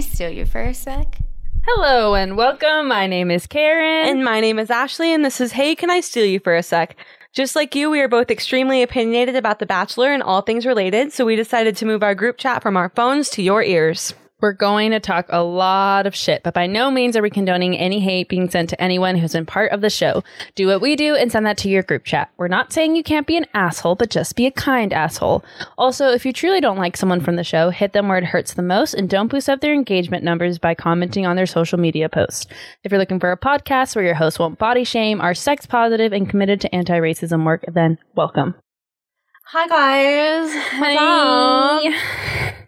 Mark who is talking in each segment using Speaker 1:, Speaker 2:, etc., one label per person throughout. Speaker 1: steal you for a sec?
Speaker 2: Hello and welcome. My name is Karen.
Speaker 3: And my name is Ashley, and this is Hey, Can I Steal You for a Sec? Just like you, we are both extremely opinionated about The Bachelor and all things related, so we decided to move our group chat from our phones to your ears.
Speaker 2: We're going to talk a lot of shit, but by no means are we condoning any hate being sent to anyone who's been part of the show. Do what we do and send that to your group chat. We're not saying you can't be an asshole, but just be a kind asshole. Also, if you truly don't like someone from the show, hit them where it hurts the most and don't boost up their engagement numbers by commenting on their social media posts. If you're looking for a podcast where your host won't body shame, are sex positive, and committed to anti racism work, then welcome.
Speaker 3: Hi, guys.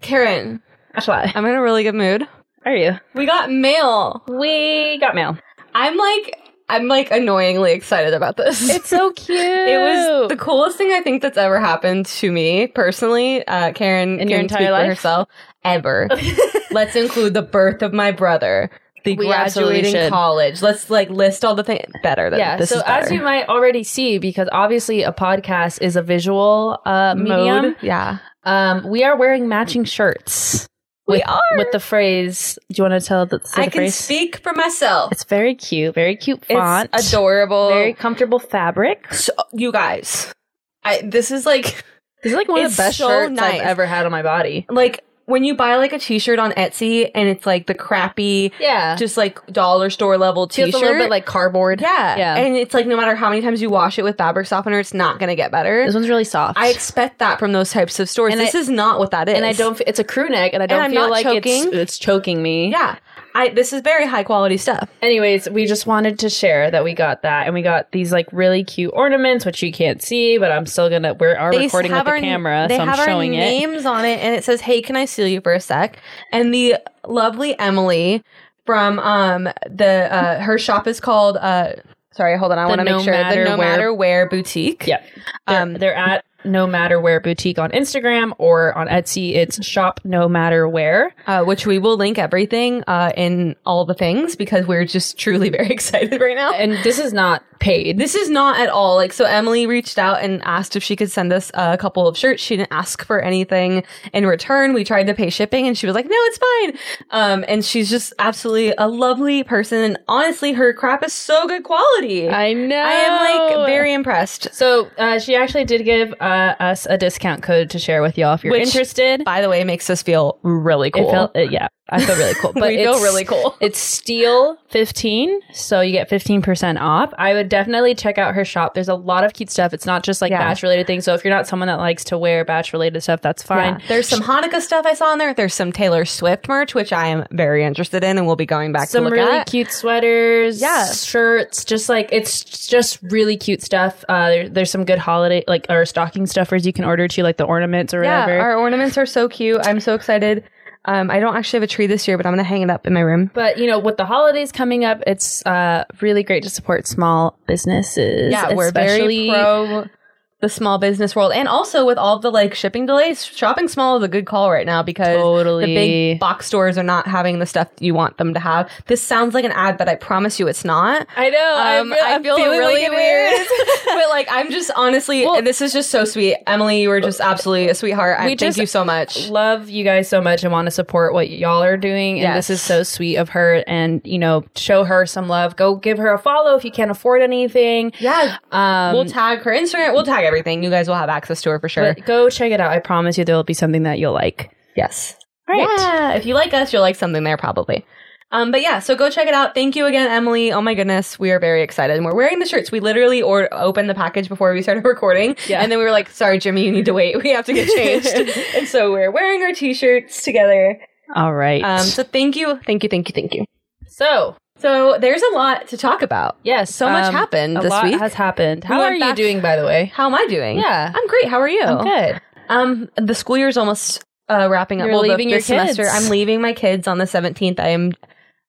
Speaker 3: Karen,
Speaker 2: Ashley,
Speaker 3: I'm in a really good mood.
Speaker 2: are you?
Speaker 3: We got mail.
Speaker 2: We got mail.
Speaker 3: I'm like, I'm like annoyingly excited about this.
Speaker 2: It's so cute.
Speaker 3: it was the coolest thing I think that's ever happened to me personally. Uh, Karen,
Speaker 2: In your
Speaker 3: can
Speaker 2: entire
Speaker 3: speak for
Speaker 2: life?
Speaker 3: herself ever. Let's include the birth of my brother, the
Speaker 2: We absolutely
Speaker 3: graduating
Speaker 2: should.
Speaker 3: college. Let's like list all the things better. Than,
Speaker 2: yeah.
Speaker 3: this
Speaker 2: So
Speaker 3: is
Speaker 2: as
Speaker 3: better.
Speaker 2: you might already see, because obviously a podcast is a visual uh, medium,
Speaker 3: Mode. yeah,
Speaker 2: um, we are wearing matching shirts
Speaker 3: we are.
Speaker 2: with the phrase. Do you want to tell the, say
Speaker 3: I
Speaker 2: the
Speaker 3: can
Speaker 2: phrase?
Speaker 3: speak for myself.
Speaker 2: It's very cute. Very cute font.
Speaker 3: It's adorable.
Speaker 2: Very comfortable fabric.
Speaker 3: so, you guys, I this is like
Speaker 2: This is like one
Speaker 3: It's
Speaker 2: of the best
Speaker 3: so
Speaker 2: shirts
Speaker 3: nice.
Speaker 2: I've ever had on my body.
Speaker 3: like when you buy like a T-shirt on Etsy and it's like the crappy,
Speaker 2: Yeah. Just
Speaker 3: just like dollar store level T-shirt.
Speaker 2: feels a little bit like cardboard.
Speaker 3: Yeah.
Speaker 2: Yeah.
Speaker 3: And it's like no matter how many times you wash it with fabric softener, it's not going to get better.
Speaker 2: This one's really soft.
Speaker 3: I expect that from those types of stores.
Speaker 2: And
Speaker 3: this
Speaker 2: I-
Speaker 3: is not what that is.
Speaker 2: and I don't. f- It's a crew neck, and I don't
Speaker 3: I'm
Speaker 2: feel
Speaker 3: not
Speaker 2: like it's
Speaker 3: choking.
Speaker 2: it's choking me.
Speaker 3: Yeah. I this is very high quality stuff.
Speaker 2: Anyways, we just wanted to share that we got that, and we got these like really cute ornaments, which you can't see, but I'm still gonna. We are recording with
Speaker 3: have
Speaker 2: the
Speaker 3: our-
Speaker 2: camera,
Speaker 3: They
Speaker 2: so
Speaker 3: have
Speaker 2: I'm showing
Speaker 3: our
Speaker 2: it.
Speaker 3: names on it, and it says, "Hey, can I steal you for a sec?" And the lovely Emily from um the uh her shop is called uh sorry hold on I
Speaker 2: The
Speaker 3: want to
Speaker 2: No
Speaker 3: make sure
Speaker 2: Matter
Speaker 3: the no
Speaker 2: Where-
Speaker 3: matter where boutique
Speaker 2: Yep. They're,
Speaker 3: Um,
Speaker 2: they're at No Matter Where Boutique on Instagram or on Etsy. It's shop No Matter Where.
Speaker 3: uh, which we will link everything uh in all the things because we're just truly very excited right now
Speaker 2: And this is not paid.
Speaker 3: This is not at all like so. Emily reached out and asked if she could send us a couple of shirts. She didn't ask for anything in return. We tried to pay shipping, and she was like, "No, it's fine." Um, and she's just absolutely a lovely person, and honestly, her crap is so good quality.
Speaker 2: I know.
Speaker 3: I am like very impressed.
Speaker 2: So uh, she actually did give uh, us a discount code to share with y'all if you're
Speaker 3: Which-
Speaker 2: interested.
Speaker 3: By the way, it makes us feel really cool.
Speaker 2: It felt, it- yeah, I feel really cool. But
Speaker 3: we feel
Speaker 2: it's-
Speaker 3: really cool.
Speaker 2: It's Steel 15, so you get 15% off. I would definitely check out her shop. There's a lot of cute stuff. It's not just like
Speaker 3: Yeah.
Speaker 2: batch related things. So if you're not someone that likes to wear batch related stuff, that's fine.
Speaker 3: Yeah. There's some Hanukkah stuff I saw in there. There's some Taylor Swift merch, which I am very interested in, and we'll be going back
Speaker 2: Some
Speaker 3: to look
Speaker 2: really
Speaker 3: at.
Speaker 2: cute sweaters,
Speaker 3: Yeah.
Speaker 2: shirts, just like it's just really cute stuff. Uh, there, there's some good holiday, like or stocking stuffers you can order too, like the ornaments or
Speaker 3: Yeah,
Speaker 2: whatever.
Speaker 3: our ornaments are so cute. I'm so excited. Um, I don't actually have a tree this year, but I'm gonna hang it up in my room.
Speaker 2: but you know, with the holidays coming up, it's uh, really great to support small businesses. especially-
Speaker 3: pro the small business world, and also with all the like shipping delays, shopping small is a good call right now because
Speaker 2: Totally.
Speaker 3: the big box stores are not having the stuff you want them to have. This sounds like an ad, but I promise you, it's not.
Speaker 2: I know.
Speaker 3: Um, I feel, really weird, but like I'm just honestly,
Speaker 2: Well-
Speaker 3: this is just so sweet, Emily. You were just absolutely a sweetheart. I
Speaker 2: We
Speaker 3: thank
Speaker 2: just-
Speaker 3: you so much.
Speaker 2: love you guys so much and want to support what y'all are doing. And this
Speaker 3: Yes.
Speaker 2: is so sweet of her. And you know, show her some love. Go give her a follow if you can't afford anything.
Speaker 3: Yeah,
Speaker 2: Um,
Speaker 3: we'll tag her Instagram. We'll tag everything. You guys will have access to her for sure.
Speaker 2: but go check it out. I promise you, there will be something that you'll like.
Speaker 3: yes.
Speaker 2: All right.
Speaker 3: Yeah. If you like us, you'll like something there probably. Um, but yeah, so go check it out. Thank you again, Emily. Oh my goodness, we are very excited. And we're wearing the shirts. We literally or- opened the package before we started recording.
Speaker 2: Yeah.
Speaker 3: And then we were like, sorry, Jimmy, you need to wait. We have to get changed. and so we're wearing our t shirts together.
Speaker 2: All right.
Speaker 3: Um, so
Speaker 2: so,
Speaker 3: thank you. Thank you. Thank you. Thank you. So there's a lot to talk about.
Speaker 2: yes,
Speaker 3: So much
Speaker 2: um,
Speaker 3: happened
Speaker 2: A
Speaker 3: this
Speaker 2: lot
Speaker 3: week.
Speaker 2: has happened. How
Speaker 3: went
Speaker 2: are you
Speaker 3: back-
Speaker 2: doing, by the way?
Speaker 3: How am I doing?
Speaker 2: Yeah.
Speaker 3: I'm great. How are you?
Speaker 2: I'm good.
Speaker 3: Um, the school year's almost uh, wrapping up.
Speaker 2: You're
Speaker 3: the-
Speaker 2: leaving
Speaker 3: the
Speaker 2: your
Speaker 3: semester.
Speaker 2: kids.
Speaker 3: I'm leaving my kids on the 17th. I am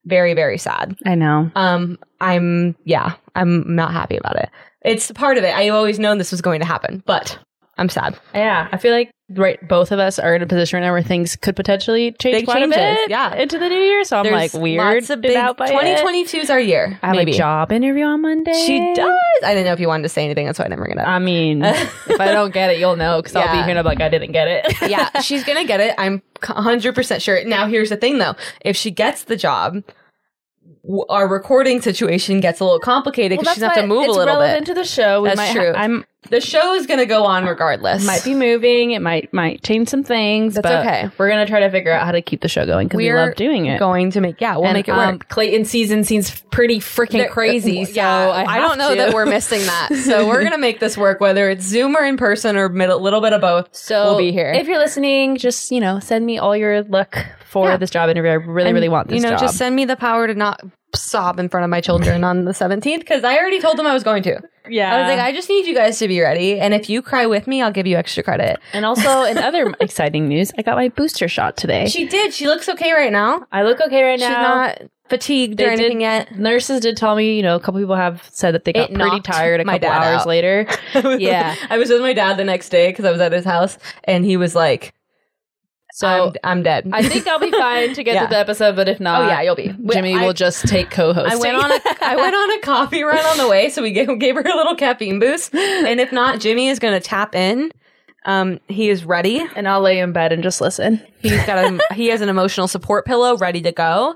Speaker 3: very, very sad.
Speaker 2: I know.
Speaker 3: Um, I'm yeah, I'm not happy about it. It's part of it. I always known this was going to happen, but I'm sad.
Speaker 2: Yeah, I feel like right both of us are in a position right now where things could potentially change
Speaker 3: Big
Speaker 2: quite a
Speaker 3: changes,
Speaker 2: bit
Speaker 3: yeah.
Speaker 2: into the new year. So I'm like
Speaker 3: There's
Speaker 2: weird
Speaker 3: lots of big-
Speaker 2: out by it.
Speaker 3: 2022 is our year.
Speaker 2: I have
Speaker 3: maybe.
Speaker 2: a job interview on Monday.
Speaker 3: She does. I didn't know if you wanted to say anything. That's why I didn't bring it up.
Speaker 2: I mean, if I don't get it, you'll know because I'll be
Speaker 3: Yeah.
Speaker 2: here and I'm like, I didn't get it.
Speaker 3: yeah, she's gonna get it. I'm 100% sure. Now, here's the thing though if she gets the job, w- our recording situation gets a little complicated because she's gonna have to move a
Speaker 2: it's
Speaker 3: little
Speaker 2: relevant
Speaker 3: bit.
Speaker 2: to the show. We
Speaker 3: That's
Speaker 2: might
Speaker 3: true.
Speaker 2: I'm
Speaker 3: the show is gonna go on regardless.
Speaker 2: might be moving. It might might change some things.
Speaker 3: That's
Speaker 2: but
Speaker 3: okay.
Speaker 2: We're gonna try to figure out how to keep the show going because we
Speaker 3: We're
Speaker 2: love doing it.
Speaker 3: going to make, yeah, we'll
Speaker 2: And,
Speaker 3: make it
Speaker 2: um,
Speaker 3: work.
Speaker 2: Clayton season seems pretty freaking
Speaker 3: They're-
Speaker 2: crazy.
Speaker 3: uh,
Speaker 2: So I, have
Speaker 3: don't know
Speaker 2: to.
Speaker 3: that we're missing that. So we're gonna make this work, whether it's Zoom or in person or a little bit of both.
Speaker 2: So
Speaker 3: we'll be here.
Speaker 2: If you're listening, just you know, send me all your luck for
Speaker 3: Yeah.
Speaker 2: this job interview. I really,
Speaker 3: And,
Speaker 2: really want this
Speaker 3: You know,
Speaker 2: job.
Speaker 3: just send me the power to not sob in front of my children on the 17th because I already told them I was going to.
Speaker 2: yeah.
Speaker 3: I was like, I just need you guys to be ready. And if you cry with me, I'll give you extra credit.
Speaker 2: and also, in other exciting news, I got my booster shot today.
Speaker 3: She did. She looks okay right now.
Speaker 2: I look okay right
Speaker 3: She's
Speaker 2: now.
Speaker 3: not fatigued
Speaker 2: They
Speaker 3: or
Speaker 2: did
Speaker 3: anything yet.
Speaker 2: Nurses did tell me, you know, a couple people have said that they got
Speaker 3: It
Speaker 2: pretty
Speaker 3: knocked
Speaker 2: tired a
Speaker 3: my
Speaker 2: couple
Speaker 3: dad
Speaker 2: hours
Speaker 3: out.
Speaker 2: later. Yeah.
Speaker 3: I was with my dad the next day because I was at his house and he was like,
Speaker 2: So
Speaker 3: I'm, I'm dead.
Speaker 2: i think I'll be fine to get
Speaker 3: Yeah.
Speaker 2: to the episode, but if not,
Speaker 3: Oh, yeah, you'll be.
Speaker 2: Uh, Jimmy
Speaker 3: I-
Speaker 2: will just take co-hosting.
Speaker 3: I went on a I went on a coffee run on the way, so we gave, gave her a little caffeine boost. And if not, Jimmy is going to tap in. Um, he is ready.
Speaker 2: and I'll lay in bed and just listen.
Speaker 3: He's got a he has an emotional support pillow ready to go.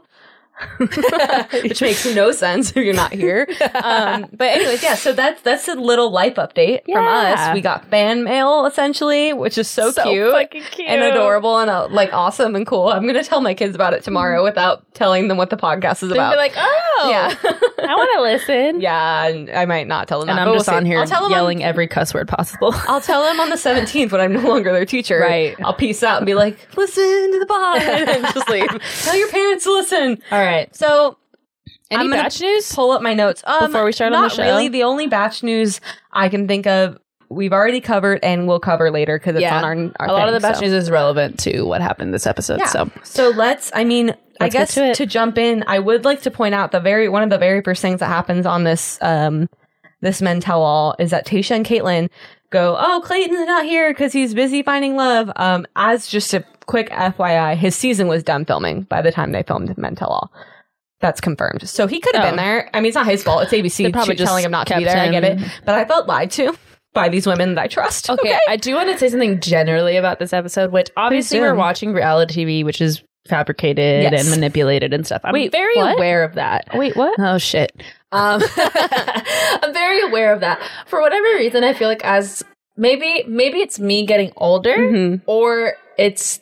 Speaker 3: Which makes no sense if you're not here. Um, but anyways, yeah. So that's that's a little life update from
Speaker 2: Yeah.
Speaker 3: us. We got fan mail essentially, which is so, cute,
Speaker 2: fucking cute
Speaker 3: and adorable and uh, like awesome and cool. I'm gonna tell my kids about it tomorrow without telling them what the podcast is
Speaker 2: They'd
Speaker 3: about.
Speaker 2: Mm-hmm. be like, oh,
Speaker 3: yeah,
Speaker 2: I want to listen.
Speaker 3: yeah. and I might not tell them.
Speaker 2: And
Speaker 3: that,
Speaker 2: I'm
Speaker 3: but
Speaker 2: just
Speaker 3: we'll see.
Speaker 2: on here
Speaker 3: I'll tell them on-
Speaker 2: yelling every cuss word possible.
Speaker 3: I'll tell them on the 17th when I'm no longer their teacher.
Speaker 2: Right.
Speaker 3: I'll peace out and be like, listen to the pod and just leave. tell your parents to listen.
Speaker 2: All right.
Speaker 3: So
Speaker 2: Any
Speaker 3: I'm gonna
Speaker 2: batch news?
Speaker 3: pull up my notes. Um,
Speaker 2: Before we start on the
Speaker 3: not
Speaker 2: show?
Speaker 3: really. The only batch news I can think of, we've already covered and we'll cover later because it's
Speaker 2: Yeah.
Speaker 3: on our, our
Speaker 2: a lot of the
Speaker 3: thing,
Speaker 2: batch
Speaker 3: so.
Speaker 2: news is relevant to what happened this episode.
Speaker 3: Yeah.
Speaker 2: So
Speaker 3: So. let's. I mean, I
Speaker 2: Let's get
Speaker 3: guess
Speaker 2: to it.
Speaker 3: to, jump in, I would like to point out the very one of the very first things that happens on this um this men tell all is that Tasha and Caitlin go, "Oh, Clayton's not here because he's busy finding love." Um, as just a quick FYI, his season was done filming by the time they filmed men tell all. That's confirmed. So he could have
Speaker 2: Oh.
Speaker 3: been there. I mean, it's not his fault. It's ABC
Speaker 2: They probably
Speaker 3: probably
Speaker 2: just
Speaker 3: telling him not to be
Speaker 2: kept
Speaker 3: there. I get it,
Speaker 2: him-
Speaker 3: but I felt lied to by these women that I trust.
Speaker 2: Okay, I do want to say something generally about this episode, which obviously
Speaker 3: do.
Speaker 2: we're watching reality TV, which is fabricated
Speaker 3: Yes.
Speaker 2: and manipulated and stuff. I'm
Speaker 3: Wait,
Speaker 2: very
Speaker 3: what?
Speaker 2: aware of that.
Speaker 3: Wait, what?
Speaker 2: Oh shit. Um, I'm very aware of that. For whatever reason, I feel like as maybe maybe it's me getting older
Speaker 3: Mhm.
Speaker 2: or it's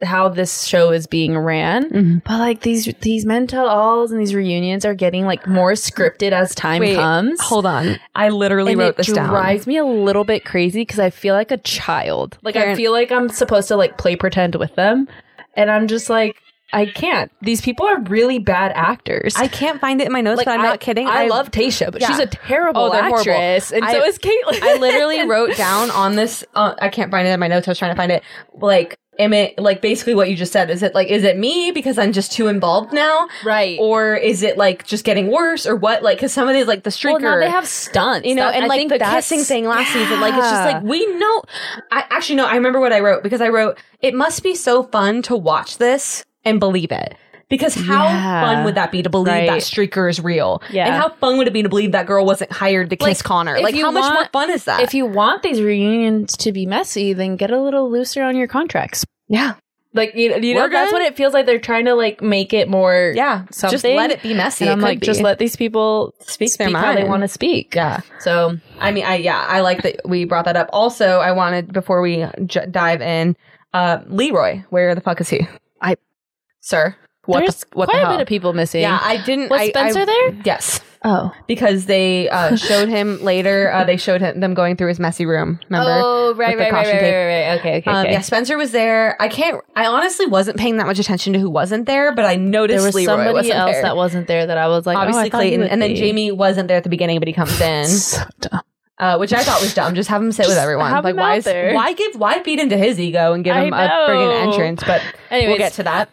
Speaker 2: how this show is being ran.
Speaker 3: Mhm.
Speaker 2: But like these these men tell alls and these reunions are getting like more scripted as time
Speaker 3: Wait,
Speaker 2: comes.
Speaker 3: Hold on. I literally
Speaker 2: and
Speaker 3: wrote this
Speaker 2: it
Speaker 3: down.
Speaker 2: drives me a little bit crazy because I feel like a child. Like I
Speaker 3: Karen-
Speaker 2: feel like I'm supposed to like play pretend with them, and I'm just like I can't. These people are really bad actors.
Speaker 3: I can't find it in my notes,
Speaker 2: Like,
Speaker 3: but I'm not kidding.
Speaker 2: I, love Tasha, but
Speaker 3: Yeah.
Speaker 2: she's a terrible
Speaker 3: Oh, they're horrible.
Speaker 2: actress, and
Speaker 3: I-
Speaker 2: so is Caitlyn.
Speaker 3: I literally wrote down on this. Uh, I can't find it in my notes. I was trying to find it. Like, am it like basically what you just said? Is it like is it me because I'm just too involved now,
Speaker 2: right. Or
Speaker 3: or is it like just getting worse, or what? Like, because some of these like the streaker.
Speaker 2: well, now they have stunts,
Speaker 3: you know,
Speaker 2: That-
Speaker 3: and
Speaker 2: I
Speaker 3: like
Speaker 2: think
Speaker 3: the
Speaker 2: that's-
Speaker 3: kissing thing last season, like it's just
Speaker 2: Yeah.
Speaker 3: like we know. I actually no, I remember what I wrote because I wrote it must be so fun to watch this and believe it because how
Speaker 2: Yeah.
Speaker 3: fun would that be to believe
Speaker 2: Right.
Speaker 3: that streaker is real?
Speaker 2: Yeah.
Speaker 3: and how fun would it be to believe that girl wasn't hired to kiss
Speaker 2: Like,
Speaker 3: Connor?
Speaker 2: if
Speaker 3: Like
Speaker 2: you
Speaker 3: how much more
Speaker 2: want-
Speaker 3: fun is that?
Speaker 2: If you want these reunions to be messy, then get a little looser on your contracts.
Speaker 3: yeah,
Speaker 2: Like you, you know,
Speaker 3: We're
Speaker 2: that's
Speaker 3: good.
Speaker 2: what it feels like. They're trying to like make it more
Speaker 3: yeah, just
Speaker 2: something.
Speaker 3: let it be messy.
Speaker 2: and
Speaker 3: It
Speaker 2: I'm
Speaker 3: could
Speaker 2: like,
Speaker 3: be.
Speaker 2: just let these people
Speaker 3: Speak their
Speaker 2: how they
Speaker 3: mind.
Speaker 2: want to speak.
Speaker 3: yeah.
Speaker 2: So
Speaker 3: I mean, I yeah, I like that we brought that up. Also, I wanted before we j- dive in, uh, Leroy, where the fuck is he?
Speaker 2: I-
Speaker 3: sir, what
Speaker 2: there's
Speaker 3: the, what the
Speaker 2: quite a
Speaker 3: hell?
Speaker 2: bit of people missing.
Speaker 3: yeah, I didn't.
Speaker 2: Was
Speaker 3: I- I-
Speaker 2: Spencer there?
Speaker 3: Yes,
Speaker 2: Oh.
Speaker 3: because they uh, showed him later. Uh, they showed him them going through his messy room. Remember?
Speaker 2: Oh, right,
Speaker 3: With the
Speaker 2: right, right, right,
Speaker 3: caution
Speaker 2: right,
Speaker 3: tape.
Speaker 2: right. Okay, okay,
Speaker 3: Um,
Speaker 2: okay.
Speaker 3: Yeah, Spencer was there. I can't. I honestly wasn't paying that much attention to who wasn't there, but I noticed
Speaker 2: There was
Speaker 3: Leroy
Speaker 2: somebody
Speaker 3: wasn't
Speaker 2: else
Speaker 3: there.
Speaker 2: that wasn't there that I was like, oh, I
Speaker 3: Obviously,
Speaker 2: thought he
Speaker 3: Clayton,
Speaker 2: would
Speaker 3: and then
Speaker 2: be.
Speaker 3: Jamie wasn't there at the beginning, but he comes in.
Speaker 2: So dumb.
Speaker 3: uh, which I thought was dumb. Just have him sit with
Speaker 2: Just
Speaker 3: everyone.
Speaker 2: have
Speaker 3: Like,
Speaker 2: him
Speaker 3: why
Speaker 2: out
Speaker 3: is,
Speaker 2: there.
Speaker 3: why give why feed into his ego and give
Speaker 2: I
Speaker 3: him a friggin'
Speaker 2: know.
Speaker 3: entrance? But
Speaker 2: Anyways.
Speaker 3: we'll get to that.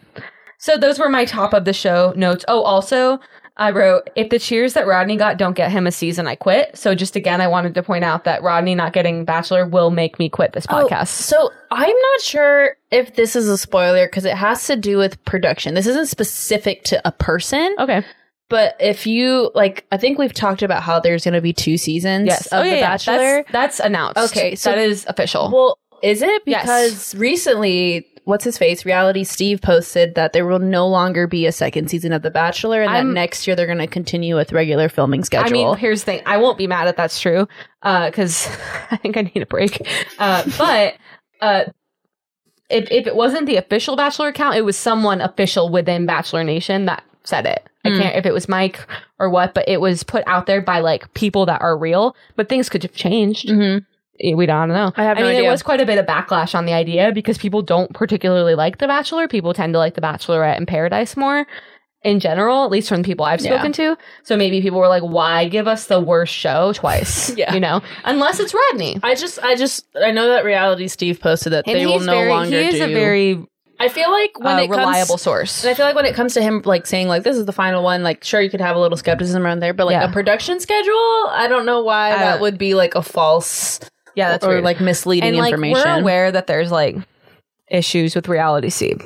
Speaker 3: So those were my top of the show notes. Oh, also, I wrote, if the cheers that Rodney got don't get him a season, I quit. So just again, I wanted to point out that Rodney not getting Bachelor will make me quit this
Speaker 2: Oh,
Speaker 3: podcast.
Speaker 2: So I'm not sure if this is a spoiler because it has to do with production. This isn't specific to a person,
Speaker 3: okay.
Speaker 2: but if you like, I think we've talked about how there's going to be two seasons
Speaker 3: Yes.
Speaker 2: of
Speaker 3: oh, yeah,
Speaker 2: The
Speaker 3: yeah.
Speaker 2: Bachelor.
Speaker 3: That's, that's announced.
Speaker 2: Okay, so-
Speaker 3: that is official.
Speaker 2: Well, is it
Speaker 3: Yes.
Speaker 2: because recently? What's his face? Reality Steve posted that there will no longer be a second season of The Bachelor, and that
Speaker 3: I'm-
Speaker 2: next year they're going to continue with regular filming
Speaker 3: I
Speaker 2: schedule.
Speaker 3: mean, here's the thing. I won't be mad if that's true, because I think I need a break. Uh, but uh, if if it wasn't the official Bachelor account, it was someone official within Bachelor Nation that said it. I
Speaker 2: Mm.
Speaker 3: can't if it was Mike or what, but it was put out there by like people that are real. But things could have changed.
Speaker 2: Mhm.
Speaker 3: Eh, We don't know.
Speaker 2: I have
Speaker 3: I
Speaker 2: no
Speaker 3: mean,
Speaker 2: idea.
Speaker 3: there was quite a bit of backlash on the idea because people don't particularly like The Bachelor. People tend to like The Bachelorette and Paradise more in general, at least from the people I've
Speaker 2: Yeah.
Speaker 3: spoken to. So maybe people were like, why give us the worst show twice?
Speaker 2: Yeah.
Speaker 3: You know, unless it's Rodney.
Speaker 2: I just, I just, I know that Reality Steve posted that
Speaker 3: And
Speaker 2: they will
Speaker 3: he's
Speaker 2: no
Speaker 3: very,
Speaker 2: longer
Speaker 3: he is
Speaker 2: do.
Speaker 3: a very
Speaker 2: I feel like when
Speaker 3: uh,
Speaker 2: it comes,
Speaker 3: reliable source.
Speaker 2: And I feel like when it comes to him, like saying like this is the final one, like sure you could have a little skepticism around there, but like
Speaker 3: Yeah.
Speaker 2: a production schedule, I don't know why
Speaker 3: I
Speaker 2: that
Speaker 3: don't-
Speaker 2: would be like a false
Speaker 3: yeah, that's
Speaker 2: or
Speaker 3: weird.
Speaker 2: like misleading
Speaker 3: and like
Speaker 2: information.
Speaker 3: we're aware that there's like issues with reality Steve.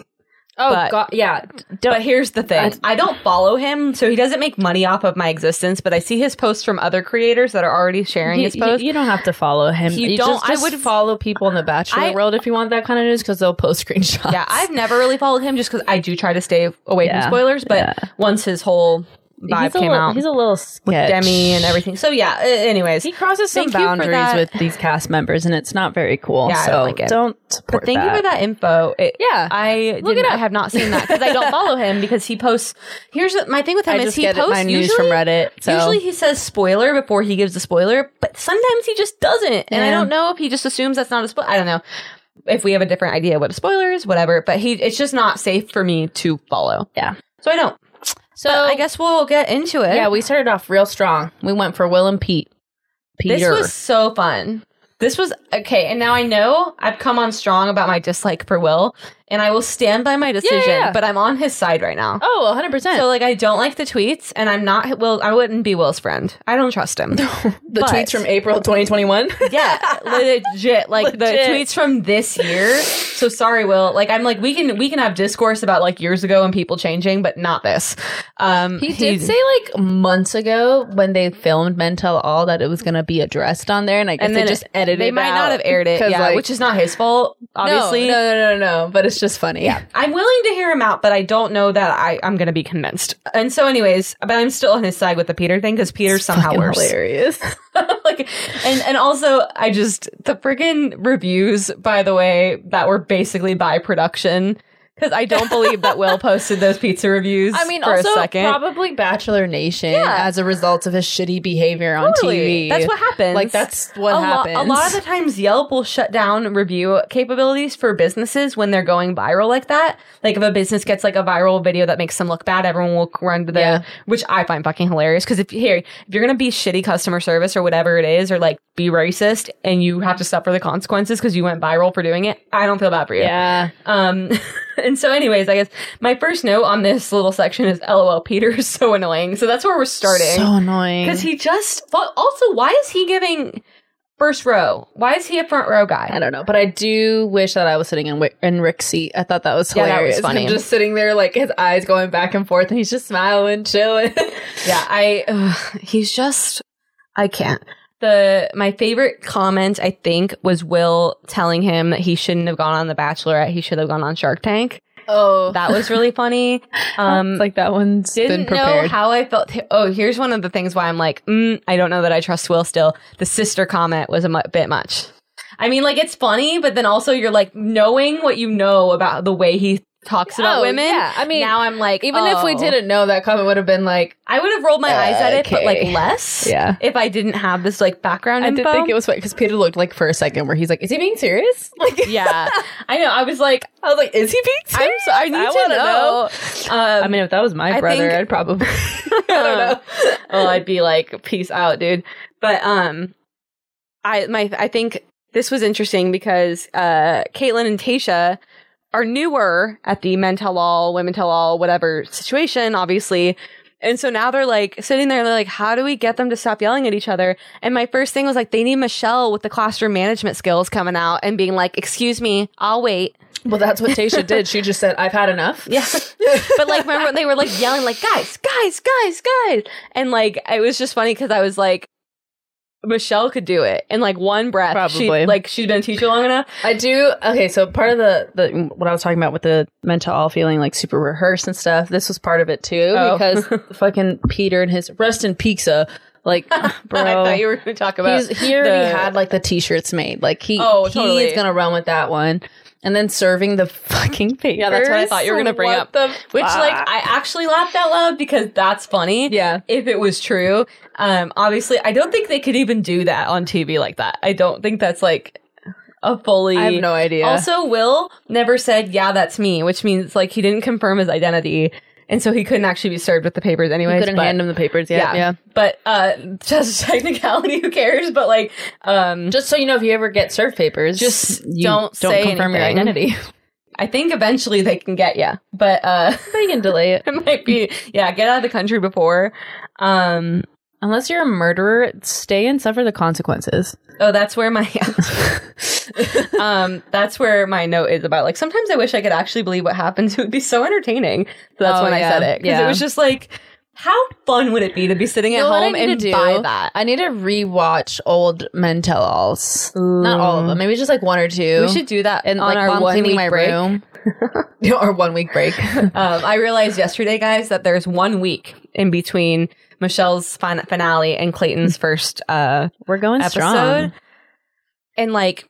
Speaker 2: oh
Speaker 3: but-
Speaker 2: god, yeah,
Speaker 3: But here's the thing. I don't follow him, so he doesn't make money off of my existence, but I see his posts from other creators that are already sharing
Speaker 2: you,
Speaker 3: his posts.
Speaker 2: you- you don't have to follow him.
Speaker 3: You
Speaker 2: You,
Speaker 3: don't-
Speaker 2: Just, just
Speaker 3: I would-
Speaker 2: follow people in the Bachelor
Speaker 3: I-
Speaker 2: world if you want that kind of news because they'll post screenshots.
Speaker 3: Yeah, I've never really followed him just because I do try to stay away
Speaker 2: Yeah,
Speaker 3: from spoilers. But
Speaker 2: yeah.
Speaker 3: once his whole vibe
Speaker 2: he's a
Speaker 3: came
Speaker 2: little,
Speaker 3: out,
Speaker 2: He's a little sketch.
Speaker 3: Demi and everything. So yeah. uh, Anyways,
Speaker 2: He crosses some
Speaker 3: Thank you for
Speaker 2: boundaries
Speaker 3: that.
Speaker 2: with these cast members, and it's not very cool.
Speaker 3: Yeah, I
Speaker 2: so
Speaker 3: don't like it.
Speaker 2: don't support
Speaker 3: but thank you for that info. It-
Speaker 2: Yeah.
Speaker 3: I
Speaker 2: Look it
Speaker 3: didn't- I
Speaker 2: up.
Speaker 3: have not seen that because I don't follow him because he posts. Here's the- my thing with him
Speaker 2: I
Speaker 3: is
Speaker 2: just
Speaker 3: he
Speaker 2: get
Speaker 3: posts
Speaker 2: my news
Speaker 3: usually,
Speaker 2: from Reddit. So.
Speaker 3: Usually he says spoiler before he gives a spoiler, but sometimes he just doesn't. And I
Speaker 2: Yeah.
Speaker 3: don't know if he just assumes that's not a spoiler. I don't know if we have a different idea what a spoiler is, whatever. But he, it's just not safe for me to follow.
Speaker 2: Yeah.
Speaker 3: So I don't.
Speaker 2: so
Speaker 3: But I guess we'll get into it.
Speaker 2: Yeah, we started off real strong. We went for Will and Pete. Peter.
Speaker 3: This was so fun. This was okay, and now I know I've come on strong about my dislike for Will, and I will stand by my decision.
Speaker 2: yeah.
Speaker 3: But I'm on his side right now.
Speaker 2: oh, 100 percent.
Speaker 3: So like, I don't like the tweets, and I'm not Will. I wouldn't be Will's friend. I don't trust him.
Speaker 2: the
Speaker 3: but-
Speaker 2: tweets from April 2021.
Speaker 3: yeah, legit. Like the
Speaker 2: Legit.
Speaker 3: tweets from this year. So sorry, Will. Like I'm like we can we can have discourse about like years ago and people changing, but not this. Um,
Speaker 2: he did say like months ago when they filmed Mental All that it was going to be addressed on there, and I guess
Speaker 3: and
Speaker 2: they
Speaker 3: then
Speaker 2: just edited.
Speaker 3: They
Speaker 2: it
Speaker 3: might not
Speaker 2: out.
Speaker 3: have aired it,
Speaker 2: 'Cause,
Speaker 3: yeah,
Speaker 2: like,
Speaker 3: which is not his fault,
Speaker 2: no,
Speaker 3: obviously.
Speaker 2: No, no, no, no, But it's just funny. Yeah.
Speaker 3: I'm willing to hear him out, but I don't know that I, I'm going to be convinced. And so, anyways, but I'm still on his side with the Peter thing because Peter's somehow worse.
Speaker 2: hilarious.
Speaker 3: like, and and also, I just the friggin' reviews, by the way, that were basically by production because I don't believe that Will posted those pizza reviews.
Speaker 2: I mean,
Speaker 3: for
Speaker 2: also
Speaker 3: a second.
Speaker 2: probably Bachelor Nation as a result of his shitty behavior on
Speaker 3: Totally.
Speaker 2: TV.
Speaker 3: That's what happens.
Speaker 2: Like that's what
Speaker 3: a lo-
Speaker 2: happens.
Speaker 3: a lot of the times, Yelp will shut down review capabilities for businesses when they're going viral like that. Like if a business gets like a viral video that makes them look bad, everyone will run to the,
Speaker 2: Yeah.
Speaker 3: which I find fucking hilarious. Because if here, if you're gonna be shitty customer service or whatever it is, or like be racist and you have to suffer the consequences because you went viral for doing it, I don't feel bad for you.
Speaker 2: yeah.
Speaker 3: Um, and so, anyways, I guess my first note on this little section is "LOL, Peter is so annoying." So that's where we're starting.
Speaker 2: So annoying.
Speaker 3: Because he just. but Also, why is he giving first row? Why is he a front row guy?
Speaker 2: I don't know, but I do wish that I was sitting in, Wi- in Rick's seat. I thought that was
Speaker 3: Yeah, that was
Speaker 2: hilarious.
Speaker 3: funny.
Speaker 2: Him just sitting there, like his eyes going back and forth, and he's just smiling, chilling.
Speaker 3: Yeah, I. ugh, he's just. I can't. The my favorite comment I think was Will telling him that he shouldn't have gone on The Bachelorette. He should have gone on Shark Tank.
Speaker 2: oh,
Speaker 3: That was really funny. Um,
Speaker 2: like that one's been
Speaker 3: didn't know
Speaker 2: prepared.
Speaker 3: how I felt. Oh, here's one of the things why I'm like, mm, I don't know that I trust Will still. The sister comment was a mu- bit much. I mean, like, it's funny, but then also you're like, knowing what you know about the way he talks about
Speaker 2: Oh,
Speaker 3: women.
Speaker 2: yeah. I mean,
Speaker 3: now I'm like,
Speaker 2: Even if we
Speaker 3: oh.
Speaker 2: didn't know, that comment would have been like,
Speaker 3: I would have rolled my eyes at it, but like
Speaker 2: Okay.
Speaker 3: less.
Speaker 2: Yeah.
Speaker 3: If I didn't have this like background
Speaker 2: I
Speaker 3: info.
Speaker 2: did think it was funny because Peter looked like for a second where he's like, "Is he being serious?" Like,
Speaker 3: yeah, I know. I was like,
Speaker 2: I was like, "Is he being serious?"
Speaker 3: I'm so, I need to
Speaker 2: wanna
Speaker 3: know. Um,
Speaker 2: I mean, if that was my
Speaker 3: I
Speaker 2: brother,
Speaker 3: think-
Speaker 2: I'd probably. I don't know.
Speaker 3: well, Oh, I'd be like, peace out, dude. But um, I my I think this was interesting because uh, Caitlin and Tasha are newer at the men tell all, women tell all, whatever situation, obviously. And so now they're like sitting there and they're like, how do we get them to stop yelling at each other? And my first thing was like, they need Michelle with the classroom management skills coming out and being like, excuse me, I'll wait.
Speaker 2: Well, that's what Tasha did. She just said, I've had enough.
Speaker 3: Yeah. but like, remember they were like yelling, like, guys, guys, guys, guys. And like, it was just funny because I was like, Michelle could do it in like one breath. She,
Speaker 2: Probably.
Speaker 3: like, she'd been teacher long enough.
Speaker 2: I do. Okay, so part of the, the what I was talking about with the mental all feeling like super rehearsed and stuff, this was part of it too
Speaker 3: Oh.
Speaker 2: because fucking Peter and his rest in pizza, like bro.
Speaker 3: I thought you were going to talk about
Speaker 2: He's, he already
Speaker 3: the-
Speaker 2: had like the t-shirts made. Like he,
Speaker 3: Oh,
Speaker 2: he
Speaker 3: totally.
Speaker 2: is gonna run with that one, and then serving the fucking papers.
Speaker 3: Yeah, that's what I thought you were gonna bring
Speaker 2: What
Speaker 3: up.
Speaker 2: the
Speaker 3: Which, like,
Speaker 2: fuck?
Speaker 3: I actually laughed out loud because that's funny.
Speaker 2: Yeah.
Speaker 3: If it was true. Um, obviously, I don't think they could even do that on TV like that. I don't think that's like a fully.
Speaker 2: I have no idea.
Speaker 3: Also, Will never said, yeah, that's me, which means like he didn't confirm his identity. And so he couldn't actually be served with the papers
Speaker 2: you
Speaker 3: anyway.
Speaker 2: couldn't hand him the papers yet. Yeah.
Speaker 3: But uh, just technicality, who cares? But like, um,
Speaker 2: Just so you know, if you ever get served papers,
Speaker 3: Just
Speaker 2: you
Speaker 3: don't
Speaker 2: don't
Speaker 3: say
Speaker 2: confirm your
Speaker 3: anything.
Speaker 2: identity.
Speaker 3: I think eventually they can get you. But uh,
Speaker 2: they can delay it
Speaker 3: it might be, yeah, get out of the country before. Um,
Speaker 2: unless you're a murderer. Stay and suffer the consequences.
Speaker 3: Oh, that's where my um, that's where my note is about. Like sometimes I wish I could actually believe what happens. It would be so entertaining. So that's
Speaker 2: Oh,
Speaker 3: when I
Speaker 2: yeah.
Speaker 3: said it because
Speaker 2: Yeah.
Speaker 3: it was just like, how fun would it be to be sitting
Speaker 2: You
Speaker 3: at
Speaker 2: know what I
Speaker 3: home
Speaker 2: need to
Speaker 3: and
Speaker 2: do?
Speaker 3: buy that?
Speaker 2: I need to rewatch old men tell alls. Not all of them. Maybe just like one or two.
Speaker 3: We should do that
Speaker 2: and
Speaker 3: and on
Speaker 2: like
Speaker 3: our
Speaker 2: while I'm
Speaker 3: one
Speaker 2: cleaning
Speaker 3: week
Speaker 2: my
Speaker 3: break.
Speaker 2: room. or one week break.
Speaker 3: Um, I realized yesterday, guys, that there's one week in between Michelle's fin- finale and Clayton's first uh,
Speaker 2: We're going strong.
Speaker 3: episode. And like,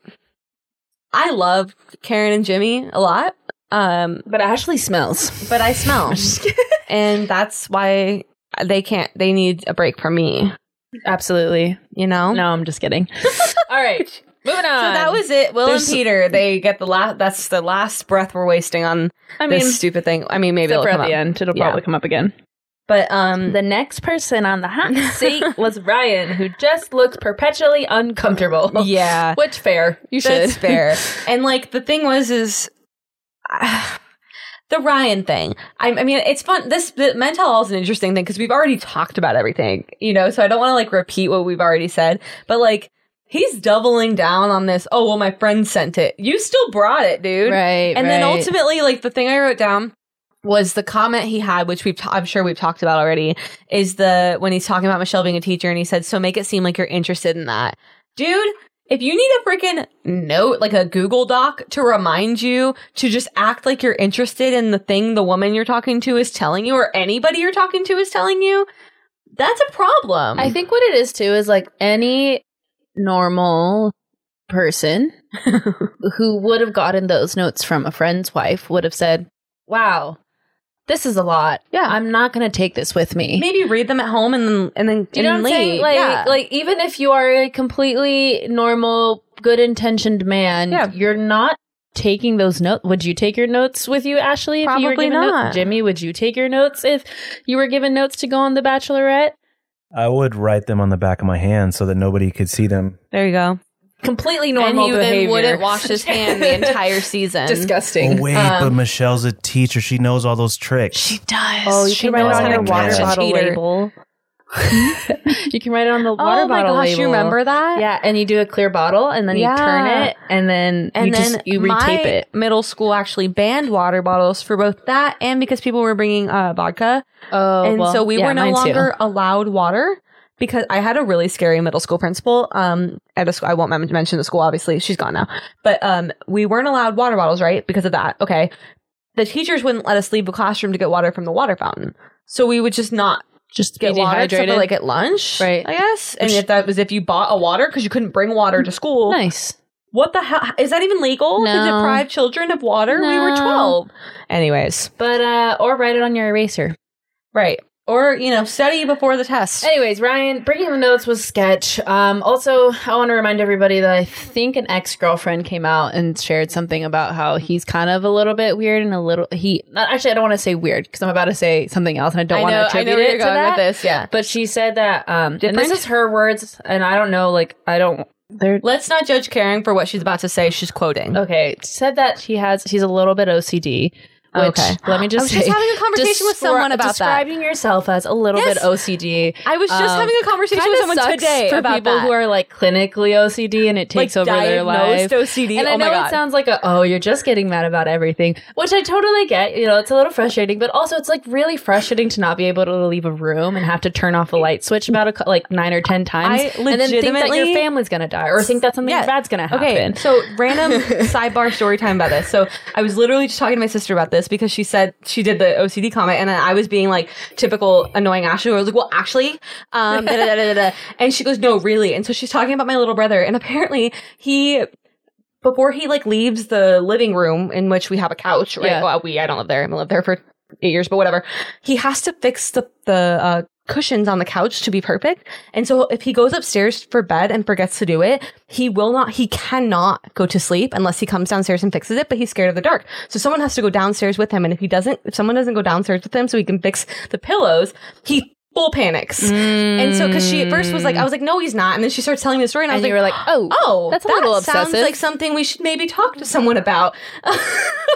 Speaker 3: I love Karen and Jimmy a lot. Um,
Speaker 2: But Ashley smells.
Speaker 3: but I smell. and that's why they can't, they need a break from me,
Speaker 2: Absolutely.
Speaker 3: you know?
Speaker 2: No, I'm just kidding. all right. Moving on.
Speaker 3: So that was it. Will
Speaker 2: There's-
Speaker 3: and Peter, they get the last, that's the last breath we're wasting on
Speaker 2: I mean,
Speaker 3: this
Speaker 2: except
Speaker 3: stupid thing. I mean, maybe it'll
Speaker 2: for at
Speaker 3: come
Speaker 2: the
Speaker 3: up.
Speaker 2: end, it'll
Speaker 3: Yeah.
Speaker 2: probably come up Mm. again.
Speaker 3: But, um,
Speaker 2: The next person on the hot seat was Ryan, who just looked perpetually uncomfortable.
Speaker 3: yeah,
Speaker 2: Which fair. You
Speaker 3: that's
Speaker 2: should.
Speaker 3: fair. And like, the thing was, is, the Ryan thing. I, I mean, it's fun. This the mental all is an interesting thing because we've already talked about everything, you know. So I don't want to like repeat what we've already said, but like he's doubling down on this. Oh well, my friend sent it. You still brought it, dude.
Speaker 2: Right.
Speaker 3: And then
Speaker 2: right.
Speaker 3: ultimately, like the thing I wrote down was the comment he had, which we've t- I'm sure we've talked about already, is the when he's talking about Michelle being a teacher, and he said, "So make it seem like you're interested in that, dude." If you need a freaking note, like a Google Doc, to remind you to just act like you're interested in the thing the woman you're talking to is telling you, or anybody you're talking to is telling you, that's a problem.
Speaker 2: I think what it is too is like any normal person who would have gotten those notes from a friend's wife would have said, "Wow, this is a lot.
Speaker 3: Yeah.
Speaker 2: I'm not going to take this with me."
Speaker 3: maybe read them at home and then and then
Speaker 2: Do you know what
Speaker 3: and
Speaker 2: I'm saying?
Speaker 3: leave.
Speaker 2: Like,
Speaker 3: Yeah.
Speaker 2: like even if you are a completely normal, good-intentioned man,
Speaker 3: Yeah.
Speaker 2: you're not taking those notes. Would you take your notes with you, Ashley? If you were
Speaker 3: Probably
Speaker 2: given notes?
Speaker 3: not.
Speaker 2: Jimmy, would you take your notes if you were given notes to go on The Bachelorette?
Speaker 4: I would write them on the back of my hand so that nobody could see them.
Speaker 3: there you go.
Speaker 2: Completely
Speaker 3: and he then wouldn't wash his hand the entire season.
Speaker 2: Disgusting.
Speaker 4: Oh, wait, but Michelle's a teacher. She knows all those tricks.
Speaker 3: does.
Speaker 2: Oh, you can write it
Speaker 4: knows
Speaker 2: on
Speaker 4: how
Speaker 2: your
Speaker 4: to
Speaker 2: water
Speaker 4: catch a
Speaker 2: bottle label. you can write it on the water
Speaker 3: Oh my
Speaker 2: bottle
Speaker 3: gosh,
Speaker 2: label.
Speaker 3: you remember that?
Speaker 2: Yeah, and you do a clear bottle, and then
Speaker 3: Yeah.
Speaker 2: you turn it, and then
Speaker 3: And
Speaker 2: you
Speaker 3: then
Speaker 2: just, you retape
Speaker 3: my
Speaker 2: it.
Speaker 3: middle school actually banned water bottles for both that and because people were bringing uh, vodka,
Speaker 2: Oh,
Speaker 3: and
Speaker 2: well,
Speaker 3: so we
Speaker 2: yeah,
Speaker 3: were no
Speaker 2: mine too.
Speaker 3: longer allowed water because I had a really scary middle school principal. Um, at a school, I won't mem- mention the school. Obviously, she's gone now, but um, we weren't allowed water bottles, right? Because of that. Okay, the teachers wouldn't let us leave the classroom to get water from the water fountain, so we would just not
Speaker 2: just
Speaker 3: get
Speaker 2: be
Speaker 3: water except
Speaker 2: dehydrated.
Speaker 3: for like at lunch,
Speaker 2: Right.
Speaker 3: I guess. And
Speaker 2: Which-
Speaker 3: if that was if you bought a water because you couldn't bring water to school,
Speaker 2: nice.
Speaker 3: what the hell is that even legal
Speaker 2: No.
Speaker 3: to deprive children of water? We were
Speaker 2: No.
Speaker 3: twelve, anyways.
Speaker 2: But uh, or write it on your eraser.
Speaker 3: Right. Or you know, study before the test.
Speaker 2: Anyways, Ryan, bringing the notes was sketch. Um, also, I want to remind everybody that I think an ex girlfriend came out and shared something about how he's kind of a little bit weird and a little he. Not, actually, I don't want to say weird because I'm about to say something else, and I don't want to attribute it to that.
Speaker 3: this. Yeah.
Speaker 2: But she said that, um, and this
Speaker 3: Different?
Speaker 2: is her words, and I don't know, like I don't. They're
Speaker 3: Let's not judge Karen for what she's about to say. She's quoting.
Speaker 2: okay. Said that she has she's a little bit OCD,
Speaker 1: Which,
Speaker 2: Okay.
Speaker 1: let me
Speaker 3: I
Speaker 1: just
Speaker 3: was just
Speaker 1: say-
Speaker 3: having a conversation with
Speaker 2: Descri-
Speaker 3: someone about that.
Speaker 2: describing yourself as a little
Speaker 3: Yes.
Speaker 2: bit OCD.
Speaker 3: I was just having a conversation
Speaker 2: Um, kinda
Speaker 3: with someone
Speaker 2: sucks
Speaker 3: today
Speaker 2: for
Speaker 3: about
Speaker 2: people
Speaker 3: that.
Speaker 2: who are like clinically OCD and it takes
Speaker 3: Like,
Speaker 2: over their life.
Speaker 3: diagnosed OCD.
Speaker 2: And I
Speaker 3: Oh my
Speaker 2: know
Speaker 3: God.
Speaker 2: it sounds like a oh you're just getting mad about everything, which I totally get. You know, it's a little frustrating, but also it's like really frustrating to not be able to leave a room and have to turn off a light switch about a, cou- like nine or ten times,
Speaker 3: I
Speaker 2: and then think that your
Speaker 3: legitimately-
Speaker 2: family's gonna die or think that something
Speaker 3: Yeah.
Speaker 2: bad's gonna happen.
Speaker 3: Okay, so random sidebar story time about this. So I was literally just talking to my sister about this because she said she did the OCD comment, and I was being like typical annoying Ashley. Where I was like, "Well, actually," um, da, da, da, da, da, da. and she goes, "No, really." And so she's talking about my little brother, and apparently he. Before he like leaves the living room in which we have a couch, right?
Speaker 2: Yeah.
Speaker 3: Well, we I don't live there. I lived there for eight years, but whatever. He has to fix the the uh, cushions on the couch to be perfect. And so if he goes upstairs for bed and forgets to do it, he will not. He cannot go to sleep unless he comes downstairs and fixes it. But he's scared of the dark, so someone has to go downstairs with him. And if he doesn't, if someone doesn't go downstairs with him, so he can fix the pillows, he full panics. And so because she at first was like, I was like, no, he's not. And then she starts telling me the story, and I was
Speaker 1: and
Speaker 3: like.
Speaker 1: you were like, oh,
Speaker 3: Oh,
Speaker 1: that's a
Speaker 3: that
Speaker 1: little
Speaker 3: sounds
Speaker 1: obsessive.
Speaker 3: like something we should maybe talk to someone about.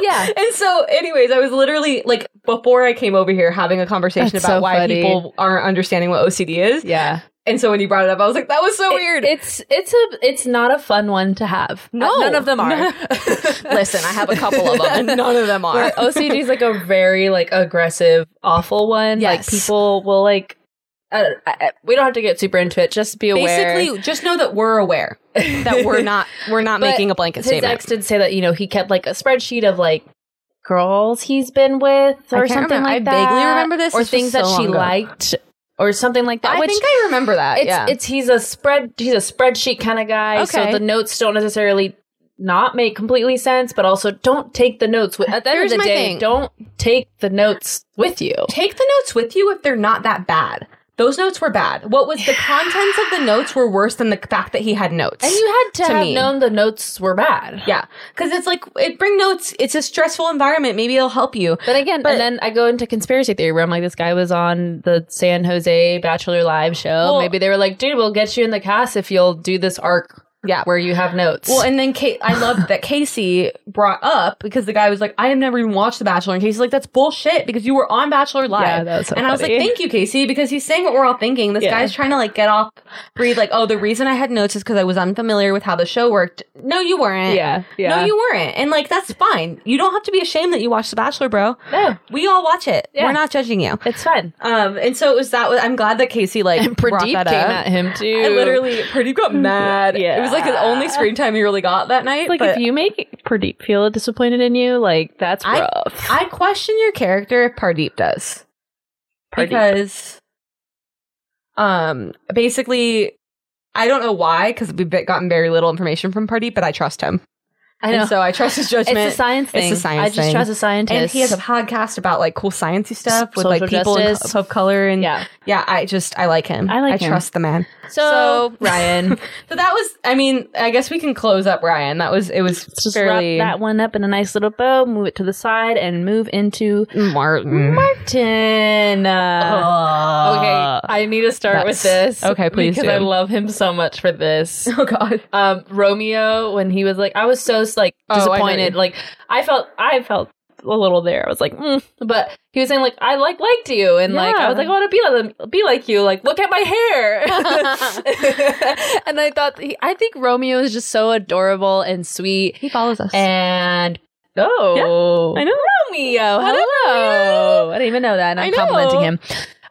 Speaker 2: Yeah.
Speaker 3: And so, anyways, I was literally like before I came over here having a conversation
Speaker 1: That's
Speaker 3: about
Speaker 1: so
Speaker 3: why
Speaker 1: funny.
Speaker 3: people aren't understanding what OCD is.
Speaker 2: yeah.
Speaker 3: And so when you brought it up, I was like, that was so weird.
Speaker 2: It's it's a it's not a fun one to have.
Speaker 3: No.
Speaker 2: Uh, none of them are.
Speaker 3: Listen, I have a couple of them, and none of them are.
Speaker 2: OCD is like a very like aggressive, awful one.
Speaker 3: Yes.
Speaker 2: Like people will like. Uh, I, we don't have to get super into it. Just be aware.
Speaker 3: Basically, just know that we're aware that we're not we're not
Speaker 2: But
Speaker 3: making a blanket
Speaker 2: his
Speaker 3: statement.
Speaker 2: ex did say that you know he kept like a spreadsheet of like girls he's been with
Speaker 3: I
Speaker 2: or
Speaker 3: can't
Speaker 2: something
Speaker 3: remember.
Speaker 2: like
Speaker 3: I
Speaker 2: that.
Speaker 3: vaguely remember this.
Speaker 2: or
Speaker 3: This was
Speaker 2: things
Speaker 3: so
Speaker 2: that she
Speaker 3: long ago.
Speaker 2: liked or something like that.
Speaker 3: I
Speaker 2: which
Speaker 3: think I remember that.
Speaker 2: it's
Speaker 3: yeah.
Speaker 2: it's he's a spread he's a spreadsheet kind of guy. So
Speaker 3: Okay.
Speaker 2: the notes don't necessarily not make completely sense, but also don't take the notes with. At the end
Speaker 3: Here's
Speaker 2: of
Speaker 3: my
Speaker 2: the day,
Speaker 3: thing.
Speaker 2: don't take the notes with you.
Speaker 3: take the notes with you if they're not that bad. Those notes were bad. What was the contents of the notes were worse than the fact that he had notes.
Speaker 2: And you had to,
Speaker 3: To
Speaker 2: have
Speaker 3: me.
Speaker 2: known the notes were bad.
Speaker 3: Yeah, because it's like it bring notes. It's a stressful environment. Maybe it'll help you.
Speaker 2: Then again,
Speaker 3: But-
Speaker 2: and then I go into conspiracy theory where I'm like, this guy was on the San Jose Bachelor Live show.
Speaker 3: Well-
Speaker 2: Maybe they were like, dude, we'll get you in the cast if you'll do this arc
Speaker 3: Yeah.
Speaker 2: where you have notes.
Speaker 3: Well, and then Kate, I loved that Casey brought up because the guy was like, "I have never even watched The Bachelor," and Casey's like, "That's bullshit," because you were on Bachelor Live.
Speaker 2: Yeah, that was so
Speaker 3: and I was like,
Speaker 2: funny.
Speaker 3: "Thank you, Casey," because he's saying what we're all thinking. This
Speaker 2: Yeah.
Speaker 3: guy's trying to like get off, breathe. Like, oh, the reason I had notes is because I was unfamiliar with how the show worked. No, you weren't. No, you weren't. And like, that's fine. You don't have to be ashamed that you watched The Bachelor, bro.
Speaker 2: No,
Speaker 3: We all watch it.
Speaker 2: Yeah.
Speaker 3: We're not judging you.
Speaker 2: it's fun.
Speaker 3: Um, and so it was that. I'm glad that Casey like
Speaker 2: And
Speaker 3: brought
Speaker 2: Pradeep came
Speaker 3: that up.
Speaker 2: at him too.
Speaker 3: I literally Pradeep got mad.
Speaker 2: Yeah.
Speaker 3: It was like the only screen time he really got that night.
Speaker 1: It's like
Speaker 3: but
Speaker 1: if you make Pradeep feel disappointed in you, like that's
Speaker 3: I-
Speaker 1: rough.
Speaker 3: I question your character if Pardeep does.
Speaker 1: Pardeep.
Speaker 2: uh,
Speaker 3: Because um basically I don't know why, because we've been- gotten very little information from Pardeep, but I trust him.
Speaker 2: I know.
Speaker 3: And so I trust his
Speaker 2: it's a
Speaker 3: judgment.
Speaker 2: science
Speaker 3: It's a
Speaker 2: thing.
Speaker 3: science
Speaker 2: I just
Speaker 3: thing.
Speaker 2: trust a scientist.
Speaker 3: and he has a podcast about like cool sciencey stuff with like
Speaker 2: Social
Speaker 3: people and
Speaker 2: justice.
Speaker 3: of color and
Speaker 2: yeah.
Speaker 3: yeah, I just I like him.
Speaker 1: I like
Speaker 3: I
Speaker 1: him.
Speaker 3: trust the man.
Speaker 2: So,
Speaker 3: So-
Speaker 2: Ryan,
Speaker 3: So that was I mean, I guess we can close up Ryan. That was it was
Speaker 1: Let's just
Speaker 3: fairly
Speaker 1: wrap that one up in a nice little bow, move it to the side, and move into
Speaker 3: Martin.
Speaker 2: Martin. Uh,
Speaker 3: Uh,
Speaker 2: okay, I need to start with
Speaker 3: That's-
Speaker 2: this.
Speaker 3: okay, please
Speaker 2: Because I
Speaker 3: do.
Speaker 2: love him so much for this.
Speaker 3: Oh god.
Speaker 2: um Romeo when he was like I was so like
Speaker 3: Oh, I know
Speaker 2: disappointed
Speaker 3: you-
Speaker 2: like I felt I felt a little there I was like mm. but he was saying like I like liked you and like I was
Speaker 3: Yeah.
Speaker 2: like I want to be like be like you like look at my hair and I thought he, I think Romeo is just so adorable and sweet
Speaker 3: He follows us.
Speaker 2: and oh
Speaker 3: I know.
Speaker 2: Romeo
Speaker 3: Whatever,
Speaker 2: hello I didn't even know that and
Speaker 3: I
Speaker 2: I'm
Speaker 3: know.
Speaker 2: complimenting him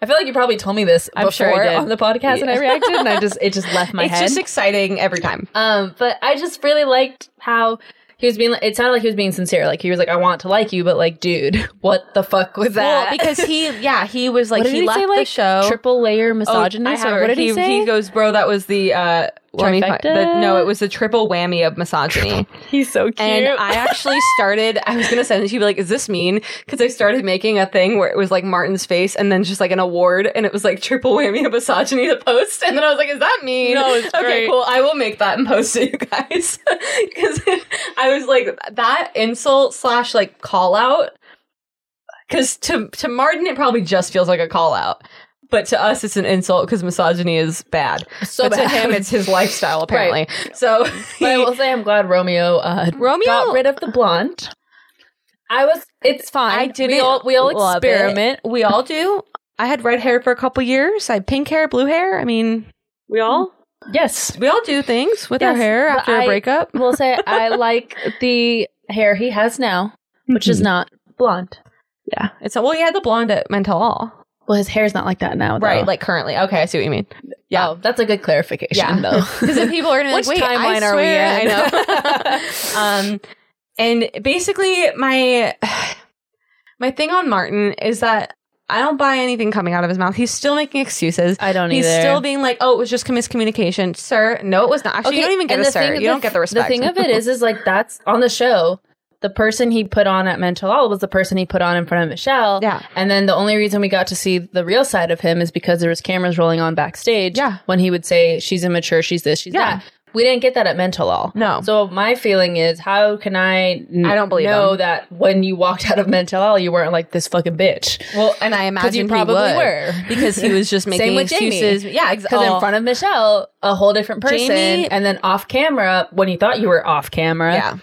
Speaker 2: I feel like you probably told me this
Speaker 3: I'm
Speaker 2: before
Speaker 3: sure I did.
Speaker 2: on the podcast and I
Speaker 3: Yeah.
Speaker 2: reacted and I just it just left my
Speaker 3: it's
Speaker 2: head
Speaker 3: just exciting every time.
Speaker 2: um, but I just really liked how he was being. It sounded like he was being sincere. Like he was like, "I want to like you," but like, dude, what the fuck was that?
Speaker 3: Well, because he, yeah, he was like
Speaker 2: What did
Speaker 3: he, left
Speaker 2: say,
Speaker 3: the
Speaker 2: like,
Speaker 3: show.
Speaker 2: Triple layer
Speaker 3: Oh, I
Speaker 2: misogynist.
Speaker 3: have
Speaker 2: or
Speaker 3: it.
Speaker 2: what did he, say?
Speaker 3: goes, bro. That was the uh, let me find- the,
Speaker 1: Trifecta?
Speaker 3: no, it was the triple whammy of misogyny.
Speaker 1: He's so cute.
Speaker 3: and I actually started. I was gonna send it to you, be like, is this mean? Because I started making a thing where it was like Martin's face, and then just like an award, and it was like triple whammy of misogyny to post. And then I was like, is that mean?
Speaker 2: No, it's
Speaker 3: okay,
Speaker 2: great.
Speaker 3: cool. I will make that and post it, you guys, because I was like that insult slash like call out. Because to to Martin, it probably just feels like a call out. But to us, it's an insult because misogyny is bad.
Speaker 2: so
Speaker 3: but
Speaker 2: bad.
Speaker 3: to him, it's his lifestyle apparently.
Speaker 2: Right.
Speaker 3: So
Speaker 2: But I will say, I'm glad Romeo uh,
Speaker 3: Romeo
Speaker 2: got rid of the blonde. I was. It's fine.
Speaker 3: I
Speaker 2: We
Speaker 3: didn't
Speaker 2: all, we all
Speaker 3: love it.
Speaker 2: experiment.
Speaker 3: We all do. I had red hair for a couple years. I had pink hair, blue hair. I mean, we all
Speaker 2: Yes.
Speaker 3: we all do things with our
Speaker 2: Yes,
Speaker 3: hair
Speaker 2: but
Speaker 3: after a
Speaker 2: I-
Speaker 3: breakup.
Speaker 2: We'll say I like the hair he has now, which is not blonde.
Speaker 3: Yeah, it's well, you had the blonde at Mental All,
Speaker 2: Well, his hair's not like that now, though.
Speaker 3: right? Like currently. Okay, I see what you mean.
Speaker 2: yeah, that's a good clarification,
Speaker 3: Yeah.
Speaker 2: though.
Speaker 3: Because then people are gonna be like,
Speaker 2: Which
Speaker 3: wait,
Speaker 2: timeline
Speaker 3: I
Speaker 2: are we
Speaker 3: swear,
Speaker 2: in?
Speaker 3: I know. um, and basically, my my thing on Martin is that I don't buy anything coming out of his mouth. He's still making excuses.
Speaker 2: I don't
Speaker 3: He's
Speaker 2: either.
Speaker 3: still being like, "Oh, it was just miscommunication, sir." No, it was not. Actually, you don't even get
Speaker 2: and
Speaker 3: a
Speaker 2: the
Speaker 3: sir.
Speaker 2: thing-
Speaker 3: you don't get the respect.
Speaker 2: The thing of it is, is like that's on the show. The person he put on at Mental All was the person he put on in front of Michelle.
Speaker 3: Yeah.
Speaker 2: And then the only reason we got to see the real side of him is because there was cameras rolling on backstage.
Speaker 3: Yeah.
Speaker 2: When he would say, "She's immature. She's this. She's
Speaker 3: Yeah.
Speaker 2: that." We didn't get that at Mental All.
Speaker 3: No.
Speaker 2: So my feeling is, how can I? n-
Speaker 3: I don't believe
Speaker 2: know
Speaker 3: him.
Speaker 2: that when you walked out of Mental All, you weren't like this fucking bitch.
Speaker 3: well, and I imagine
Speaker 2: Because you
Speaker 3: he
Speaker 2: probably
Speaker 3: would,
Speaker 2: were.
Speaker 3: because he was just making
Speaker 2: with Jamie.
Speaker 3: excuses. Yeah, exactly.
Speaker 2: Because in front of Michelle, a whole different person,
Speaker 3: Jamie-
Speaker 2: and then off camera, when you thought you were off camera,
Speaker 3: yeah.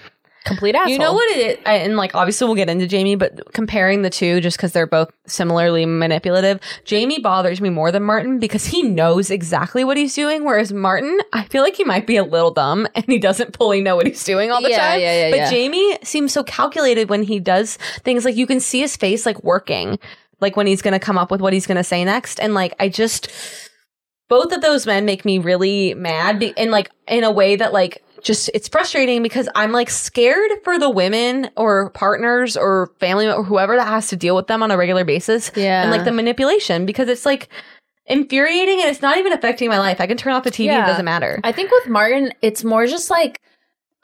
Speaker 2: complete asshole.
Speaker 3: You know what it is, I- and like obviously we'll get into Jamie, but comparing the two just because they're both similarly manipulative, Jamie bothers me more than Martin because he knows exactly what he's doing, whereas Martin, I feel like he might be a little dumb and he doesn't fully know what he's doing all the
Speaker 2: Yeah,
Speaker 3: time.
Speaker 2: yeah, yeah,
Speaker 3: but
Speaker 2: yeah.
Speaker 3: Jamie seems so calculated when he does things like you can see his face like working, like when he's going to come up with what he's going to say next, and like I just both of those men make me really mad be- and like in a way that like just it's frustrating because I'm like scared for the women or partners or family or whoever that has to deal with them on a regular basis.
Speaker 2: Yeah.
Speaker 3: And like the manipulation because it's like infuriating and it's not even affecting my life. I can turn off the TV,
Speaker 2: Yeah.
Speaker 3: it doesn't matter.
Speaker 2: I think with Martin, it's more just like,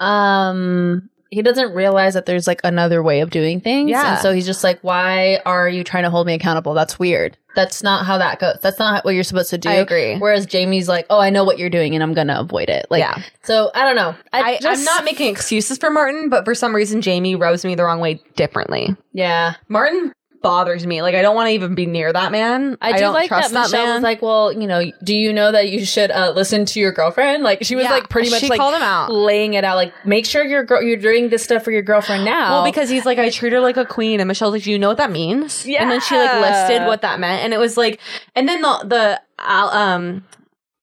Speaker 2: um, he doesn't realize that there's like another way of doing things.
Speaker 3: Yeah.
Speaker 2: And so he's just like, why are you trying to hold me accountable? That's weird. That's not how that goes. That's not what you're supposed to do.
Speaker 3: I agree.
Speaker 2: Whereas Jamie's like, oh, I know what you're doing and I'm going to avoid it. Like,
Speaker 3: Yeah.
Speaker 2: so I don't know.
Speaker 3: I,
Speaker 2: just-
Speaker 3: I'm not making excuses for Martin, but for some reason Jamie rubs me the wrong way differently.
Speaker 2: Yeah.
Speaker 3: Martin bothers me. Like I don't want to even be near that man.
Speaker 2: I do
Speaker 3: don't
Speaker 2: like that
Speaker 3: trust
Speaker 2: Michelle
Speaker 3: man.
Speaker 2: was like, well, you know, do you know that you should uh, listen to your girlfriend? Like she was
Speaker 3: Yeah,
Speaker 2: like pretty much
Speaker 3: she
Speaker 2: like
Speaker 3: called him out.
Speaker 2: laying it out. Like make sure your girl you're doing this stuff for your girlfriend now.
Speaker 3: Well, because he's like, I treat her like a queen, and Michelle's like, Do you know what that means? And then she like
Speaker 2: Yeah.
Speaker 3: listed what that meant, and it was like, and then the the uh, um,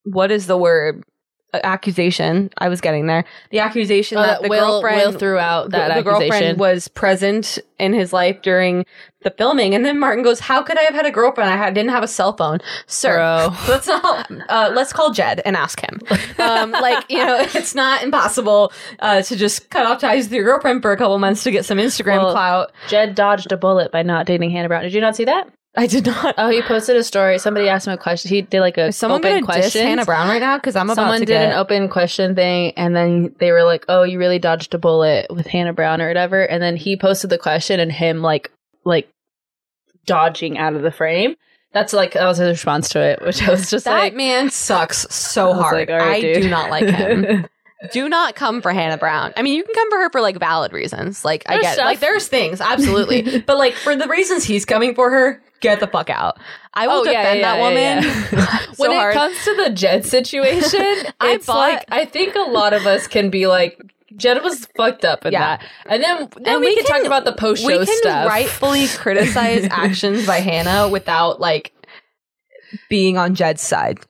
Speaker 3: what is the word? Uh, accusation. I was getting there. The accusation
Speaker 2: Oh,
Speaker 3: that the
Speaker 2: Will,
Speaker 3: girlfriend
Speaker 2: Will threw out that
Speaker 3: the, the
Speaker 2: accusation.
Speaker 3: girlfriend was present in his life during the filming, and then Martin goes, "How could I have had a girlfriend? I had, didn't have a cell phone, sir.
Speaker 2: Bro.
Speaker 3: Let's not. Uh, let's call Jed and ask him. Um, like you know, it's not impossible uh, to just cut off ties with your girlfriend for a couple months to get some Instagram
Speaker 2: Well-
Speaker 3: clout.
Speaker 2: Jed dodged a bullet by not dating Hannah Brown. Did you not see that?
Speaker 3: I did not.
Speaker 2: Oh, he posted a story. Somebody asked him a question. He did like a
Speaker 3: Is someone
Speaker 2: open
Speaker 3: going to diss
Speaker 2: question.
Speaker 3: Hannah Brown right now? Because I'm about
Speaker 2: Someone
Speaker 3: to
Speaker 2: did
Speaker 3: get.
Speaker 2: an open question thing, and then they were like, "Oh, you really dodged a bullet with Hannah Brown or whatever." And then he posted the question, and him like like dodging out of the frame. That's like that was his response to it, which I was just
Speaker 3: that
Speaker 2: like,
Speaker 3: man sucks so
Speaker 2: I was
Speaker 3: hard.
Speaker 2: like, all right,
Speaker 3: I
Speaker 2: dude.
Speaker 3: do not like him. do not come for Hannah Brown. I mean, you can come for her for like valid reasons. Like I
Speaker 2: There's
Speaker 3: get it.
Speaker 2: stuff.
Speaker 3: like there's things absolutely, but like for the reasons he's coming for her, get the fuck out. I will
Speaker 2: Oh, yeah,
Speaker 3: defend
Speaker 2: yeah,
Speaker 3: that
Speaker 2: yeah,
Speaker 3: woman so
Speaker 2: when
Speaker 3: hard.
Speaker 2: it comes to the Jed situation,
Speaker 3: I
Speaker 2: it's
Speaker 3: bought-
Speaker 2: like I think a lot of us can be like, Jed was fucked up in
Speaker 3: Yeah.
Speaker 2: that, and then then
Speaker 3: And
Speaker 2: we,
Speaker 3: we
Speaker 2: can,
Speaker 3: can-
Speaker 2: talk about the post
Speaker 3: we
Speaker 2: show
Speaker 3: can
Speaker 2: stuff.
Speaker 3: rightfully criticize actions by Hannah without like being on Jed's side of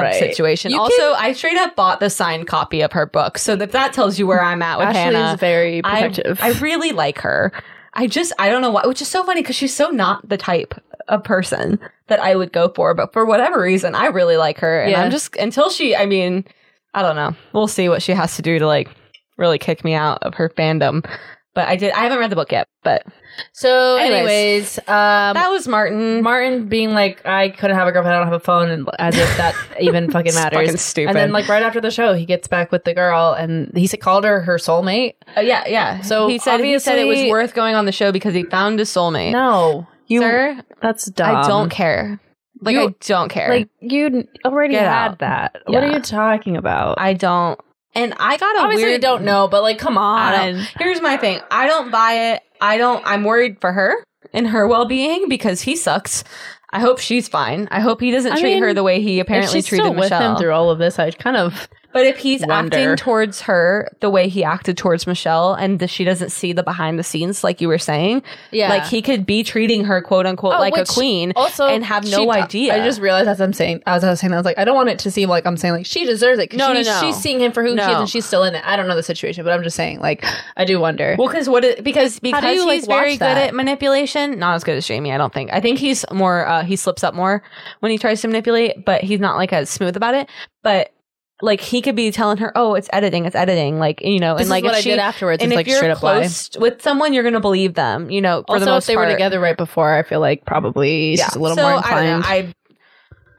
Speaker 3: the
Speaker 2: Right.
Speaker 3: situation.
Speaker 2: You
Speaker 3: also, I straight up bought the signed copy of her book, so that that tells you where I'm at with
Speaker 2: Ashley
Speaker 3: Hannah.
Speaker 2: is very protective.
Speaker 3: I, I really like her. I just I don't know why, which is so funny because she's so not the type of person that I would go for, but for whatever reason, I really like her, and
Speaker 2: Yeah.
Speaker 3: I'm just until she. I mean, I don't know. We'll see what she has to do to like really kick me out of her fandom. But I did. I haven't read the book yet, but
Speaker 2: so,
Speaker 3: Anyways.
Speaker 2: anyways, um,
Speaker 3: that was Martin.
Speaker 2: Martin being like, I couldn't have a girlfriend, I don't have a phone, and as if that even fucking
Speaker 3: It's
Speaker 2: matters.
Speaker 3: fucking stupid.
Speaker 2: And then, like right after the show, he gets back with the girl, and he s- called her her soulmate.
Speaker 3: Uh, yeah, yeah.
Speaker 2: So
Speaker 3: he said he said it was
Speaker 2: obviously-
Speaker 3: worth going on the show because he found his soulmate.
Speaker 2: No, you,
Speaker 3: Sir,
Speaker 2: that's dumb.
Speaker 3: I don't care. Like
Speaker 2: You-
Speaker 3: I don't care.
Speaker 2: Like you n- already
Speaker 3: Get
Speaker 2: had
Speaker 3: out.
Speaker 2: that. What are
Speaker 3: Yeah.
Speaker 2: you talking about?
Speaker 3: I don't. And I got a
Speaker 2: obviously
Speaker 3: weird.
Speaker 2: don't know, but like, come
Speaker 3: I
Speaker 2: on.
Speaker 3: don't- Here's my thing. I don't buy it. I don't. I'm worried for her and her well being because he sucks. I hope she's fine. I hope he doesn't
Speaker 2: I
Speaker 3: treat her
Speaker 2: mean,
Speaker 3: the way he
Speaker 2: If
Speaker 3: apparently
Speaker 2: she's
Speaker 3: treated
Speaker 2: still with
Speaker 3: Michelle.
Speaker 2: him through all of this, I kind of
Speaker 3: But if he's
Speaker 1: Wonder.
Speaker 3: acting towards her the way he acted towards Michelle and that she doesn't see the behind the scenes, like you were saying,
Speaker 2: Yeah.
Speaker 3: like he could be treating her quote unquote
Speaker 2: Oh,
Speaker 3: like a
Speaker 2: which
Speaker 3: queen.
Speaker 2: also
Speaker 3: and have no
Speaker 2: she-
Speaker 3: idea.
Speaker 2: I just realized as I'm saying, as I was saying, that, I was like, I don't want it to seem like I'm saying like she deserves it. 'cause
Speaker 3: No, no,
Speaker 2: she's-
Speaker 3: no.
Speaker 2: she's seeing him for who
Speaker 3: No.
Speaker 2: she is, and she's still in it. I don't know the situation, but I'm just saying, like, I do wonder.
Speaker 3: Well, because what? It, because because
Speaker 2: you, like,
Speaker 3: he's very
Speaker 2: watch
Speaker 3: good
Speaker 2: that?
Speaker 3: at manipulation. Not as good as Jamie, I don't think. I think he's more. Uh, he slips up more when he tries to manipulate, but he's not like as smooth about it. But like he could be telling her, "Oh, it's editing, it's editing," like you know,
Speaker 2: This
Speaker 3: and like
Speaker 2: is what
Speaker 3: if
Speaker 2: I
Speaker 3: she
Speaker 2: did afterwards.
Speaker 3: and if
Speaker 2: It's like
Speaker 3: you're
Speaker 2: straight up lie.
Speaker 3: close with someone, you're gonna believe them. You know, for
Speaker 2: also,
Speaker 3: the most
Speaker 2: if they
Speaker 3: part.
Speaker 2: were together right before, I feel like probably she's a little
Speaker 3: So,
Speaker 2: more
Speaker 3: I, don't
Speaker 2: inclined.
Speaker 3: know.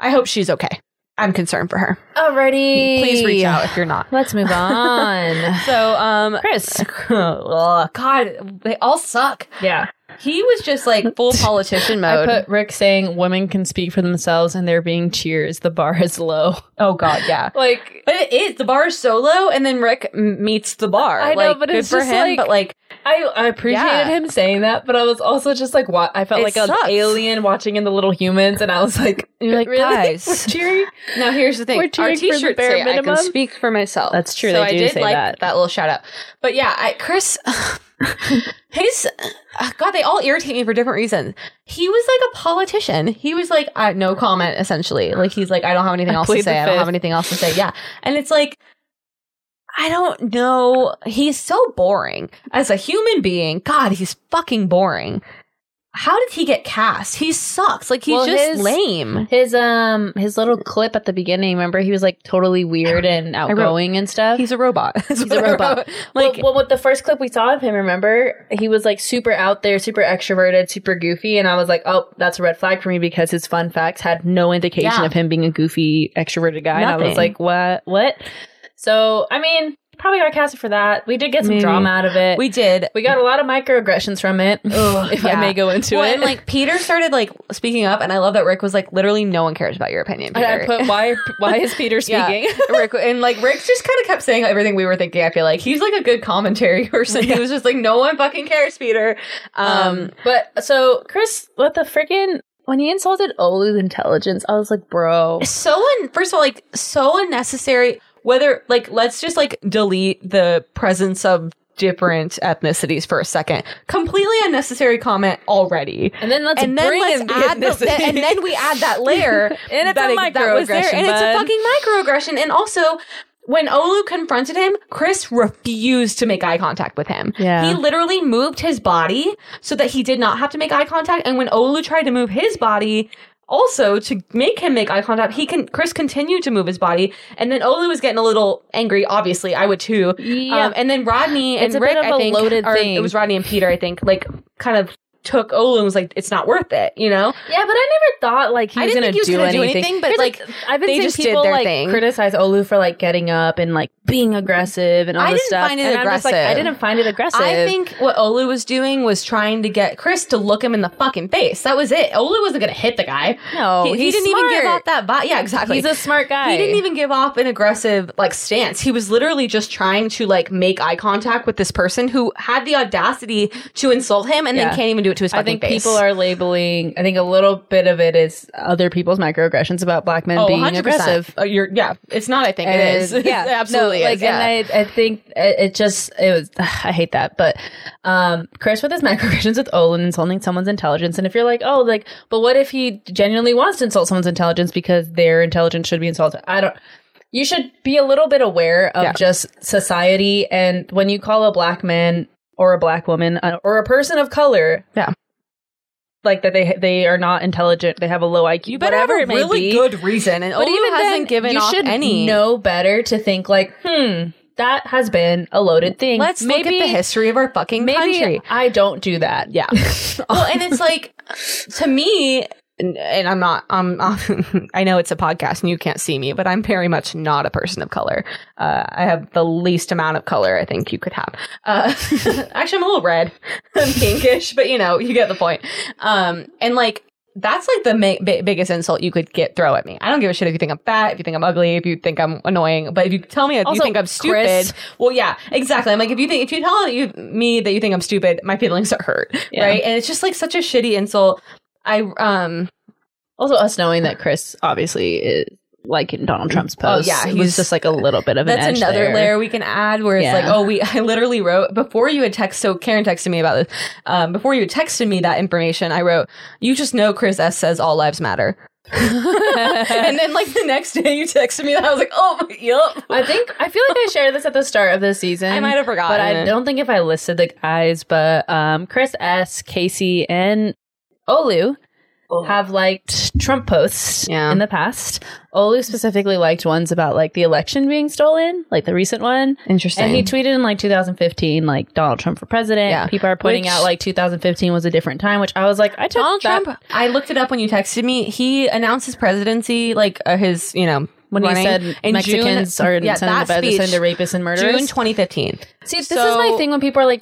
Speaker 3: I I hope she's okay. I'm concerned for her.
Speaker 2: Alrighty,
Speaker 3: Please reach out if you're not.
Speaker 2: oh, Let's move on.
Speaker 3: So, um,
Speaker 2: Chris,
Speaker 3: ugh, God, they all suck.
Speaker 2: yeah,
Speaker 3: He was just like full politician
Speaker 2: I
Speaker 3: mode.
Speaker 2: put Rick saying women can speak for themselves and they're being cheers. The bar is low.
Speaker 3: oh God, yeah.
Speaker 2: Like
Speaker 3: But it is the bar is so low, and then Rick m- meets the bar.
Speaker 2: I know,
Speaker 3: Like,
Speaker 2: but
Speaker 3: good
Speaker 2: it's
Speaker 3: for
Speaker 2: just
Speaker 3: him.
Speaker 2: like-
Speaker 3: but like,
Speaker 2: I, I appreciated
Speaker 3: Yeah.
Speaker 2: him saying that, but I was also just like, what? I felt
Speaker 3: It
Speaker 2: like
Speaker 3: sucks.
Speaker 2: an alien watching in the little humans, and I was like,
Speaker 3: you're like,
Speaker 2: really?
Speaker 3: guys.
Speaker 2: cheering.
Speaker 3: now here's the thing:
Speaker 2: We're
Speaker 3: our
Speaker 2: cheering for the
Speaker 3: t-shirts
Speaker 2: bare
Speaker 3: say I can
Speaker 2: minimum.
Speaker 3: speak for myself.
Speaker 2: That's true,
Speaker 3: So
Speaker 2: they
Speaker 3: I
Speaker 2: do
Speaker 3: did
Speaker 2: say
Speaker 3: like
Speaker 2: that.
Speaker 3: little shout out. But yeah, I, Chris, his uh, God, they all irritate me for different reasons. He was like a politician. He was like, uh, no comment, essentially. Like he's like, I don't have anything
Speaker 2: I
Speaker 3: else to
Speaker 2: plead the
Speaker 3: say. I don't
Speaker 2: fifth.
Speaker 3: have anything else to say. Yeah, and it's like. I don't know. He's so boring as a human being. God, he's fucking boring. How did he get cast? He sucks. Like he's
Speaker 2: Well,
Speaker 3: just
Speaker 2: his-
Speaker 3: lame.
Speaker 2: His um his little clip at the beginning, remember he was like totally weird and
Speaker 3: wrote-
Speaker 2: outgoing and stuff.
Speaker 3: He's a robot. he's
Speaker 2: a robot.
Speaker 3: Like
Speaker 2: Like well, with the first clip we saw of him, remember he was like super out there, super extroverted, super goofy, and I was like, oh, that's a red flag for me because his fun facts had no indication
Speaker 3: Yeah.
Speaker 2: of him being a goofy extroverted guy, and I was
Speaker 3: Nothing.
Speaker 2: like, what, what? So I mean, probably got casted for that. We did get some
Speaker 3: Maybe.
Speaker 2: drama out of it.
Speaker 3: we did.
Speaker 2: we got a lot of microaggressions from it, if I
Speaker 3: yeah.
Speaker 2: may go into
Speaker 3: Well,
Speaker 2: it.
Speaker 3: and like Peter started like speaking up, and I love that Rick was like, literally, no one cares about your opinion.
Speaker 2: And
Speaker 3: Peter.
Speaker 2: I put why why is Peter
Speaker 3: Yeah.
Speaker 2: speaking?
Speaker 3: Rick and like Rick just kind of kept saying everything we were thinking. I feel like he's like a good commentary person. He was just like, no one fucking cares, Peter. Um,
Speaker 2: Um, but so Chris, what the freaking when he insulted Olu's intelligence, I was like, bro,
Speaker 3: Um, so un- first of all like so unnecessary whether like let's just like delete the presence of different ethnicities for a second completely unnecessary comment already
Speaker 2: and then let's
Speaker 3: and then
Speaker 2: bring
Speaker 3: let's
Speaker 2: in the
Speaker 3: add the,
Speaker 2: ethnicity.
Speaker 3: and then we add that layer
Speaker 2: And it's
Speaker 3: that,
Speaker 2: a
Speaker 3: it- that was there
Speaker 2: microaggression,
Speaker 3: and it's a
Speaker 2: bud.
Speaker 3: fucking microaggression and also when Olu confronted him, Chris refused to make eye contact with him.
Speaker 2: Yeah.
Speaker 3: He literally moved his body so that he did not have to make eye contact. And when Olu tried to move his body also to make him make eye contact, he can Chris continued to move his body. And then Olu was getting a little angry, obviously. I would too.
Speaker 2: Yeah.
Speaker 3: Um, and then Rodney and
Speaker 2: It's a
Speaker 3: Rick,
Speaker 2: bit of
Speaker 3: I
Speaker 2: a
Speaker 3: think,
Speaker 2: loaded
Speaker 3: or
Speaker 2: thing.
Speaker 3: it was Rodney and Peter, I think, like kind of took Olu and was like, it's not worth it, you know?
Speaker 2: yeah, but I never thought like he
Speaker 3: I
Speaker 2: was
Speaker 3: didn't think
Speaker 2: gonna,
Speaker 3: he was
Speaker 2: do,
Speaker 3: gonna do
Speaker 2: anything.
Speaker 3: anything, but,
Speaker 2: Here's, I've been
Speaker 3: they
Speaker 2: seeing
Speaker 3: just did
Speaker 2: people
Speaker 3: their
Speaker 2: like
Speaker 3: thing.
Speaker 2: criticize Olu for like getting up and like being aggressive and all
Speaker 3: I
Speaker 2: this
Speaker 3: didn't
Speaker 2: stuff.
Speaker 3: find it
Speaker 2: and I'm just like, I
Speaker 3: aggressive.
Speaker 2: didn't find it aggressive.
Speaker 3: I think what Olu was doing was trying to get Chris to look him in the fucking face. That was it. Olu wasn't going to hit the guy.
Speaker 2: No,
Speaker 3: he, he
Speaker 2: he's
Speaker 3: didn't even give
Speaker 2: smart.
Speaker 3: off that vibe. Yeah, exactly.
Speaker 2: he's a smart guy.
Speaker 3: He didn't even give off an aggressive like stance. He was literally just trying to like make eye contact with this person who had the audacity to insult him and
Speaker 2: Yeah.
Speaker 3: then can't even do it to his fucking
Speaker 2: I think
Speaker 3: face.
Speaker 2: people are labeling. I think a little bit of it is other people's microaggressions about black men
Speaker 3: oh,
Speaker 2: being
Speaker 3: 100%.
Speaker 2: aggressive.
Speaker 3: Oh, you're, yeah, it's not. I think it is.
Speaker 2: And- Yeah,
Speaker 3: it absolutely.
Speaker 2: No, like,
Speaker 3: is, yeah.
Speaker 2: And I, I think it, it just it was. I hate that, but um, Chris with his microaggressions with Olin insulting someone's intelligence, and if you're like, oh, like, but what if he genuinely wants to insult someone's intelligence because their intelligence should be insulted? I don't. You should be a little bit aware of
Speaker 3: Yeah.
Speaker 2: just society, and when you call a black man or a black woman uh, or a person of color,
Speaker 3: Yeah.
Speaker 2: Like that, they they are not intelligent. They have a low IQ.
Speaker 3: you better have
Speaker 2: whatever
Speaker 3: a
Speaker 2: it may
Speaker 3: really
Speaker 2: be
Speaker 3: good reason. And Olu hasn't given
Speaker 2: you
Speaker 3: off
Speaker 2: should
Speaker 3: any.
Speaker 2: know better to think like, hmm, that has been a loaded thing.
Speaker 3: Let's look at the history of our fucking
Speaker 2: Maybe
Speaker 3: country.
Speaker 2: I don't do that.
Speaker 3: Yeah. well, and it's like to me, and- and I'm not. Um, I know it's a podcast and you can't see me, but I'm very much not a person of color. Uh, I have the least amount of color I think you could have. Uh, actually, I'm a little red. I'm pinkish, but you know, you get the point. Um, and like. That's like the ma- bi- biggest insult you could get throw at me. I don't give a shit if you think I'm fat, if you think I'm ugly, if you think I'm annoying. But if you tell me that you
Speaker 2: Also,
Speaker 3: think I'm stupid,
Speaker 2: Chris,
Speaker 3: well, yeah, exactly. I'm like, if you think if you tell you, me that you think I'm stupid, my feelings are hurt,
Speaker 2: Yeah.
Speaker 3: right? And it's just like such a shitty insult. I um
Speaker 2: Also, us knowing that Chris obviously is like in Donald Trump's post.
Speaker 3: Oh, yeah,
Speaker 2: it
Speaker 3: he's-
Speaker 2: was just like a little bit of an
Speaker 3: That's
Speaker 2: edge
Speaker 3: another
Speaker 2: there.
Speaker 3: layer we can add where it's
Speaker 2: Yeah.
Speaker 3: like, oh, we I literally wrote before you had text. So Karen texted me about this. Um, before you had texted me that information, I wrote, "You just know Chris S says all lives matter." and then like the next day, you texted me that I was like, "Oh, yup."
Speaker 2: I think I feel like I shared this at the start of the season.
Speaker 3: I might have forgotten.
Speaker 2: but I
Speaker 3: it.
Speaker 2: don't think if I listed the guys, but um, Chris S, Casey, and Olu have liked Trump posts
Speaker 3: Yeah.
Speaker 2: in the past. Olu specifically liked ones about like the election being stolen, like the recent one.
Speaker 3: Interesting.
Speaker 2: And he tweeted in like 2015, like Donald Trump for president.
Speaker 3: Yeah.
Speaker 2: People are pointing
Speaker 3: Which-
Speaker 2: out like 2015 was a different time, which I was like, I took
Speaker 3: Donald
Speaker 2: that-
Speaker 3: Trump. I looked it up when you texted me. He announced his presidency, like uh, his, you know,
Speaker 2: when he
Speaker 3: running
Speaker 2: said
Speaker 3: in
Speaker 2: Mexicans
Speaker 3: June,
Speaker 2: are
Speaker 3: yeah,
Speaker 2: sending
Speaker 3: that
Speaker 2: to bed to
Speaker 3: speech,
Speaker 2: send to rapists and murderers.
Speaker 3: June 2015.
Speaker 2: See, this
Speaker 3: So-
Speaker 2: is my thing when people are like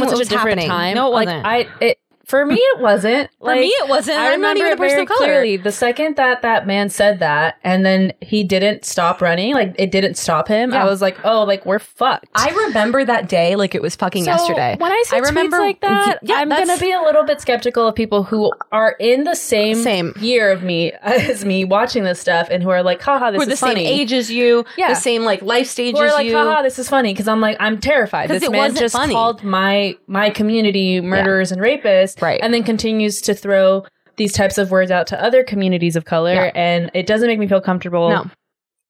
Speaker 3: 2015
Speaker 2: was such
Speaker 3: was
Speaker 2: a different
Speaker 3: happening.
Speaker 2: time.
Speaker 3: No, it
Speaker 2: like,
Speaker 3: wasn't.
Speaker 2: I it for me it wasn't.
Speaker 3: For me, it wasn't.
Speaker 2: I
Speaker 3: I'm not
Speaker 2: remember
Speaker 3: even a
Speaker 2: it
Speaker 3: person
Speaker 2: very
Speaker 3: of color.
Speaker 2: clearly. The second that that man said that, and then he didn't stop running, like it didn't stop him.
Speaker 3: Yeah.
Speaker 2: I was like, oh, like we're fucked.
Speaker 3: I remember that day like it was fucking
Speaker 2: So,
Speaker 3: yesterday.
Speaker 2: When I see
Speaker 3: I remember
Speaker 2: tweets like that,
Speaker 3: Yeah,
Speaker 2: I'm
Speaker 3: that's-
Speaker 2: gonna be a little bit skeptical of people who are in the same,
Speaker 3: Same.
Speaker 2: year of me as me watching this stuff, and who are like, haha, this
Speaker 3: We're
Speaker 2: is
Speaker 3: the
Speaker 2: funny.
Speaker 3: same age as you,
Speaker 2: Yeah.
Speaker 3: the same like life stage
Speaker 2: Or
Speaker 3: as
Speaker 2: like,
Speaker 3: you.
Speaker 2: haha, this is funny because I'm like, I'm terrified.
Speaker 3: 'Cause
Speaker 2: This
Speaker 3: it
Speaker 2: man
Speaker 3: wasn't
Speaker 2: just
Speaker 3: funny.
Speaker 2: called my my community murderers and rapists,
Speaker 3: Right.
Speaker 2: And then continues to throw these types of words out to other communities of color,
Speaker 3: Yeah.
Speaker 2: and it doesn't make me feel comfortable.
Speaker 3: No.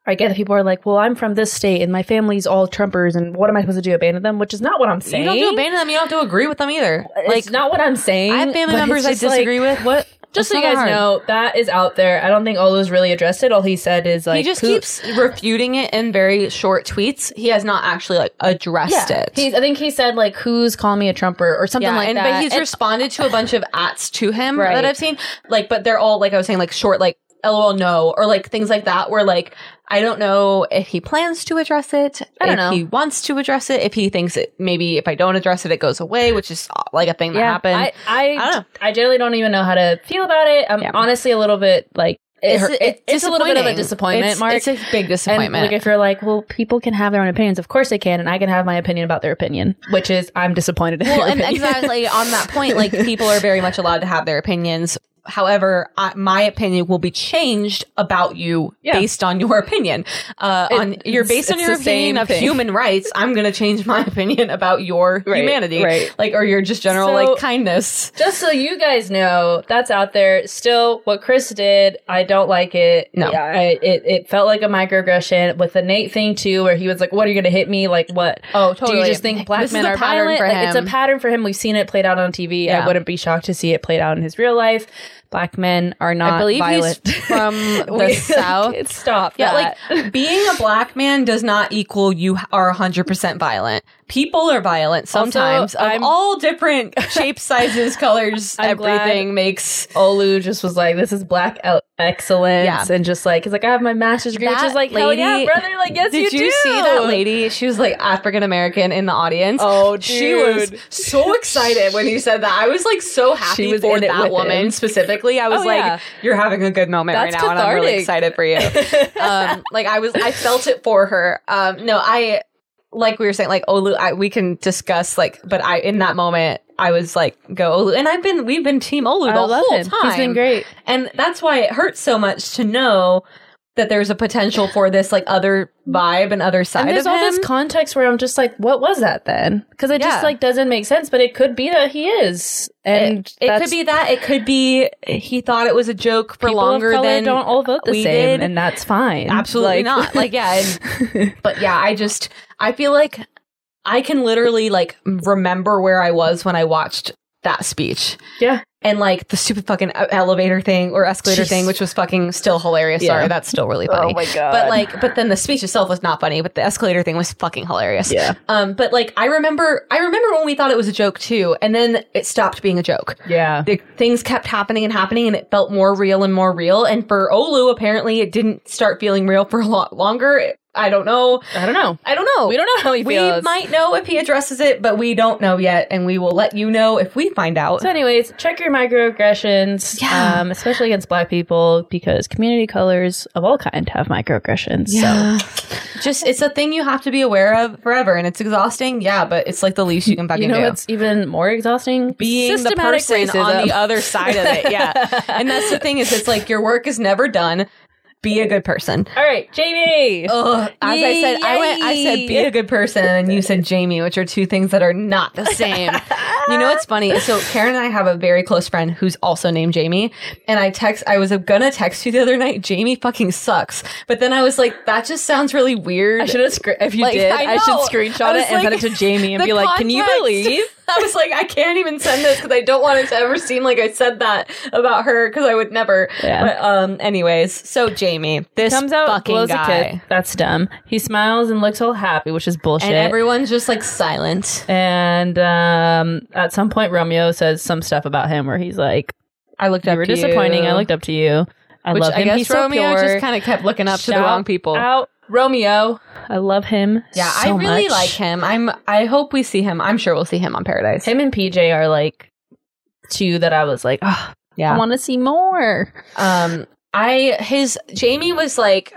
Speaker 2: I get that people are like, well, I'm from this state, and my family's all Trumpers, and what am I supposed to do? Abandon them? Which is not what I'm saying.
Speaker 3: You don't do abandon them. You don't do agree with them either.
Speaker 2: Like, not what I'm saying.
Speaker 3: I have family
Speaker 2: but
Speaker 3: members
Speaker 2: it's
Speaker 3: I
Speaker 2: just like-
Speaker 3: disagree with. What?
Speaker 2: Just
Speaker 3: That's
Speaker 2: so you
Speaker 3: not
Speaker 2: guys
Speaker 3: hard.
Speaker 2: know, that is out there. I don't think Olu's really addressed it. All he said is like,
Speaker 3: he just
Speaker 2: who-
Speaker 3: keeps refuting it in very short tweets. He has not actually like addressed it.
Speaker 2: He's, I think he said like, "Who's calling me a Trumper?" or something
Speaker 3: yeah,
Speaker 2: like
Speaker 3: and,
Speaker 2: that.
Speaker 3: but he's
Speaker 2: And-
Speaker 3: responded to a bunch of ats to him
Speaker 2: Right.
Speaker 3: that I've seen. Like, but they're all like I was saying, like short, like lol no, or like things like that. Where like I don't know if he plans to address it.
Speaker 2: I don't
Speaker 3: if
Speaker 2: know.
Speaker 3: He wants to address it. If he thinks it maybe if I don't address it, it goes away, which is uh, like a thing that happened.
Speaker 2: I, I,
Speaker 3: I don't know.
Speaker 2: I generally don't even know how to feel about it. I'm
Speaker 3: Yeah.
Speaker 2: honestly a little bit like it hurt- it- it's, a little bit of a
Speaker 3: disappointing.
Speaker 2: disappointment,
Speaker 3: It's-
Speaker 2: Mark.
Speaker 3: It's a big
Speaker 2: and
Speaker 3: disappointment.
Speaker 2: like if you're like, well, people can have their own opinions. Of course they can, and I can have my opinion about their opinion, which is I'm disappointed. in
Speaker 3: well,
Speaker 2: their
Speaker 3: and
Speaker 2: opinion.
Speaker 3: exactly on that point, like people are very much allowed to have their opinions. However, I, my opinion will be changed about you
Speaker 2: Yeah.
Speaker 3: based on your opinion. Uh, on
Speaker 2: It-
Speaker 3: you're based
Speaker 2: it's-
Speaker 3: on
Speaker 2: it's
Speaker 3: your
Speaker 2: the same
Speaker 3: opinion of
Speaker 2: thing.
Speaker 3: human rights. I'm going to change my opinion about your
Speaker 2: Right,
Speaker 3: humanity,
Speaker 2: right.
Speaker 3: Like or your just general
Speaker 2: So-
Speaker 3: like kindness.
Speaker 2: Just so you guys know, that's out there. Still, what Chris did, I don't like it.
Speaker 3: No.
Speaker 2: Yeah, I, it, it felt like a microaggression with the Nate thing too, where he was like, "What are you going to hit me? Like what?
Speaker 3: Oh,
Speaker 2: Do you
Speaker 3: totally.
Speaker 2: just think black
Speaker 3: This is
Speaker 2: men
Speaker 3: a
Speaker 2: are
Speaker 3: pattern
Speaker 2: violent?
Speaker 3: for
Speaker 2: Like, it's a
Speaker 3: him.
Speaker 2: pattern for him. We've seen it played out on TV. I
Speaker 3: Yeah.
Speaker 2: wouldn't be shocked to see it played out in his real life. Black men are not
Speaker 3: I believe
Speaker 2: violent.
Speaker 3: he's from the
Speaker 2: We- like,
Speaker 3: south.
Speaker 2: it's- Stop.
Speaker 3: Yeah,
Speaker 2: that.
Speaker 3: like being a black man does not equal you are 100% violent. People are violent sometimes of
Speaker 2: I'm-
Speaker 3: all different shapes, sizes, colors,
Speaker 2: I'm glad-
Speaker 3: everything makes
Speaker 2: Olu just was like, this is black el- excellence,
Speaker 3: Yeah.
Speaker 2: and just like he's like, I have my master's degree, which
Speaker 3: That
Speaker 2: is like, hell yeah,
Speaker 3: lady-
Speaker 2: brother, like yes,
Speaker 3: Did you,
Speaker 2: do.
Speaker 3: see that lady? She was like African American in the audience.
Speaker 2: Oh,
Speaker 3: she was
Speaker 2: dude.
Speaker 3: so excited when he said that. I was like so happy
Speaker 2: She was
Speaker 3: for
Speaker 2: in it with
Speaker 3: that woman
Speaker 2: him.
Speaker 3: specifically. I was
Speaker 2: Oh,
Speaker 3: like,
Speaker 2: yeah.
Speaker 3: "You're having a good moment
Speaker 2: That's
Speaker 3: right now, and I'm really
Speaker 2: cathartic.
Speaker 3: excited for you." um, like I was, I felt it for her. Um, no, I like we were saying, like Olu, I, we can discuss like, but I in that moment. I was like, go Olu. And I've been, we've been Team Olu the
Speaker 2: I love
Speaker 3: whole
Speaker 2: him.
Speaker 3: time.
Speaker 2: He's been great.
Speaker 3: And that's why it hurts so much to know that there's a potential for this like other vibe and other side
Speaker 2: And there's
Speaker 3: of
Speaker 2: all
Speaker 3: him.
Speaker 2: this context where I'm just like, what was that then? Because it
Speaker 3: Yeah.
Speaker 2: just like doesn't make sense, but it could be that he is, and
Speaker 3: it
Speaker 2: that's-
Speaker 3: could be that. It could be he thought it was a joke for
Speaker 2: people of
Speaker 3: longer
Speaker 2: color
Speaker 3: than
Speaker 2: don't all vote the
Speaker 3: we did.
Speaker 2: same, and that's fine.
Speaker 3: absolutely
Speaker 2: Like-
Speaker 3: not. Like yeah, and- but yeah, I just I feel like I can literally like remember where I was when I watched that speech.
Speaker 2: Yeah.
Speaker 3: And like the stupid fucking e, elevator thing or escalator
Speaker 2: Jeez.
Speaker 3: thing, which was fucking still hilarious.
Speaker 2: Yeah. Oh
Speaker 3: Sorry, that's still really funny.
Speaker 2: god!
Speaker 3: But like, but then the speech itself was not funny, but the escalator thing was fucking hilarious.
Speaker 2: Yeah.
Speaker 3: Um, but like, I remember, I remember when we thought it was a joke too, and then it stopped being a joke.
Speaker 2: yeah,
Speaker 3: The things kept happening and happening, and it felt more real and more real. And for Olu, apparently, it didn't start feeling real for a lot longer. I don't know.
Speaker 2: I don't know.
Speaker 3: I don't know.
Speaker 2: We don't know how he
Speaker 3: We
Speaker 2: feels.
Speaker 3: might know if he addresses it, but we don't know yet, and we will let you know if we find out.
Speaker 2: So, anyways, check your microaggressions,
Speaker 3: Yeah.
Speaker 2: um, especially against Black people, because community colors of all kind have microaggressions. So,
Speaker 3: Just it's a thing you have to be aware of forever, and it's exhausting. Yeah, but it's like the least you can fucking
Speaker 2: you know
Speaker 3: do.
Speaker 2: what's even more exhausting?
Speaker 3: being the
Speaker 2: Systematic
Speaker 3: person on
Speaker 2: racism.
Speaker 3: the other side of it. Yeah. and that's the thing is it's like your work is never done. be a good person.
Speaker 2: All right, Jamie.
Speaker 3: Ugh, as I said, I went. I said be a good person, and you said Jamie, which are two things that are not the same. you know what's funny? So Karen and I have a very close friend who's also named Jamie, and I text. I was gonna text you the other night. Jamie fucking sucks, but then I was like, that just sounds really weird.
Speaker 5: I should have scre- if you
Speaker 3: Like,
Speaker 5: did.
Speaker 3: I
Speaker 5: I, should
Speaker 3: know. I
Speaker 5: screenshot
Speaker 3: was
Speaker 5: it and send
Speaker 3: like-
Speaker 5: it to Jamie and
Speaker 3: the
Speaker 5: be like, "Can you
Speaker 3: context.
Speaker 5: believe?"
Speaker 3: I was like, I can't even send this because I don't want it to ever seem like I said that about her because I would never.
Speaker 2: Yeah.
Speaker 3: But um, anyways, so Jamie, this
Speaker 2: Comes out,
Speaker 3: fucking
Speaker 2: blows
Speaker 3: guy,
Speaker 2: a kid. That's dumb. He smiles and looks all happy, which is bullshit.
Speaker 3: and everyone's just like silent.
Speaker 2: And, um, at some point, Romeo says some stuff about him where he's like,
Speaker 3: I looked
Speaker 2: "You were disappointing. I looked up to you. I
Speaker 3: Which
Speaker 2: love him.
Speaker 3: I guess
Speaker 2: he's
Speaker 3: Romeo
Speaker 2: so pure.
Speaker 3: just kind of kept looking up to the
Speaker 2: Shout
Speaker 3: wrong people.
Speaker 2: Out Romeo. I love him.
Speaker 3: yeah, I
Speaker 2: so
Speaker 3: really
Speaker 2: much.
Speaker 3: like him. I'm. I hope we see him. I'm sure we'll see him on Paradise.
Speaker 2: Him and PJ are like two that I was like, oh, I
Speaker 3: Yeah.
Speaker 2: want to see more.
Speaker 3: Um. I his Jamie was like,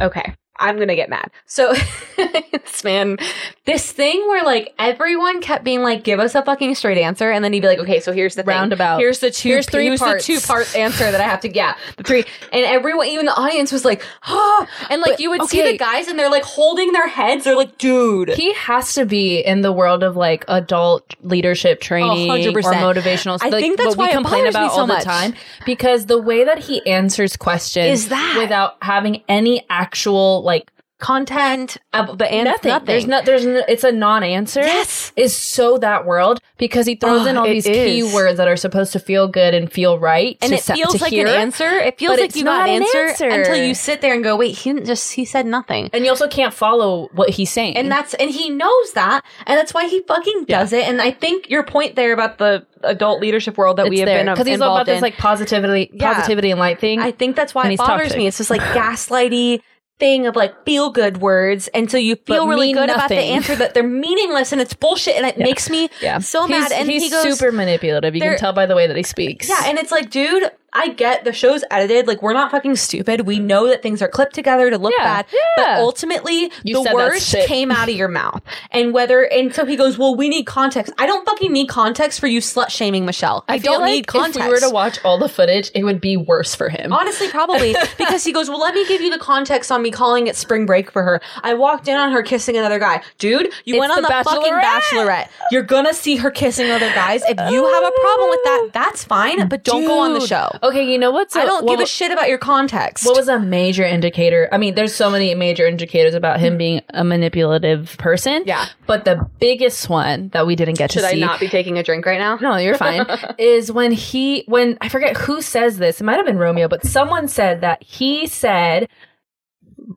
Speaker 3: okay. I'm gonna get mad. So this man, this thing where like everyone kept being like, "Give us a fucking straight answer," and then he'd be like, "Okay, so here's the thing.
Speaker 2: Roundabout.
Speaker 3: Here's the two.
Speaker 2: Here's three
Speaker 3: Here's
Speaker 2: parts.
Speaker 3: the two part answer that I have to. Yeah, the three. And everyone, even the audience, was like, "Oh!" And like
Speaker 2: But-
Speaker 3: you would see
Speaker 2: okay.
Speaker 3: the guys, and they're like holding their heads. They're like, "Dude,
Speaker 2: He has to be in the world of like adult leadership training or
Speaker 3: 100%.
Speaker 2: motivational.
Speaker 3: I
Speaker 2: like,
Speaker 3: think that's
Speaker 2: what
Speaker 3: why
Speaker 2: we
Speaker 3: it
Speaker 2: complain
Speaker 3: bothers me
Speaker 2: about
Speaker 3: so
Speaker 2: all
Speaker 3: much.
Speaker 2: the time because the way that he answers questions
Speaker 3: Is that-
Speaker 2: without having any actual like
Speaker 3: content." Uh, but and
Speaker 2: nothing.
Speaker 3: nothing.
Speaker 2: There's not. There's no, it's a non-answer.
Speaker 3: Yes.
Speaker 2: is so that world because he throws
Speaker 3: Oh,
Speaker 2: in all
Speaker 3: it
Speaker 2: these
Speaker 3: is.
Speaker 2: keywords that are supposed to feel good and feel right,
Speaker 3: and
Speaker 2: to
Speaker 3: it
Speaker 2: sa-
Speaker 3: feels
Speaker 2: to
Speaker 3: like
Speaker 2: hear.
Speaker 3: an answer. It feels
Speaker 2: but
Speaker 3: like
Speaker 2: it's
Speaker 3: you got
Speaker 2: not
Speaker 3: an
Speaker 2: an
Speaker 3: answer,
Speaker 2: answer. Uh,
Speaker 3: until you sit there and go, "Wait, he didn't just he said nothing."
Speaker 2: and you also can't follow what he's saying.
Speaker 3: And that's and he knows that, and that's why he fucking does it. And I think your point there about the adult leadership world that we have been
Speaker 2: because
Speaker 3: because
Speaker 2: he's all about this like positivity,
Speaker 3: Yeah.
Speaker 2: positivity and light thing.
Speaker 3: I think that's why
Speaker 2: and
Speaker 3: it
Speaker 2: he's
Speaker 3: bothers
Speaker 2: toxic.
Speaker 3: me. It's just like gaslighty thing of like feel good words, and so you feel
Speaker 2: But
Speaker 3: really
Speaker 2: mean
Speaker 3: good about the
Speaker 2: nothing.
Speaker 3: answer that they're meaningless and it's bullshit, and it makes me so
Speaker 2: He's-
Speaker 3: mad. And
Speaker 2: he's
Speaker 3: he goes,
Speaker 2: super manipulative. You
Speaker 3: There-
Speaker 2: can tell by the way that he speaks.
Speaker 3: Yeah, and it's like, dude, I get the show's edited. Like, we're not fucking stupid. We know that things are clipped together to look
Speaker 2: Yeah,
Speaker 3: bad. But
Speaker 2: yeah.
Speaker 3: ultimately,
Speaker 2: You
Speaker 3: the
Speaker 2: said that
Speaker 3: worst
Speaker 2: shit.
Speaker 3: came out of your mouth. And whether, and so he goes, well, we need context. I don't fucking need context for you slut shaming Michelle. I,
Speaker 2: feel
Speaker 3: don't
Speaker 2: like
Speaker 3: need context.
Speaker 2: If we were to watch all the footage, it would be worse for him.
Speaker 3: Honestly, probably because he goes, Well, let me give you the context on me calling it spring break for her. I walked in on her kissing another guy. Dude, you went on
Speaker 2: the
Speaker 3: the, fucking
Speaker 2: Bachelorette.
Speaker 3: bachelorette. You're gonna see her kissing other guys. If you have a problem with that, that's fine, but don't go on the
Speaker 2: Dude.
Speaker 3: show.
Speaker 2: Okay, you know what's
Speaker 3: I
Speaker 2: a-
Speaker 3: don't
Speaker 2: what-
Speaker 3: give a shit about your context.
Speaker 2: What was a major indicator? I mean, there's so many major indicators about him being a manipulative person.
Speaker 3: Mm-hmm. Yeah.
Speaker 2: But the biggest one that we didn't get to see
Speaker 3: be taking a drink right now?
Speaker 2: no, you're fine. is when he when I forget who says this. It might have been Romeo, but someone said that he said,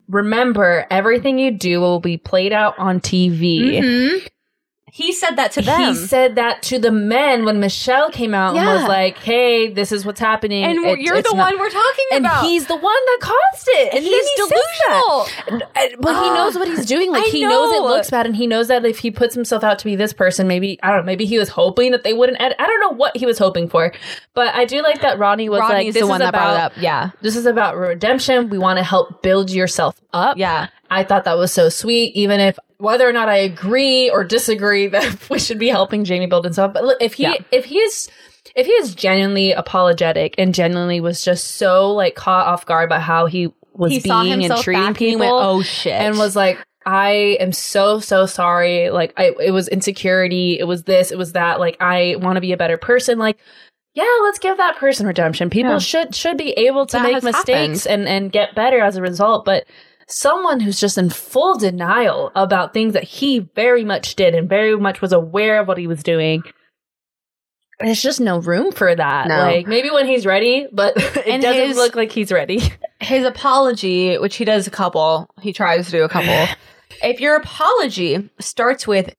Speaker 2: "Remember, everything you do will be played out on TV."
Speaker 3: He said that to
Speaker 2: He
Speaker 3: Mm-hmm. them.
Speaker 2: said that to the men when Michelle came out and was
Speaker 3: Yeah.
Speaker 2: like, "Hey, this is what's happening,"
Speaker 3: and
Speaker 2: It-
Speaker 3: you're
Speaker 2: it's
Speaker 3: the
Speaker 2: not-
Speaker 3: one we're talking
Speaker 2: And
Speaker 3: about.
Speaker 2: he's the one that caused it. And
Speaker 3: he's
Speaker 2: then he says that.
Speaker 3: delusional.
Speaker 2: And- but he knows what he's doing. Like
Speaker 3: I
Speaker 2: he knows it
Speaker 3: know.
Speaker 2: looks bad, and he knows that if he puts himself out to be this person, maybe I don't know. Maybe he was hoping that they wouldn't. Edit. I don't know what he was hoping for, but I do like that Ronnie was like,
Speaker 3: Rodney's
Speaker 2: "This
Speaker 3: the one
Speaker 2: is
Speaker 3: that
Speaker 2: about
Speaker 3: brought it up. Yeah.
Speaker 2: this is about redemption. We want to help build yourself up."
Speaker 3: Yeah.
Speaker 2: I thought that was so sweet, even if whether or not I agree or disagree that we should be helping Jamie build himself. But look, if he
Speaker 3: Yeah.
Speaker 2: if he is if he is genuinely apologetic and genuinely was just so like caught off guard by how he was
Speaker 3: He saw
Speaker 2: being and
Speaker 3: himself
Speaker 2: treating
Speaker 3: back and he
Speaker 2: people,
Speaker 3: went, oh shit.
Speaker 2: and was like, I am so so sorry. Like, I it was insecurity. It was this. It was that. Like, I want to be a better person. Like. Yeah, let's give that person redemption. People
Speaker 3: Yeah.
Speaker 2: should should be able to
Speaker 3: That
Speaker 2: make
Speaker 3: has
Speaker 2: mistakes and and get better as a result, but someone who's just in full denial about things that he very much did and very much was aware of what he was doing. There's just no room for that.
Speaker 3: No.
Speaker 2: Like maybe when he's ready, but it
Speaker 3: And
Speaker 2: doesn't
Speaker 3: his-
Speaker 2: look like he's ready.
Speaker 3: his apology, which he does a couple, he tries to do a couple. if your apology starts with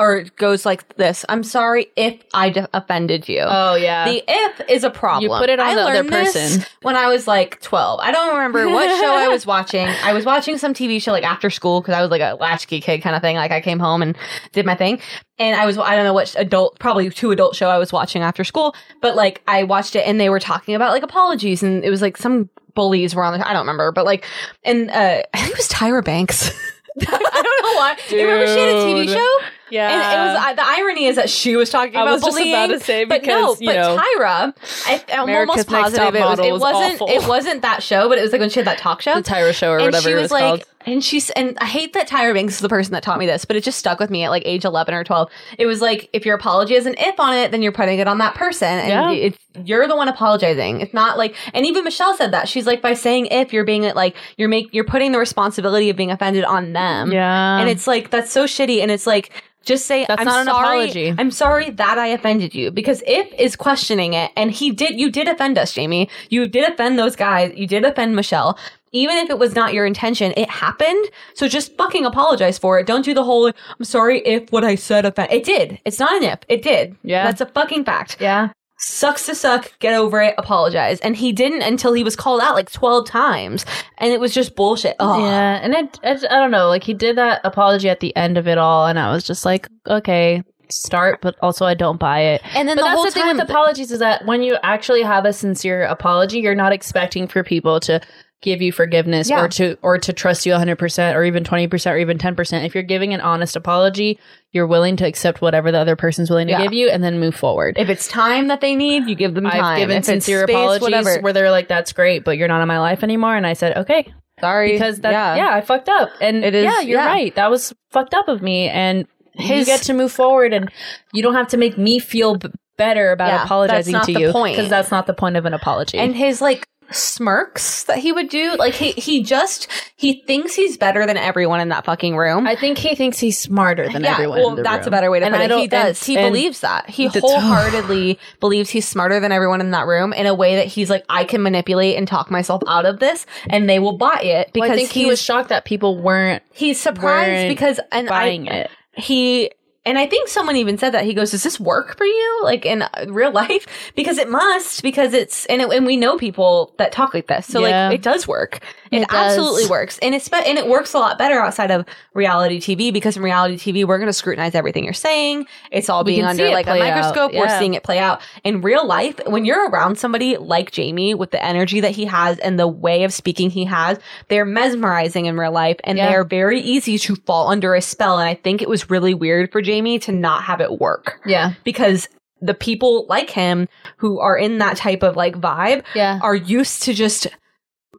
Speaker 3: or goes like this, I'm sorry if I d- offended you.
Speaker 2: Oh yeah.
Speaker 3: the if is a problem.
Speaker 2: You put it on
Speaker 3: I
Speaker 2: the other
Speaker 3: learned this
Speaker 2: person.
Speaker 3: when I was like 12. I don't remember what show I was watching. I was watching some TV show like after school because I was like a latchkey kid kind of thing. Like I came home and did my thing. And I was, I don't know what adult, probably two adult show I was watching after school, but like I watched it and they were talking about like apologies and it was like some bullies were on the, I don't remember, but like, and uh, I think it was Tyra Banks. I don't know why. You remember she had a TV
Speaker 2: Dude.
Speaker 3: show?
Speaker 1: Yeah.
Speaker 3: And it was I the irony is that she was talking
Speaker 1: I
Speaker 3: about
Speaker 1: was just
Speaker 3: bullying,
Speaker 1: about to say
Speaker 3: but no,
Speaker 1: because,
Speaker 3: but
Speaker 1: you know,
Speaker 3: Tyra, I, I'm
Speaker 1: America's
Speaker 3: almost
Speaker 1: Next
Speaker 3: positive
Speaker 1: Top
Speaker 3: it, was,
Speaker 1: Model
Speaker 3: it
Speaker 1: was
Speaker 3: wasn't
Speaker 1: awful.
Speaker 3: it wasn't that show, but it was like when she had that talk show,
Speaker 1: the Tyra show or
Speaker 3: and
Speaker 1: whatever
Speaker 3: she
Speaker 1: it
Speaker 3: was,
Speaker 1: was
Speaker 3: like,
Speaker 1: called.
Speaker 3: and she's and I hate that Tyra Banks is the person that taught me this, but it just stuck with me at like age eleven or twelve. It was like if your apology has an if on it, then you're putting it on that person, and
Speaker 1: Yeah.
Speaker 3: it's you're the one apologizing. It's not like, and even Michelle said that she's like by saying if you're being like you're make you're putting the responsibility of being offended on them,
Speaker 1: Yeah.
Speaker 3: and it's like that's so shitty, and it's like. Just say
Speaker 1: That's
Speaker 3: I'm
Speaker 1: not an
Speaker 3: sorry.
Speaker 1: apology.
Speaker 3: I'm sorry that I offended you because if is questioning it, and he did. You did offend us, Jamie. You did offend those guys. You did offend Michelle. Even if it was not your intention, it happened. So just fucking apologize for it. Don't do the whole "I'm sorry if what I said offend." It did. It's not an if. It did.
Speaker 1: Yeah.
Speaker 3: that's a fucking fact.
Speaker 1: yeah.
Speaker 3: Sucks to suck. Get over it. Apologize. And he didn't until he was called out like twelve times, and it was just bullshit. Ugh.
Speaker 2: Yeah, and it, it, I don't know. Like he did that apology at the end of it all, and I was just like, okay, start, but also I don't buy it.
Speaker 3: And then the
Speaker 2: but that's
Speaker 3: whole
Speaker 2: the thing
Speaker 3: time
Speaker 2: with apologies is that when you actually have a sincere apology, you're not expecting for people to give you forgiveness
Speaker 3: Yeah.
Speaker 2: or to or to trust you 100% or even 20% or even 10%. If you're giving an honest apology, you're willing to accept whatever the other person's willing to
Speaker 3: Yeah.
Speaker 2: give you and then move forward.
Speaker 3: If it's time that they need, you give them time.
Speaker 2: I've given
Speaker 3: if it's
Speaker 2: sincere
Speaker 3: space,
Speaker 2: apologies
Speaker 3: whatever.
Speaker 2: where they're like, "That's great, but you're not in my life anymore," and I said, "Okay,
Speaker 3: Sorry,
Speaker 2: because that yeah. I fucked up and
Speaker 3: It is-
Speaker 2: yeah you're
Speaker 3: yeah.
Speaker 2: right that was fucked up of me and you
Speaker 3: His-
Speaker 2: get to move forward and you don't have to make me feel b- better about
Speaker 3: Yeah, that's
Speaker 2: apologizing
Speaker 3: not
Speaker 2: to
Speaker 3: the
Speaker 2: you
Speaker 3: point.
Speaker 2: because that's not the point of an apology
Speaker 3: and his like smirks that he would do, like he he just he thinks he's better than everyone in that fucking room.
Speaker 2: I think he thinks he's smarter than everyone
Speaker 3: well,
Speaker 2: in the
Speaker 3: that's a
Speaker 2: room.
Speaker 3: better way to
Speaker 2: And
Speaker 3: put
Speaker 2: I
Speaker 3: it.
Speaker 2: don't-
Speaker 3: He does.
Speaker 2: and-
Speaker 3: he
Speaker 2: and-
Speaker 3: believes that. He
Speaker 2: That's-
Speaker 3: wholeheartedly believes he's smarter than everyone in that room in a way that he's like, I can manipulate and talk myself out of this, and they will buy it
Speaker 2: Well,
Speaker 3: because
Speaker 2: I think he
Speaker 3: he's-
Speaker 2: was shocked that people weren't
Speaker 3: he's surprised
Speaker 2: weren't
Speaker 3: because and I,
Speaker 2: buying it
Speaker 3: he and I think someone even said that he goes, "Does this work for you, like in uh, real life?" Because it must, because it's and it, and we know people that talk like this, so
Speaker 2: Yeah.
Speaker 3: like it does work. It,
Speaker 2: It does.
Speaker 3: absolutely works, and it's and it works a lot better outside of reality TV because in reality TV we're going to scrutinize everything you're saying. It's all
Speaker 2: We
Speaker 3: being
Speaker 2: can see
Speaker 3: under
Speaker 2: it
Speaker 3: like a
Speaker 2: play out.
Speaker 3: microscope. We're
Speaker 2: Yeah.
Speaker 3: seeing it play out in real life when you're around somebody like Jamie with the energy that he has and the way of speaking he has. They're mesmerizing in real life, and
Speaker 2: Yeah.
Speaker 3: they are very easy to fall under a spell. And I think it was really weird for Jamie to not have it work
Speaker 2: yeah
Speaker 3: because the people like him who are in that type of like vibe
Speaker 2: yeah
Speaker 3: are used to just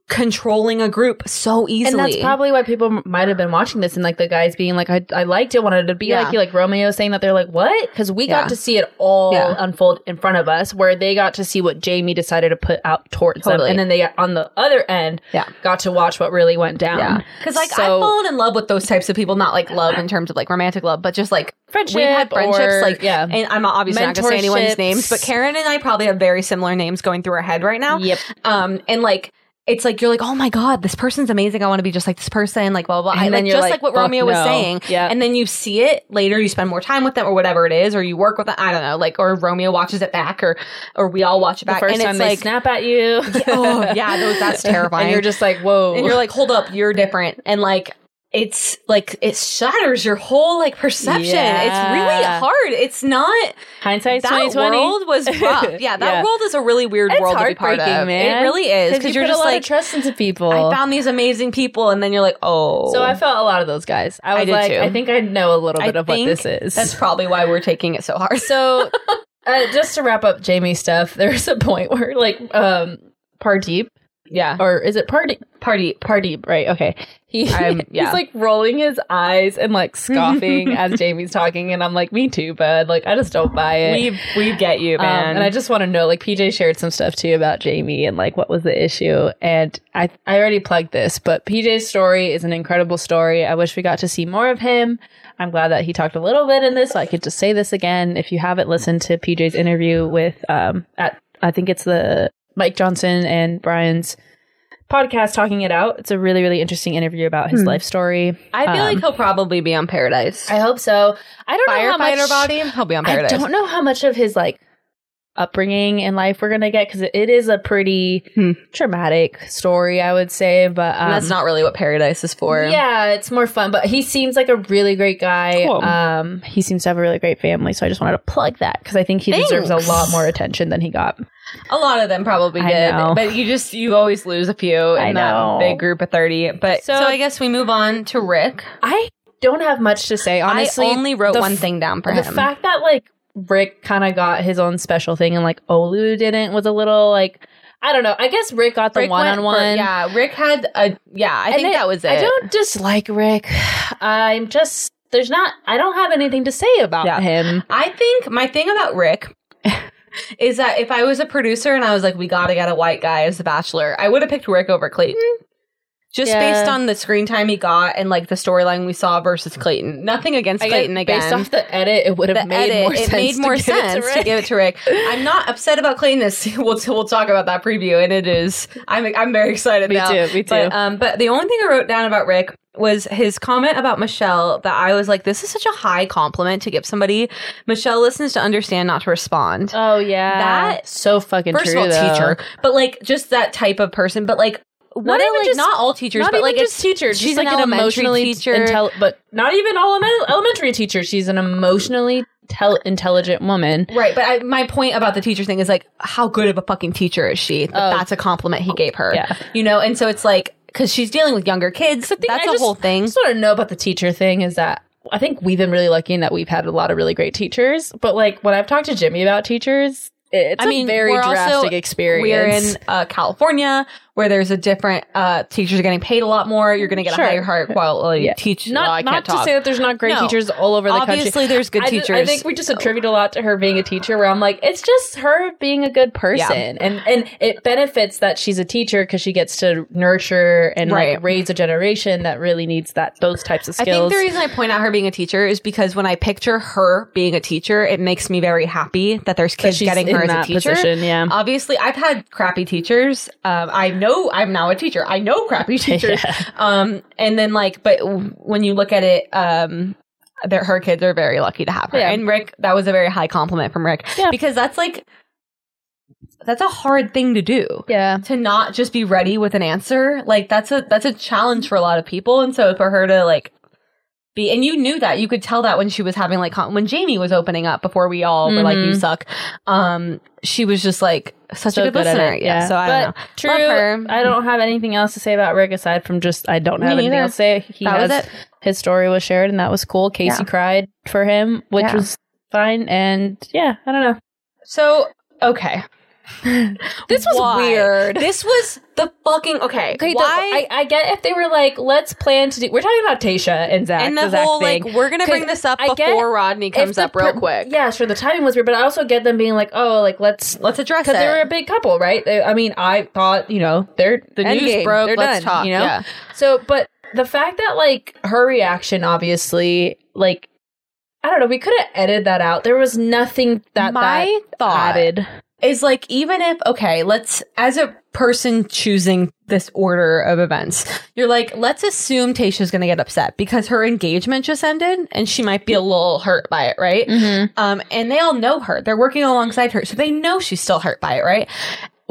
Speaker 3: controlling a group so easily.
Speaker 2: And that's probably why people m- might have been watching this and like the guys being like, I, I liked it, wanted to be
Speaker 3: Yeah.
Speaker 2: like you, like Romeo saying that they're like, what? Because we
Speaker 3: Yeah.
Speaker 2: got to see it all
Speaker 3: Yeah.
Speaker 2: unfold in front of us, where they got to see what Jamie decided to put out towards
Speaker 3: Totally.
Speaker 2: them. And then they, on the other end,
Speaker 3: Yeah.
Speaker 2: got to watch what really went down.
Speaker 3: yeah, because like I've
Speaker 2: So-
Speaker 3: fallen in love with those types of people, not like love in terms of like romantic love, but just like
Speaker 2: Friendship.
Speaker 3: we had friendships
Speaker 2: or-
Speaker 3: like
Speaker 2: yeah.
Speaker 3: and i'm obviously not gonna say anyone's
Speaker 2: Mentorships.
Speaker 3: names but karen and i probably have very similar names going through our head right now
Speaker 2: Yep.
Speaker 3: um and like it's like you're like oh my god this person's amazing i want to be just like this person like blah blah, blah.
Speaker 2: And
Speaker 3: And
Speaker 2: then
Speaker 3: like,
Speaker 2: you're
Speaker 3: just like,
Speaker 2: like,
Speaker 3: what
Speaker 2: fuck
Speaker 3: romeo was
Speaker 2: no.
Speaker 3: saying
Speaker 2: Yeah.
Speaker 3: and then you see it later you spend more time with them or whatever it is or you work with them i don't know like or romeo watches it back or or we all watch it
Speaker 2: The
Speaker 3: back
Speaker 2: first
Speaker 3: and
Speaker 2: time
Speaker 3: it's
Speaker 2: they
Speaker 3: like
Speaker 2: snap at you.
Speaker 3: oh yeah those, that's terrifying
Speaker 2: and you're just like, whoa.
Speaker 3: and you're like, hold up, you're different. And like, it's like it shatters your whole like perception. It's really
Speaker 2: Yeah.
Speaker 3: hard. It's not
Speaker 2: hindsight's
Speaker 3: that
Speaker 2: 2020.
Speaker 3: world was rough. Yeah, that
Speaker 2: Yeah.
Speaker 3: world is a really weird
Speaker 2: It's
Speaker 3: world to be part of.
Speaker 2: heartbreaking, man.
Speaker 3: It really is
Speaker 2: because
Speaker 3: because
Speaker 2: you
Speaker 3: you're
Speaker 2: put
Speaker 3: just
Speaker 2: a lot
Speaker 3: like,
Speaker 2: of trust into people.
Speaker 3: I found these amazing people, and then you're like, oh.
Speaker 2: So I felt a lot of those guys. I
Speaker 3: I
Speaker 2: was
Speaker 3: did
Speaker 2: like,
Speaker 3: too.
Speaker 2: I think I know a little
Speaker 3: I
Speaker 2: bit of what
Speaker 3: think
Speaker 2: this is.
Speaker 3: that's probably why we're taking it so hard.
Speaker 2: so uh, just to wrap up Jamie stuff, there's a point where like um Pardeep
Speaker 3: Yeah,
Speaker 2: or is it Pardeep? Pardeep, Pardeep, right? Okay, he
Speaker 3: I'm- yeah.
Speaker 2: he's like rolling his eyes and like scoffing as Jamie's talking, and I'm like, me too, bud. Like I just don't buy it.
Speaker 3: we we get you,
Speaker 2: Um,
Speaker 3: man.
Speaker 2: and I just want to know, like PJ shared some stuff too about Jamie and like what was the issue. And I I already plugged this, but PJ's story is an incredible story. I wish we got to see more of him. I'm glad that he talked a little bit in this, so I could just say this again. If you haven't listened to PJ's interview with um at I think it's the Mike Johnson and Brian's podcast talking it out. It's a really really interesting interview about his
Speaker 3: Hmm.
Speaker 2: life story.
Speaker 3: I feel like
Speaker 2: um,
Speaker 3: he'll probably be on Paradise.
Speaker 2: I hope so. I don't know how
Speaker 3: Firefighter
Speaker 2: much
Speaker 3: body, he'll be on Paradise.
Speaker 2: I don't know how much of his like upbringing in life we're gonna get because it is a pretty
Speaker 3: Hmm.
Speaker 2: traumatic story, I would say. But um,
Speaker 3: And that's not really what Paradise is for.
Speaker 2: Yeah, it's more fun. But he seems like a really great guy.
Speaker 3: Cool.
Speaker 2: Um, he seems to have a really great family. So I just wanted to plug that because I think he deserves
Speaker 3: Thanks.
Speaker 2: a lot more attention than he got.
Speaker 3: A lot of them probably
Speaker 2: I
Speaker 3: did,
Speaker 2: know.
Speaker 3: but you just you always lose a few
Speaker 2: I
Speaker 3: in that
Speaker 2: know.
Speaker 3: big group of thirty. But so,
Speaker 2: So-
Speaker 3: I guess we move on to Rick.
Speaker 2: I don't have much to say. Honestly,
Speaker 3: I only wrote
Speaker 2: the
Speaker 3: one
Speaker 2: f-
Speaker 3: thing down for
Speaker 2: the
Speaker 3: him.
Speaker 2: fact that like Rick kind of got his own special thing and like Olu didn't was a little like I don't know. I guess Rick got the
Speaker 3: Rick
Speaker 2: one
Speaker 3: went for-
Speaker 2: on one.
Speaker 3: yeah, Rick had a yeah. I
Speaker 2: And
Speaker 3: think
Speaker 2: it-
Speaker 3: that was it.
Speaker 2: I don't dislike Rick. I'm just there's not I don't have anything to say about
Speaker 3: Yeah.
Speaker 2: him.
Speaker 3: I think my thing about Rick is that if I was a producer and I was like, we got to get a white guy as the bachelor, I would have picked Rick over Clayton. Just
Speaker 2: Mm-hmm. Yeah.
Speaker 3: based on the screen time he got and like the storyline we saw versus Clayton. Nothing against
Speaker 2: I
Speaker 3: Clayton
Speaker 2: guess
Speaker 3: again.
Speaker 2: Based off the edit, it would
Speaker 3: the
Speaker 2: have made
Speaker 3: edit,
Speaker 2: more
Speaker 3: it
Speaker 2: sense.
Speaker 3: made more
Speaker 2: to give it to
Speaker 3: sense to
Speaker 2: Rick.
Speaker 3: give it to Rick. I'm not upset about Clayton this. We'll, we'll talk about that preview, and it is. I'm I'm very excited
Speaker 2: Me
Speaker 3: now.
Speaker 2: too. Me too.
Speaker 3: But, um, but the only thing I wrote down about Rick was his comment about Michelle that I was like, this is such a high compliment to give somebody. Michelle listens to understand, not to respond.
Speaker 2: oh yeah,
Speaker 3: That-
Speaker 2: so fucking
Speaker 3: First
Speaker 2: true.
Speaker 3: of all,
Speaker 2: though.
Speaker 3: teacher, but like just that type of person. But like, what
Speaker 2: Not
Speaker 3: are,
Speaker 2: even
Speaker 3: like
Speaker 2: just-
Speaker 3: not all teachers,
Speaker 2: not
Speaker 3: but
Speaker 2: even
Speaker 3: like
Speaker 2: just
Speaker 3: it's
Speaker 2: teacher.
Speaker 3: she's
Speaker 2: She's like
Speaker 3: an
Speaker 2: an
Speaker 3: elementary
Speaker 2: emotionally
Speaker 3: teacher.
Speaker 2: intel- but not even all element- elementary teacher. She's an emotionally tel- intelligent woman.
Speaker 3: Right, but I, my point about the teacher thing is like, how good of a fucking teacher is she? That
Speaker 2: Oh.
Speaker 3: That's a compliment he gave her.
Speaker 2: Yeah.
Speaker 3: You know, and so it's like, because she's dealing with younger kids.
Speaker 2: the thing
Speaker 3: that's
Speaker 2: I
Speaker 3: the
Speaker 2: just-
Speaker 3: whole
Speaker 2: I
Speaker 3: thing.
Speaker 2: just want to know about the teacher thing is that I think we've been really lucky in that we've had a lot of really great teachers. But like when I've talked to Jimmy about teachers, it's
Speaker 3: I
Speaker 2: a
Speaker 3: mean,
Speaker 2: very
Speaker 3: we're also-
Speaker 2: drastic experience.
Speaker 3: We're in uh, California where there's a different, uh, teachers are getting paid a lot more. You're going to get
Speaker 2: Sure.
Speaker 3: a higher, uh, higher quality
Speaker 2: Yeah.
Speaker 3: teacher.
Speaker 2: not
Speaker 3: Well, I
Speaker 2: not
Speaker 3: can't
Speaker 2: to
Speaker 3: talk.
Speaker 2: say that there's not great
Speaker 3: No.
Speaker 2: teachers all over the country.
Speaker 3: Obviously, there's good
Speaker 2: I ju-
Speaker 3: teachers.
Speaker 2: I think we just attribute a lot to her being a teacher. Where I'm like, it's just her being a good person, and and it benefits that she's a teacher because she gets to nurture and
Speaker 3: Right.
Speaker 2: like raise a generation that really needs that those types of
Speaker 3: I
Speaker 2: skills.
Speaker 3: think the reason I point out her being a teacher is because when I picture her being a teacher, it makes me very happy that there's
Speaker 2: that
Speaker 3: kids getting her as a teacher.
Speaker 2: position. Yeah,
Speaker 3: obviously i've had crappy teachers um, i know i'm now a teacher i know crappy teachers um, and then like but w- when you look at it um, that her kids are very lucky to have her
Speaker 2: Yeah.
Speaker 3: and rick that was a very high compliment from rick
Speaker 2: Yeah.
Speaker 3: because that's like that's a hard thing to do
Speaker 2: yeah.
Speaker 3: to not just be ready with an answer like that's a that's a challenge for a lot of people and so for her to like be and you knew that you could tell that when she was having like con- when jamie was opening up before we all were like you
Speaker 2: Mhm.
Speaker 3: suck um she was just like such
Speaker 2: So
Speaker 3: a good,
Speaker 2: good at
Speaker 3: listener
Speaker 2: it,
Speaker 3: yeah.
Speaker 2: yeah.
Speaker 3: so i
Speaker 2: But
Speaker 3: don't know
Speaker 2: True.
Speaker 3: Love her.
Speaker 2: I don't have anything else to say about Rick aside from just I don't
Speaker 3: Me
Speaker 2: have anything
Speaker 3: neither.
Speaker 2: else to say. He
Speaker 3: that
Speaker 2: has
Speaker 3: was it
Speaker 2: his story was shared and that was cool. Casey
Speaker 3: Yeah.
Speaker 2: cried for him, which
Speaker 3: Yeah.
Speaker 2: was fine. And yeah, I don't know.
Speaker 3: so okay
Speaker 2: This was
Speaker 3: Why?
Speaker 2: weird.
Speaker 3: this was the fucking okay,
Speaker 2: Okay, the-
Speaker 3: why
Speaker 2: I, I get if they were like, let's plan to do. We're talking about Tasha and Zach
Speaker 3: and the
Speaker 2: Zach
Speaker 3: whole
Speaker 2: thing.
Speaker 3: like we're gonna bring
Speaker 2: 'Cause
Speaker 3: this up
Speaker 2: I get
Speaker 3: before rodney
Speaker 2: If
Speaker 3: comes
Speaker 2: the
Speaker 3: up real
Speaker 2: per-
Speaker 3: quick
Speaker 2: Yeah, sure. The timing was weird, but I also get them being like, oh, like let's
Speaker 3: let's address it
Speaker 2: because they were a big couple, right? They- I mean, I thought you know they're
Speaker 3: the news
Speaker 2: endgame.
Speaker 3: broke
Speaker 2: They're
Speaker 3: let's
Speaker 2: done,
Speaker 3: talk
Speaker 2: You know,
Speaker 3: yeah.
Speaker 2: So, but the fact that like her reaction, obviously, like I don't know, we could have edited that out. There was nothing that that
Speaker 3: my thought
Speaker 2: added.
Speaker 3: is like even if okay let's as a person choosing this order of events you're like let's assume tasha's gonna get upset because her engagement just ended and she might be a little hurt by it right um and they all know her they're working alongside her so they know she's still hurt by it right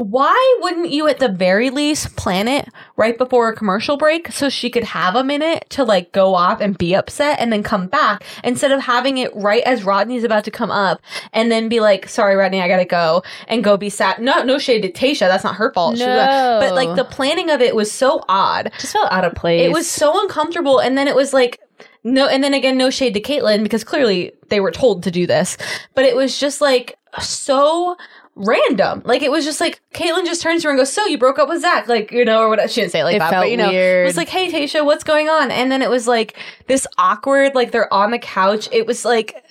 Speaker 3: why wouldn't you at the very least plan it right before a commercial break so she could have a minute to like go off and be upset and then come back instead of having it right as Rodney's about to come up and then be like, sorry, Rodney, I gotta go and go be sad. No, no shade to Tasha. That's not her fault. She was-
Speaker 2: No.
Speaker 3: But like the planning of it was so odd.
Speaker 2: Just felt out of place.
Speaker 3: It was so uncomfortable. And then it was like, no, and then again, no shade to Caitlyn because clearly they were told to do this, but it was just like so random. Like it was just like Caitlyn just turns to her and goes, "So you broke up with Zach?" Like you know, or what? She didn't say it like
Speaker 2: It
Speaker 3: that,
Speaker 2: felt
Speaker 3: but you know, it
Speaker 2: weird.
Speaker 3: was like, "Hey Tasha, what's going on?" And then it was like this awkward, like they're on the couch. It was like,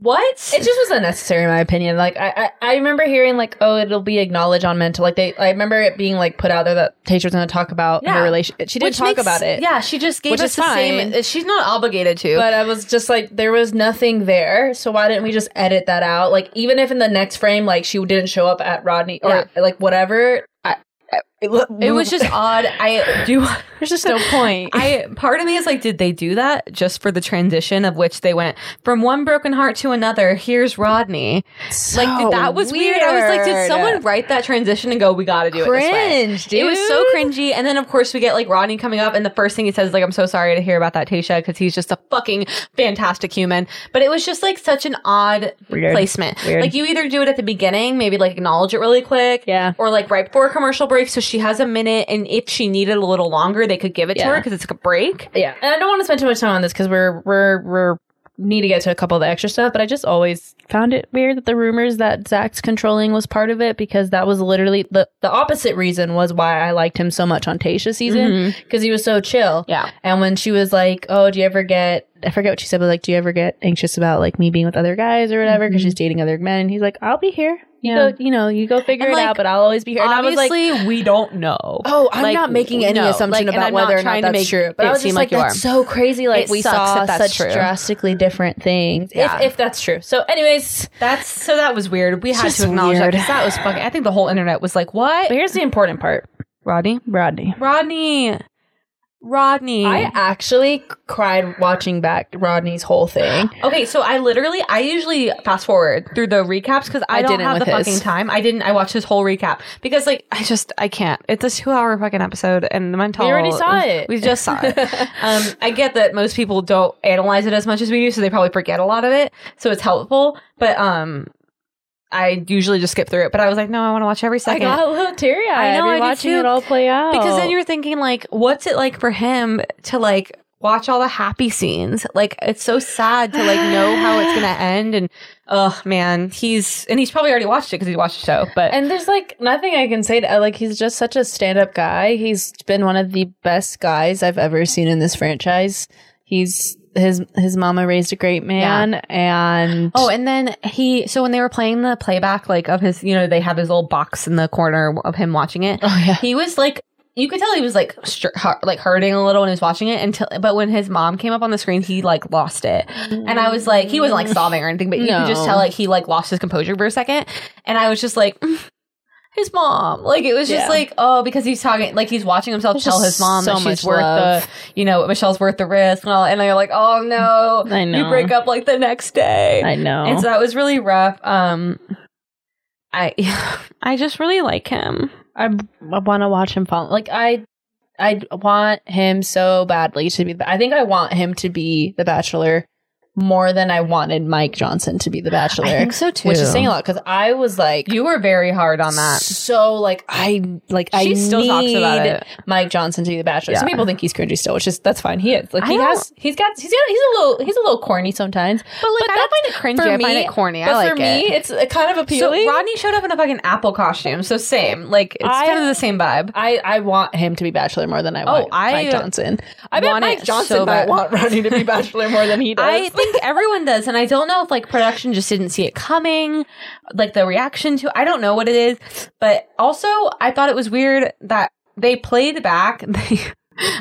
Speaker 3: what?
Speaker 2: It just was unnecessary, in my opinion. Like I, I, I remember hearing like, oh, it'll be acknowledged on mental. Like they, I remember it being like put out there that Tasha was going to talk about
Speaker 3: Yeah.
Speaker 2: her relationship. She didn't
Speaker 3: Which
Speaker 2: talk
Speaker 3: makes-
Speaker 2: about it.
Speaker 3: Yeah, she just gave
Speaker 2: Which
Speaker 3: us
Speaker 2: is
Speaker 3: the same.
Speaker 2: fine.
Speaker 3: She's not obligated to.
Speaker 2: But I was just like, there was nothing there. So why didn't we just edit that out? Like, even if in the next frame, like she didn't show up at Rodney or like whatever, I, I-
Speaker 3: it was just odd. I do.
Speaker 2: there's just no point.
Speaker 3: I part of me is like, did they do that just for the transition of which they went from one broken heart to another? Here's Rodney. like
Speaker 2: So
Speaker 3: that was weird. I was like, did
Speaker 2: weird.
Speaker 3: someone write that transition and go, we got to do it this way?
Speaker 2: Cringe, dude.
Speaker 3: It was so cringy. And then of course we get like Rodney coming up, and the first thing he says is like, "I'm so sorry to hear about that, Tasha," because he's just a fucking fantastic human. But it was just like such an odd
Speaker 2: Weird.
Speaker 3: placement.
Speaker 2: Weird.
Speaker 3: Like you either do it at the beginning, maybe like acknowledge it really quick,
Speaker 2: Yeah.
Speaker 3: or like right before a commercial break, so she has a minute, and if she needed a little longer, they could give it to
Speaker 2: Yeah.
Speaker 3: her because it's like a break.
Speaker 2: yeah and i don't want to spend too much time on this because we're we're we're need to get to a couple of the extra stuff but i just always found it weird that the rumors that zach's controlling was part of it because that was literally the, the opposite reason was why i liked him so much on tasha season because he was so chill
Speaker 3: Mm-hmm. Yeah.
Speaker 2: and when she was like oh do you ever get i forget what she said but like do you ever get anxious about like me being with other guys or whatever because she's dating other men and he's like i'll be here you
Speaker 6: Yeah.
Speaker 2: go you know you go figure
Speaker 3: And,
Speaker 2: it
Speaker 3: like,
Speaker 2: out but i'll always be here and i was like
Speaker 3: Obviously, we don't know.
Speaker 2: Oh, I'm
Speaker 3: Like,
Speaker 2: not making any
Speaker 3: no,
Speaker 2: assumption
Speaker 3: like, and
Speaker 2: about
Speaker 3: I'm not
Speaker 2: whether or
Speaker 3: trying
Speaker 2: not
Speaker 3: to
Speaker 2: that's
Speaker 3: make
Speaker 2: true. But
Speaker 3: it
Speaker 2: I was
Speaker 3: seem
Speaker 2: just
Speaker 3: like
Speaker 2: like,
Speaker 3: you
Speaker 2: that's
Speaker 3: are.
Speaker 2: so crazy. Like
Speaker 3: It
Speaker 2: we
Speaker 3: sucks
Speaker 2: saw
Speaker 3: that that's
Speaker 2: such
Speaker 3: true.
Speaker 2: drastically different things.
Speaker 3: Yeah.
Speaker 2: If, if that's true. So, anyways,
Speaker 3: That's so that was weird. We had
Speaker 2: Just
Speaker 3: to acknowledge that
Speaker 2: weird.
Speaker 3: 'cause that was fucking. I think the whole internet was like,
Speaker 2: but
Speaker 3: "What,
Speaker 2: here's the important part,
Speaker 3: Rodney?
Speaker 2: Rodney.
Speaker 3: Rodney, Rodney."
Speaker 2: I actually cried watching back Rodney's whole thing.
Speaker 3: okay, so I literally, I usually fast forward through the recaps because I,
Speaker 2: I
Speaker 3: don't
Speaker 2: didn't
Speaker 3: have the
Speaker 2: with his.
Speaker 3: fucking time. I didn't. I watched his whole recap because, like, I just I can't. It's a two-hour fucking episode, and the mental.
Speaker 2: We already saw it.
Speaker 3: We just saw it. um, I get that most people don't analyze it as much as we do, so they probably forget a lot of it. So it's helpful, but um. I usually just skip through it, but I was like, no, I want to watch every
Speaker 2: I
Speaker 3: second.
Speaker 2: got a little teary eyed.
Speaker 3: I know, I did
Speaker 2: watching
Speaker 3: too.
Speaker 2: it all play out
Speaker 3: Because then you're thinking like, what's it like for him to like watch all the happy scenes? Like it's so sad to like know how it's gonna end. And oh man, he's and he's probably already watched it because he watched the show. But
Speaker 2: And there's like nothing I can say to like he's just such a stand-up guy. He's been one of the best guys I've ever seen in this franchise. He's his his mama raised a great man and
Speaker 3: oh, and then he so when they were playing the playback like of his, you know, they have his little box in the corner of him watching it.
Speaker 2: oh yeah.
Speaker 3: He was like. You could tell he was like str- hu- like hurting a little when he was watching it until but when his mom came up on the screen he like lost it. And I was like, he wasn't like sobbing or anything, but you could just
Speaker 2: No.
Speaker 3: tell like he like lost his composure for a second. And I was just like, "Mm, his mom. Like it was just
Speaker 2: Yeah.
Speaker 3: like, oh, because he's talking, like he's watching himself
Speaker 2: There's
Speaker 3: tell
Speaker 2: just
Speaker 3: his mom
Speaker 2: so
Speaker 3: that she's
Speaker 2: much
Speaker 3: worth
Speaker 2: love.
Speaker 3: the, you know, Michelle's worth the risk and all. And they're like, oh no,
Speaker 2: I
Speaker 3: you
Speaker 2: know.
Speaker 3: break up like the next day.
Speaker 2: I know.
Speaker 3: And so that was really rough. Um, I, I just really like him.
Speaker 2: I, I want to watch him fall. Like I, I want him so badly to be. The, I think I want him to be the Bachelor more than I wanted Mike Johnson to be the Bachelor.
Speaker 3: so too.
Speaker 2: Which is saying a lot because I was like,
Speaker 3: You were very hard on that.
Speaker 2: So like I like I
Speaker 3: She still
Speaker 2: need
Speaker 3: talks about it.
Speaker 2: Mike Johnson to be the Bachelor.
Speaker 3: Yeah.
Speaker 2: Some people think he's cringy still, which is that's fine. He is like
Speaker 3: I
Speaker 2: he
Speaker 3: don't-
Speaker 2: has he's got he's got he's a little he's a little corny sometimes.
Speaker 3: But like,
Speaker 2: But
Speaker 3: I don't find it cringy.
Speaker 2: for
Speaker 3: I find
Speaker 2: me-
Speaker 3: it corny.
Speaker 2: but
Speaker 3: I like
Speaker 2: for
Speaker 3: it.
Speaker 2: me, it's uh, kind of
Speaker 3: So
Speaker 2: appealing.
Speaker 3: Rodney showed up in a fucking apple costume. So same, like it's
Speaker 2: I-
Speaker 3: kind of the same vibe.
Speaker 2: I, I want him to be Bachelor more than I want
Speaker 3: Oh, I
Speaker 2: Mike Johnson. I bet
Speaker 3: want
Speaker 2: Mike
Speaker 3: it
Speaker 2: Johnson
Speaker 3: so
Speaker 2: might
Speaker 3: bad.
Speaker 2: want Rodney to be Bachelor more than he does.
Speaker 3: I think everyone does, and I don't know if like production just didn't see it coming, like the reaction to. I don't know what it is, but also I thought it was weird that they played back. They,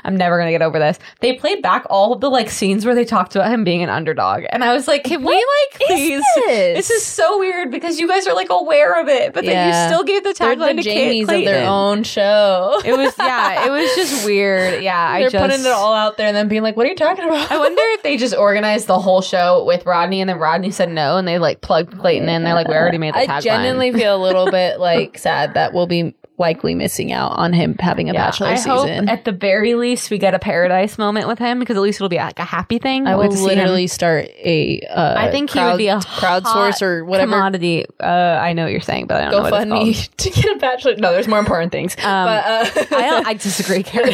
Speaker 3: I'm never gonna get over this. They played back all of the like scenes where they talked about him being an underdog, and I was like, can we like please? This is so weird because you guys are like aware of it, but
Speaker 2: Yeah.
Speaker 3: then you still gave the
Speaker 2: they're
Speaker 3: tagline
Speaker 2: the
Speaker 3: to Kate
Speaker 2: Jamies of their
Speaker 3: Clayton.
Speaker 2: own show.
Speaker 3: It was yeah, it was just weird. Yeah, I
Speaker 2: they're
Speaker 3: just
Speaker 2: putting it all out there and then being like, "What are you talking about?"
Speaker 3: I wonder if they just organized the whole show with Rodney and then Rodney said no and they like plugged Clayton in. They're like, we already made the
Speaker 2: I
Speaker 3: tagline.
Speaker 2: genuinely feel a little bit like sad that we'll be likely missing out on him having a
Speaker 3: Yeah,
Speaker 2: Bachelor
Speaker 3: I
Speaker 2: season.
Speaker 3: hope at the very least we get a paradise moment with him because at least it'll be like a happy thing.
Speaker 2: I
Speaker 3: We'll
Speaker 2: will
Speaker 3: get to see him.
Speaker 2: literally start a. Uh,
Speaker 3: I think he would be a
Speaker 2: crowdsource or whatever
Speaker 3: commodity. Uh, I know what you're saying, but I don't know what it's called. Um,
Speaker 2: GoFundMe to get a Bachelor. No, there's more important things. but, uh,
Speaker 3: I, don't- I disagree, Karen.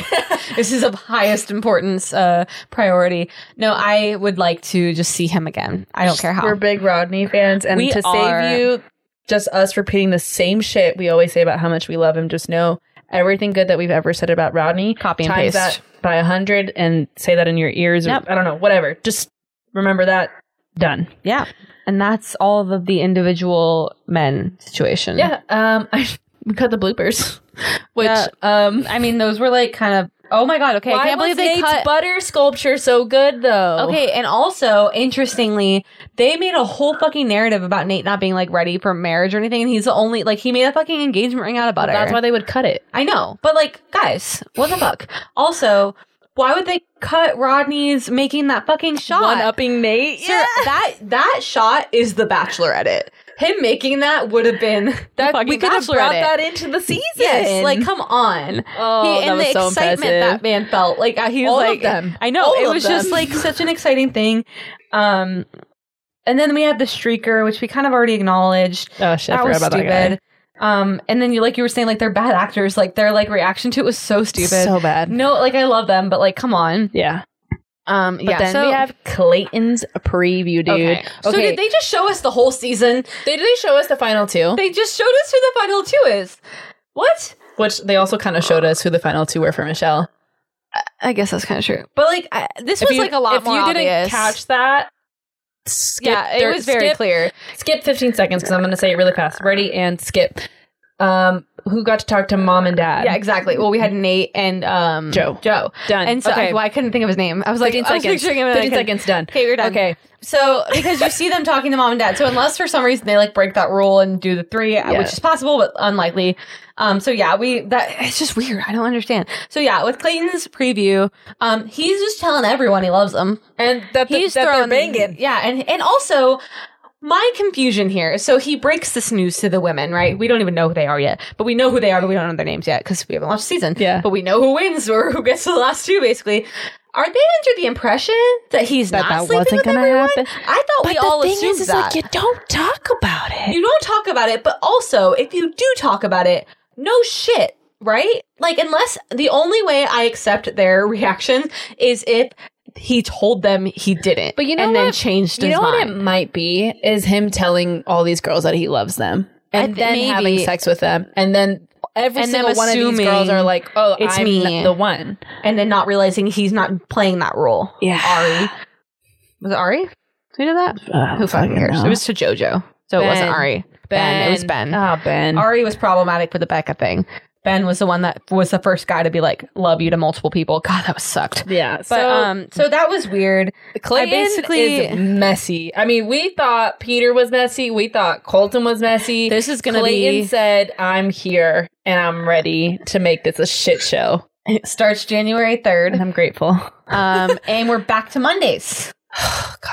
Speaker 3: this is of highest importance, uh, priority. No, I would like to just see him again. I don't care how.
Speaker 2: We're big Rodney fans, and
Speaker 3: We
Speaker 2: to
Speaker 3: are.
Speaker 2: save you, just us repeating the same shit we always say about how much we love him. Just know everything good that we've ever said about Rodney.
Speaker 3: Copy and paste.
Speaker 2: times that by a hundred, and say that in your ears. Or,
Speaker 3: Yep.
Speaker 2: I don't know, whatever. Just remember that. Done.
Speaker 3: Yeah. And that's all of the individual men situation.
Speaker 2: Yeah. Um. I we cut the bloopers, which
Speaker 3: Yeah.
Speaker 2: um.
Speaker 3: I mean, those were like kind of, oh my God. Okay. I can't believe they cut.
Speaker 2: butter sculpture so good though.
Speaker 3: okay. And also, interestingly, they made a whole fucking narrative about Nate not being like ready for marriage or anything. And he's the only, like, he made a fucking engagement ring out of butter.
Speaker 2: That's why they would cut it.
Speaker 3: I know. But like, guys, what the fuck? Also, why would they cut Rodney's making that fucking shot?
Speaker 2: upping Nate.
Speaker 3: Sir, that that shot is the Bachelor edit. him making that would have been
Speaker 1: That-
Speaker 3: fucking
Speaker 1: we could have
Speaker 3: Bachelorette.
Speaker 1: brought that into the season.
Speaker 3: Yes, like come on.
Speaker 1: oh,
Speaker 3: he,
Speaker 1: that
Speaker 3: and
Speaker 1: was
Speaker 3: the
Speaker 1: so
Speaker 3: excitement
Speaker 1: impressive.
Speaker 3: that man felt like uh, he was
Speaker 1: All of
Speaker 3: like
Speaker 1: them.
Speaker 3: I know
Speaker 1: All
Speaker 3: it
Speaker 1: of
Speaker 3: was just
Speaker 1: them.
Speaker 3: like such an exciting thing. Um, and then we had the streaker, which we kind of already acknowledged.
Speaker 1: oh shit, I
Speaker 3: that
Speaker 1: forgot
Speaker 3: was
Speaker 1: about
Speaker 3: stupid.
Speaker 1: that guy.
Speaker 3: Um, and then you like you were saying like they're bad actors. Like their like reaction to it was so stupid.
Speaker 1: So bad.
Speaker 3: no, like I love them, but like come on.
Speaker 1: Yeah.
Speaker 3: Um,
Speaker 1: But
Speaker 3: yeah.
Speaker 1: then
Speaker 3: so
Speaker 1: we have Clayton's preview, dude.
Speaker 3: okay.
Speaker 1: Okay.
Speaker 3: So did they just show us the whole season?
Speaker 2: They did they show us the final two,
Speaker 3: They just showed us who the final two is. What?
Speaker 2: which they also kind of showed us who the final two were for Michelle.
Speaker 3: I guess that's kind of true. But like I, this was
Speaker 2: you-
Speaker 3: like a lot
Speaker 2: if
Speaker 3: more
Speaker 2: you didn't
Speaker 3: obvious.
Speaker 2: catch that, skip,
Speaker 3: yeah, it
Speaker 2: there-
Speaker 3: was very
Speaker 2: skip-
Speaker 3: clear.
Speaker 2: Skip 15 seconds because I'm going to say it really fast. Ready and skip. Um, who got to talk to mom and dad?
Speaker 3: Yeah, exactly. Well, we had Nate and um,
Speaker 2: Joe.
Speaker 3: Joe.
Speaker 2: Done.
Speaker 3: And so
Speaker 2: okay.
Speaker 3: I, well, I couldn't think of his name. I was like,
Speaker 2: 15
Speaker 3: I was
Speaker 2: seconds.
Speaker 3: picturing him. and I
Speaker 2: 15
Speaker 3: couldn't-
Speaker 2: seconds done.
Speaker 3: Okay, you're done.
Speaker 2: Okay.
Speaker 3: So because you see them talking to mom and dad. So unless for some reason they like break that rule and do the three, uh, which is possible but unlikely. Um. So yeah, we that it's just weird. I don't understand. So yeah, with Clayton's preview, um, he's just telling everyone he loves them.
Speaker 2: And that, the,
Speaker 3: He's
Speaker 2: that
Speaker 3: throwing
Speaker 2: they're banging.
Speaker 3: Yeah, and and also my confusion here. So he breaks this news to the women, right? We don't even know who they are yet, but we know who they are, but we don't know their names yet because we haven't watched the season.
Speaker 1: Yeah.
Speaker 3: but we know who wins or who gets the last two, basically. Are they under the impression that he's
Speaker 1: That
Speaker 3: not
Speaker 1: that
Speaker 3: sleeping
Speaker 1: wasn't
Speaker 3: with
Speaker 1: gonna
Speaker 3: everyone?
Speaker 1: happen.
Speaker 3: I thought we all assumed that.
Speaker 1: you don't talk about it.
Speaker 3: you don't talk about it, but also if you do talk about it, no shit, right? Like unless the only way I accept their reaction is if he told them he didn't,
Speaker 2: But you know
Speaker 3: and then
Speaker 2: what?
Speaker 3: changed
Speaker 2: You
Speaker 3: his
Speaker 2: know what
Speaker 3: mind.
Speaker 2: it might be is him telling all these girls that he loves them,
Speaker 3: I
Speaker 2: and
Speaker 3: th-
Speaker 2: then
Speaker 3: maybe.
Speaker 2: having sex with them, and then every
Speaker 3: And them
Speaker 2: single one of these
Speaker 3: assuming
Speaker 2: girls are like, "Oh,
Speaker 3: it's
Speaker 2: I'm
Speaker 3: me."
Speaker 2: the one."
Speaker 3: and then not realizing he's not playing that role.
Speaker 2: Yeah.
Speaker 3: Ari was it Ari? Who did that?
Speaker 2: Oh,
Speaker 3: Who fucking cares? It was to JoJo, so it wasn't
Speaker 2: Ben.
Speaker 3: Ari. Ben. It was Ben.
Speaker 2: Oh, Ben.
Speaker 3: Ari was problematic with the Becca thing. Ben was the one that was the first guy to be like, "Love you" to multiple people. God, that was sucked.
Speaker 2: yeah.
Speaker 3: But
Speaker 2: so
Speaker 3: um, so that was weird.
Speaker 2: Clayton
Speaker 3: basically-
Speaker 2: is messy. I mean, we thought Peter was messy. We thought Colton was messy.
Speaker 3: This is gonna
Speaker 2: Clayton
Speaker 3: be-
Speaker 2: said, "I'm here and I'm ready to make this a shit show."
Speaker 3: It starts January third,
Speaker 2: And I'm grateful.
Speaker 3: um, and we're back to Mondays,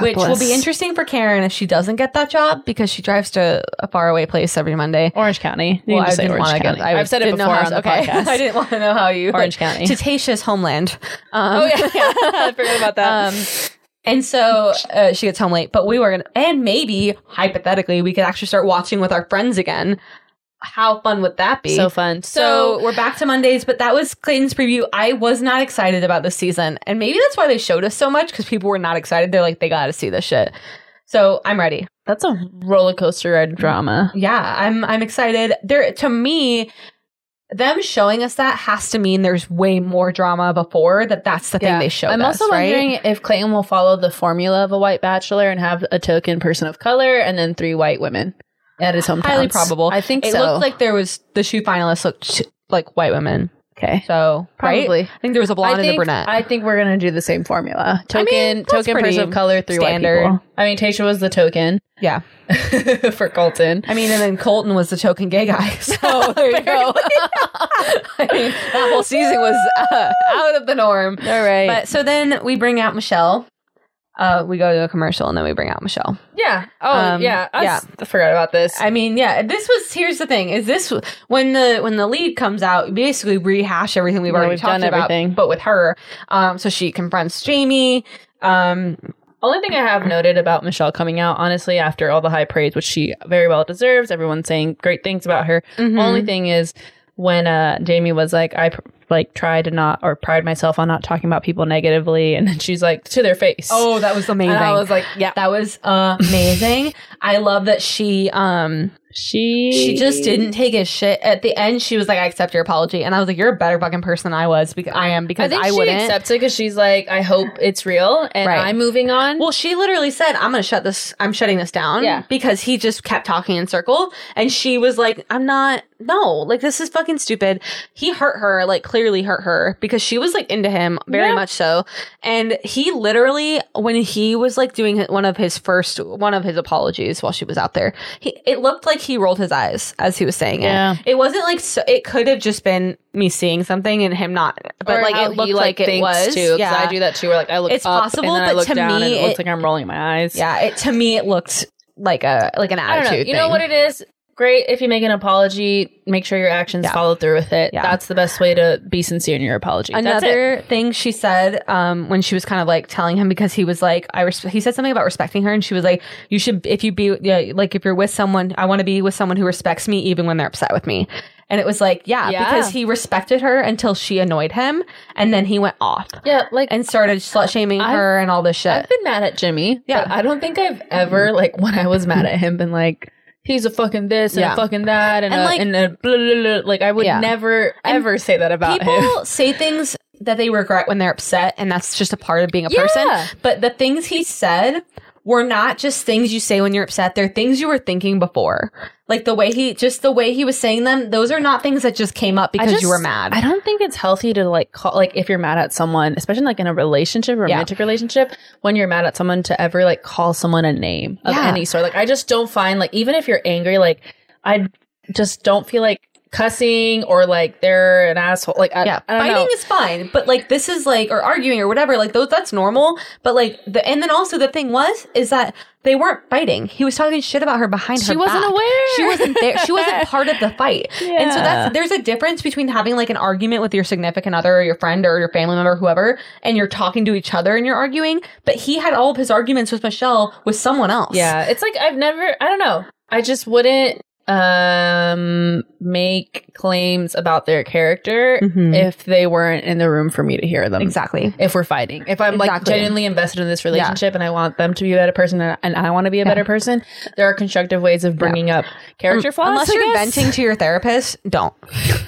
Speaker 3: which will be interesting for Karen if she doesn't get that job because she drives to a faraway place every Monday.
Speaker 2: Orange County. You can just say
Speaker 3: didn't
Speaker 2: Orange
Speaker 3: wanna
Speaker 2: County.
Speaker 3: go- I
Speaker 2: I've said it
Speaker 3: didn't know
Speaker 2: before
Speaker 3: how-
Speaker 2: on the podcast.
Speaker 3: I didn't want to know how you
Speaker 2: Orange County.
Speaker 3: to Tasha's homeland. Um,
Speaker 2: Oh yeah, I forgot about that.
Speaker 3: um, and so uh, she gets home late, but we were, gonna, and maybe hypothetically, we could actually start watching with our friends again. How fun would that be?
Speaker 1: So fun.
Speaker 3: So we're back to Mondays, but that was Clayton's preview. I was not excited about this season, and maybe that's why they showed us so much because people were not excited. They're like, they got to see this shit. So I'm ready.
Speaker 2: That's a roller coaster ride drama.
Speaker 3: Yeah, I'm I'm excited. There to me, them showing us that has to mean there's way more drama before that. That's the thing they showed.
Speaker 2: I'm also
Speaker 3: us, right?
Speaker 2: wondering if Clayton will follow the formula of a white bachelor and have a token person of color and then three white women at his hometown.
Speaker 3: Highly probable.
Speaker 2: I think
Speaker 3: it
Speaker 2: so.
Speaker 3: looked like there was the two finalists looked like white women.
Speaker 2: okay.
Speaker 3: So right?
Speaker 2: Probably.
Speaker 3: I think there was a blonde
Speaker 2: I think,
Speaker 3: and a brunette.
Speaker 2: I think we're gonna do the same formula.
Speaker 3: I mean,
Speaker 2: Token,
Speaker 3: that's
Speaker 2: token
Speaker 3: pretty
Speaker 2: person of color, three
Speaker 3: standard.
Speaker 2: white people. I mean, Tasha was the token
Speaker 3: yeah,
Speaker 2: for Colton.
Speaker 3: I mean, and then Colton was the token gay guy. So Oh, there you go. I mean, that whole season was uh, out of the norm.
Speaker 2: All right.
Speaker 3: But so then we bring out Michelle. Uh, we go to a commercial and then we bring out Michelle.
Speaker 2: yeah. Oh
Speaker 3: Um,
Speaker 2: yeah. I
Speaker 3: yeah.
Speaker 2: s- forgot about this.
Speaker 3: I mean, yeah, this was here's the thing is this when the when the lead comes out, we basically rehash everything we've
Speaker 2: Yeah,
Speaker 3: already
Speaker 2: we've
Speaker 3: talked
Speaker 2: done
Speaker 3: about,
Speaker 2: everything.
Speaker 3: but with her. Um, so she confronts Jamie. Um,
Speaker 2: Only thing I have noted about Michelle coming out, honestly, after all the high praise, which she very well deserves, everyone's saying great things about her.
Speaker 3: Mm-hmm.
Speaker 2: Only thing is when uh, Jamie was like, I pr- like try to not or pride myself on not talking about people negatively, and then she's like to their face.
Speaker 3: oh, that was amazing.
Speaker 2: and I was like, yeah,
Speaker 3: that was amazing. I love that she um
Speaker 2: she
Speaker 3: She just didn't take his shit. At the end, she was like, "I accept your apology," and I was like, "You're a better fucking person than I was because I am
Speaker 2: I
Speaker 3: because
Speaker 2: think
Speaker 3: I,
Speaker 2: she
Speaker 3: wouldn't."
Speaker 2: accepts it because she's like, I hope it's real, and
Speaker 3: Right.
Speaker 2: I'm moving on.
Speaker 3: well, she literally said, "I'm gonna shut this. I'm shutting this down."
Speaker 2: Yeah.
Speaker 3: because he just kept talking in circle, and she was like, "I'm not. No, like this is fucking stupid." He hurt her, like clearly hurt her because she was like into him very
Speaker 2: Yeah.
Speaker 3: much so, and he literally when he was like doing one of his first one of his apologies while she was out there, he it looked like he rolled his eyes as he was saying it.
Speaker 2: yeah.
Speaker 3: It wasn't like so, it could have just been me seeing something and him not, but
Speaker 2: Or
Speaker 3: like
Speaker 2: how
Speaker 3: it
Speaker 2: he,
Speaker 3: looked like, it
Speaker 2: thinks,
Speaker 3: was.
Speaker 2: too. 'cause
Speaker 3: yeah,
Speaker 2: I do that too. Where like I look
Speaker 3: It's
Speaker 2: up
Speaker 3: possible,
Speaker 2: and then I
Speaker 3: but
Speaker 2: look
Speaker 3: to
Speaker 2: down and
Speaker 3: me,
Speaker 2: it looks
Speaker 3: it-
Speaker 2: like I'm rolling my eyes.
Speaker 3: yeah. It to me it looked like a like an
Speaker 2: I
Speaker 3: attitude.
Speaker 2: don't know. You know
Speaker 3: thing.
Speaker 2: what it is? Great if you make an apology, make sure your actions
Speaker 3: Yeah.
Speaker 2: follow through with it.
Speaker 3: Yeah.
Speaker 2: That's the best way to be sincere in your apology. That's it.
Speaker 3: Another thing she said um, when she was kind of like telling him because he was like, I res- he said something about respecting her, and she was like, you should if you be yeah, like if you're with someone, I want to be with someone who respects me even when they're upset with me. And it was like, yeah,
Speaker 2: Yeah.
Speaker 3: because he respected her until she annoyed him, and then he went off
Speaker 2: Yeah, like
Speaker 3: and started slut shaming
Speaker 2: I-
Speaker 3: her and all this shit.
Speaker 2: I've been mad at Jimmy.
Speaker 3: Yeah.
Speaker 2: Yeah. I don't think I've ever, like, when I was mad at him, been like, he's a fucking this and
Speaker 3: Yeah.
Speaker 2: a fucking that and,
Speaker 3: And,
Speaker 2: a,
Speaker 3: like-
Speaker 2: and a blah, blah, blah. Like, I would
Speaker 3: Yeah.
Speaker 2: never,
Speaker 3: And
Speaker 2: ever say that about
Speaker 3: People
Speaker 2: him.
Speaker 3: say things that they regret when they're upset, and that's just a part of being a
Speaker 2: Yeah.
Speaker 3: person. But the things he said were not just things you say when you're upset. They're things you were thinking before. Like the way he, just the way he was saying them, those are not things that just came up because
Speaker 2: just-
Speaker 3: you were mad.
Speaker 2: I don't think it's healthy to, like, call, like, if you're mad at someone, especially, like, in a relationship, romantic relationship, when you're mad at someone to ever, like, call someone a name of
Speaker 3: Yeah.
Speaker 2: any sort. Like, I just don't find, like, even if you're angry, like, I just don't feel like cussing or, like, they're an asshole. Like, I,
Speaker 3: yeah,
Speaker 2: Uh, I don't know.
Speaker 3: fighting is fine, but like this is like or arguing or whatever, like those that's normal. But like the and then also the thing was is that they weren't fighting. He was talking shit about her behind her.
Speaker 2: She wasn't
Speaker 3: back.
Speaker 2: aware.
Speaker 3: She wasn't there. She wasn't part of the fight. And so that's there's a difference between having like an argument with your significant other or your friend or your family member, whoever, and you're talking to each other and you're arguing. But he had all of his arguments with Michelle with someone else.
Speaker 2: Yeah, it's like I've never I don't know. I just wouldn't um make claims about their character
Speaker 3: Mhm.
Speaker 2: if they weren't in the room for me to hear them.
Speaker 3: Exactly.
Speaker 2: If we're fighting. If I'm like
Speaker 3: Exactly.
Speaker 2: genuinely invested in this relationship and I want them to be a better person and, and I want to be a better person, there are constructive ways of bringing up character flaws.
Speaker 3: Mm, Unless
Speaker 2: I
Speaker 3: you're
Speaker 2: guess.
Speaker 3: venting to your therapist, don't.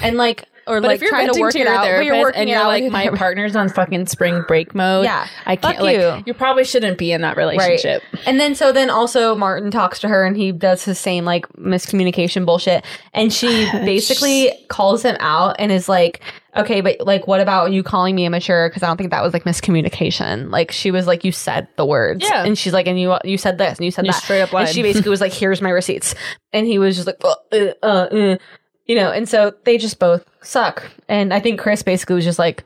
Speaker 3: And like or
Speaker 2: But
Speaker 3: like
Speaker 2: if you're
Speaker 3: trying to
Speaker 2: venting
Speaker 3: work
Speaker 2: to
Speaker 3: it
Speaker 2: your
Speaker 3: out, but
Speaker 2: therapist
Speaker 3: you're working
Speaker 2: and
Speaker 3: it
Speaker 2: you're
Speaker 3: out
Speaker 2: like,
Speaker 3: with
Speaker 2: my
Speaker 3: your-
Speaker 2: partner's on fucking spring break mode.
Speaker 3: Yeah.
Speaker 2: I can't.
Speaker 3: Fuck
Speaker 2: like,
Speaker 3: you.
Speaker 2: you. probably shouldn't be in that relationship.
Speaker 3: And then so then also Martin talks to her and he does his same like miscommunication bullshit. And she basically calls him out and is like, okay, but like, what about you calling me immature? Cause I don't think that was like miscommunication. Like she was like, you said the words.
Speaker 2: Yeah.
Speaker 3: And she's like, and you, you said this and you said
Speaker 2: You
Speaker 3: that.
Speaker 2: straight up
Speaker 3: and
Speaker 2: lied.
Speaker 3: she basically was like, here's my receipts. And he was just like, uh, uh, uh, uh, you know, and so they just both suck. And I think Chris basically was just like,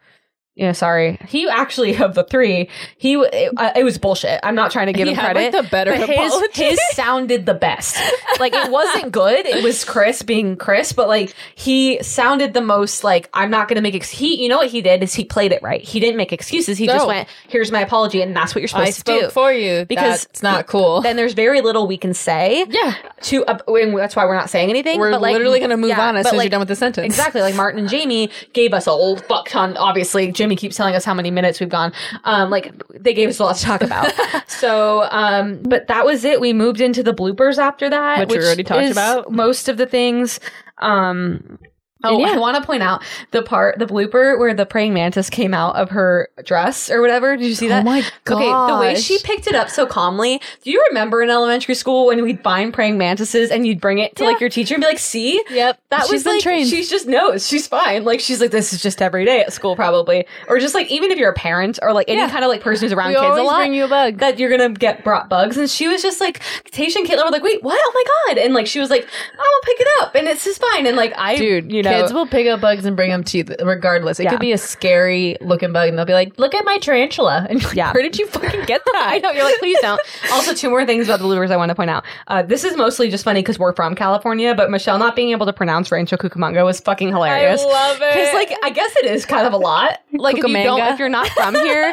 Speaker 3: yeah, sorry. He actually of the three, he w- it, uh, it was bullshit. I'm not trying to give
Speaker 2: He
Speaker 3: him
Speaker 2: had,
Speaker 3: credit.
Speaker 2: like, the better
Speaker 3: but his,
Speaker 2: apology.
Speaker 3: his sounded the best. Like it wasn't good. It was Chris being Chris, but like he sounded the most like I'm not going to make ex- he. You know what he did is he played it right. He didn't make excuses. He just
Speaker 2: No.
Speaker 3: went, "Here's my apology," and that's what you're supposed
Speaker 2: I
Speaker 3: to do.
Speaker 2: spoke for you
Speaker 3: Because-
Speaker 2: because it's not cool.
Speaker 3: then there's very little we can say.
Speaker 2: yeah.
Speaker 3: To uh, and that's why we're not saying anything.
Speaker 2: We're
Speaker 3: but, like,
Speaker 2: literally going to move
Speaker 3: yeah,
Speaker 2: on as
Speaker 3: but,
Speaker 2: soon as
Speaker 3: like,
Speaker 2: you're done with the sentence.
Speaker 3: Exactly. Like Martin and Jamie gave us a whole fuck ton. Obviously, Jimmy keeps telling us how many minutes we've gone. Um, like they gave us a lot to talk about. so, um, but that was it. We moved into the bloopers after that,
Speaker 2: Which we already talked
Speaker 3: is
Speaker 2: about.
Speaker 3: Most of the things. Um, Oh,
Speaker 2: yeah.
Speaker 3: I want to point out the part, the blooper where the praying mantis came out of her dress or whatever. Did you see that?
Speaker 2: Oh my
Speaker 3: Okay, the way she
Speaker 2: gosh.
Speaker 3: picked it up so calmly. Do you remember in elementary school when we'd find praying mantises and you'd bring it to like your teacher and be like, "See,
Speaker 2: Yep.
Speaker 3: that
Speaker 2: She's
Speaker 3: was
Speaker 2: been
Speaker 3: like
Speaker 2: trained.
Speaker 3: she's just knows she's fine. Like she's like this is just every day at school probably, or just like even if you're a parent or like any kind of like person who's around
Speaker 2: We
Speaker 3: kids a
Speaker 2: always
Speaker 3: lot,
Speaker 2: bring you a bug.
Speaker 3: that you're gonna get brought bugs. And she was just like Tasha and Caitlin were like, wait, what? Oh my god! And like she was like, I'll pick it up and it's just fine. And like I,
Speaker 2: Dude,
Speaker 3: you know,
Speaker 2: kids will pick up bugs and bring them to you, th- regardless. It
Speaker 3: Yeah.
Speaker 2: could be a scary looking bug, and they'll be like, "Look at my tarantula!" And you're like,
Speaker 3: Yeah.
Speaker 2: where did you fucking get that?
Speaker 3: I know you're like, please don't. also, two more things about the bloopers I want to point out. Uh, this is mostly just funny because we're from California, but Michelle not being able to pronounce Rancho Cucamonga was fucking hilarious.
Speaker 2: love it.
Speaker 3: Because like I guess it is kind of a lot. Like if you don't,
Speaker 2: Cucamonga.
Speaker 3: if you're not from here,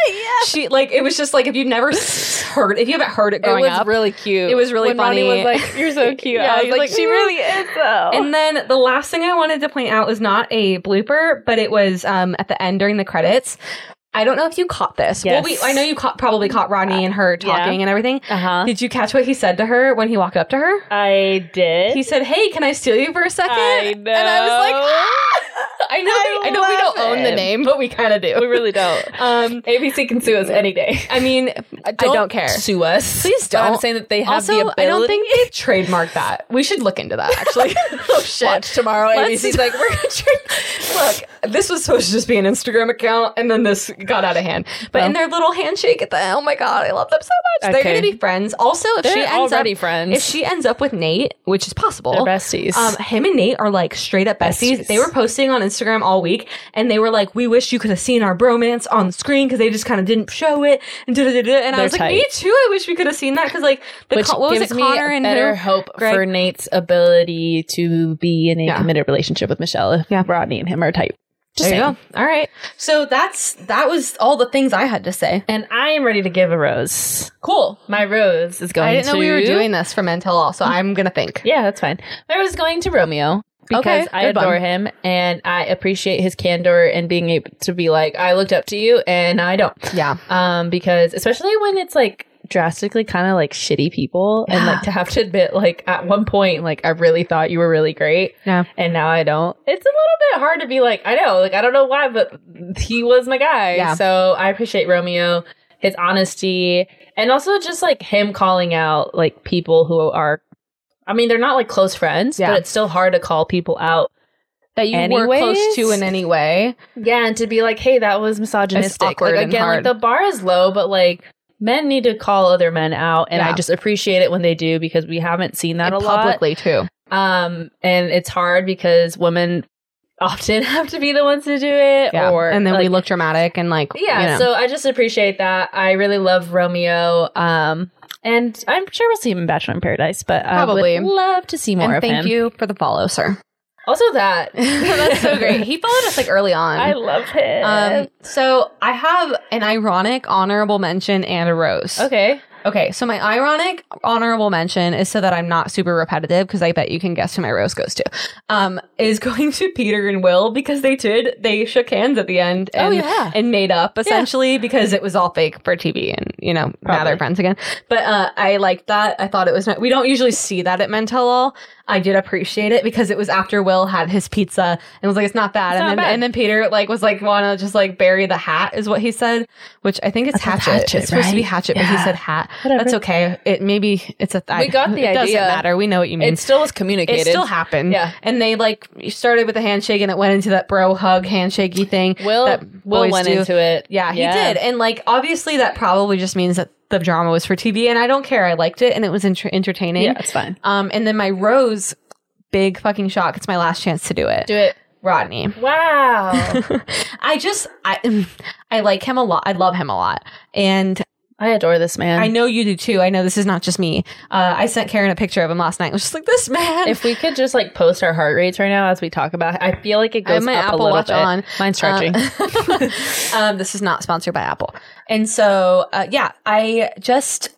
Speaker 3: she like it was just like if you've never s- heard, if you haven't heard it
Speaker 2: It
Speaker 3: growing
Speaker 2: was
Speaker 3: up,
Speaker 2: really cute.
Speaker 3: It was really
Speaker 2: When Ronnie
Speaker 3: funny.
Speaker 2: was like, "You're so cute."
Speaker 3: Yeah,
Speaker 2: I was
Speaker 3: he's
Speaker 2: like,
Speaker 3: like,
Speaker 2: "She
Speaker 3: "Mm."
Speaker 2: really is though."
Speaker 3: And then the last thing I wanted to point out was not a blooper, but it was um, at the end during the credits. I don't know if you caught this. Well, we,
Speaker 2: Yes.
Speaker 3: I know you caught, probably caught Rodney and her talking and everything.
Speaker 2: Uh-huh.
Speaker 3: Did you catch what he said to her when he walked up to her?
Speaker 2: I did.
Speaker 3: He said, "Hey, can I steal you for a second?
Speaker 2: I
Speaker 3: And I was like,
Speaker 2: know.
Speaker 3: "Ah!" "I know,
Speaker 2: I
Speaker 3: we- I, know, we
Speaker 2: love
Speaker 3: don't own the
Speaker 2: it.
Speaker 3: name, but we kind of do."
Speaker 2: we really don't.
Speaker 3: Um,
Speaker 2: ABC can sue us any day.
Speaker 3: I mean, I don't, care.
Speaker 2: Sue us.
Speaker 3: Please
Speaker 2: But I'm
Speaker 3: don't.
Speaker 2: saying that they have
Speaker 3: Also,
Speaker 2: the ability.
Speaker 3: I don't think they trademarked that. We should look into that. Actually, oh shit.
Speaker 2: Watch tomorrow.
Speaker 3: Let's-
Speaker 2: ABC's like, we're gonna
Speaker 3: Look, this was supposed to just be an Instagram account, and then this got out of hand. But in their little handshake at the oh my god, I love them so much. They're
Speaker 2: Okay.
Speaker 3: gonna be friends. Also, if she
Speaker 2: They're
Speaker 3: ends
Speaker 2: already
Speaker 3: up
Speaker 2: friends.
Speaker 3: if she ends up with Nate, which is possible,
Speaker 2: They're besties.
Speaker 3: Um, him and Um, Nate are like straight up besties.
Speaker 2: Besties.
Speaker 3: They were posting on Instagram all week, and they were like, "We wish you could have seen our bromance on the screen because they just kind of didn't show it." And, da, da, da, da. and I
Speaker 2: They're
Speaker 3: was like, "Me
Speaker 2: tight.
Speaker 3: too. I wish we could have seen that because like the
Speaker 2: Which
Speaker 3: co- what was it,
Speaker 2: gives me
Speaker 3: Connor
Speaker 2: a
Speaker 3: and
Speaker 2: better
Speaker 3: who?
Speaker 2: hope
Speaker 3: Greg?
Speaker 2: for Nate's ability to be in a
Speaker 3: Yeah.
Speaker 2: committed relationship with Michelle if
Speaker 3: Yeah.
Speaker 2: Rodney and him are tight. Just
Speaker 3: there you
Speaker 2: saying.
Speaker 3: go. All right. So that's that was all the things I had to say.
Speaker 2: And I am ready to give a rose.
Speaker 3: Cool.
Speaker 2: My rose is going.
Speaker 3: I didn't know we were
Speaker 2: to-
Speaker 3: doing this from Intel All, so I'm gonna think.
Speaker 2: Yeah, that's fine. My rose is going to Romeo because
Speaker 3: Okay,
Speaker 2: I
Speaker 3: good one.
Speaker 2: adore him and I appreciate his candor and being able to be like, I looked up to you and I don't.
Speaker 3: Yeah.
Speaker 2: um because especially when it's like drastically kind of like shitty people and
Speaker 3: Yeah.
Speaker 2: like to have to admit like at one point like i really thought you were really great
Speaker 3: Yeah.
Speaker 2: and now i don't it's a little bit hard to be like i know like i don't know why but he was my guy
Speaker 3: Yeah.
Speaker 2: so i appreciate romeo his honesty and also just like him calling out like people who are i mean they're not like close friends
Speaker 3: Yeah.
Speaker 2: but it's still hard to call people out
Speaker 3: That you were close
Speaker 2: Anyways.
Speaker 3: to in any way.
Speaker 2: yeah, and to be like, hey, that was misogynistic.
Speaker 3: It's awkward
Speaker 2: like
Speaker 3: and
Speaker 2: again,
Speaker 3: hard.
Speaker 2: like the bar is low, but like men need to call other men out, and I
Speaker 3: Yeah.
Speaker 2: just appreciate it when they do because we haven't seen that
Speaker 3: and
Speaker 2: a
Speaker 3: publicly too.
Speaker 2: lot. Um, and it's hard because women often have to be the ones to do it, or
Speaker 3: and then we
Speaker 2: like-
Speaker 3: look dramatic and like
Speaker 2: Yeah,
Speaker 3: you know.
Speaker 2: so I just appreciate that. I really love Romeo. Um, and I'm sure we'll see him in Bachelor in Paradise, but I
Speaker 3: Probably.
Speaker 2: would love to see more
Speaker 3: and
Speaker 2: of
Speaker 3: thank
Speaker 2: him.
Speaker 3: you for the follow, sir.
Speaker 2: Also, that
Speaker 3: That's so great. He followed us like early on.
Speaker 2: I love him.
Speaker 3: um, so I have an ironic honorable mention and a rose.
Speaker 2: okay.
Speaker 3: Okay. So my ironic honorable mention is so that I'm not super repetitive because I bet you can guess who my rose goes to. Um, is going to Peter and Will because they did they shook hands at the end. And,
Speaker 2: Oh, yeah.
Speaker 3: And made up essentially because it was all fake for TV and you know now
Speaker 2: Probably.
Speaker 3: they're friends again. But uh, I liked that. I thought it was. Nice. We don't usually see that at Mentel All. I did appreciate it because it was after Will had his pizza and was like, "It's not bad."
Speaker 2: It's
Speaker 3: and
Speaker 2: not
Speaker 3: then
Speaker 2: bad.
Speaker 3: and then Peter like was like, "Want to just like bury the hat?" Is what he said, which I think it's
Speaker 2: That's
Speaker 3: hatchet.
Speaker 2: hatchet,
Speaker 3: It's supposed to be
Speaker 2: right?
Speaker 3: hatchet, but he
Speaker 2: Yeah.
Speaker 3: said hat.
Speaker 2: Whatever.
Speaker 3: That's okay. It maybe it's a. Th-
Speaker 2: We got the
Speaker 3: it Doesn't
Speaker 2: idea.
Speaker 3: matter. We know what you mean.
Speaker 2: It still was communicated.
Speaker 3: it still happened.
Speaker 2: Yeah.
Speaker 3: And they like started with a handshake and it went into that bro hug handshakey thing.
Speaker 2: Will
Speaker 3: that
Speaker 2: Will
Speaker 3: boys
Speaker 2: went
Speaker 3: do.
Speaker 2: into it.
Speaker 3: Yeah, he did. And like, obviously, that probably just means that the drama was for TV, and I don't care. I liked it, and it was enter- entertaining.
Speaker 2: Yeah, it's fine.
Speaker 3: Um, and then my rose, big fucking shock. It's my last chance to do it.
Speaker 2: Do it.
Speaker 3: Rodney.
Speaker 2: Wow.
Speaker 3: I just I I like him a lot. I love him a lot, and
Speaker 2: I adore this man.
Speaker 3: I know you do too. I know this is not just me. Uh, I sent Karen a picture of him last night. I was just like, this man.
Speaker 2: If we could just like post our heart rates right now as we talk about, it, I feel like it
Speaker 3: I have
Speaker 2: goes
Speaker 3: my
Speaker 2: up
Speaker 3: Apple
Speaker 2: a little
Speaker 3: Watch
Speaker 2: bit.
Speaker 3: on.
Speaker 2: Mine's charging.
Speaker 3: Uh, um, this is not sponsored by Apple. And so, uh, yeah, I just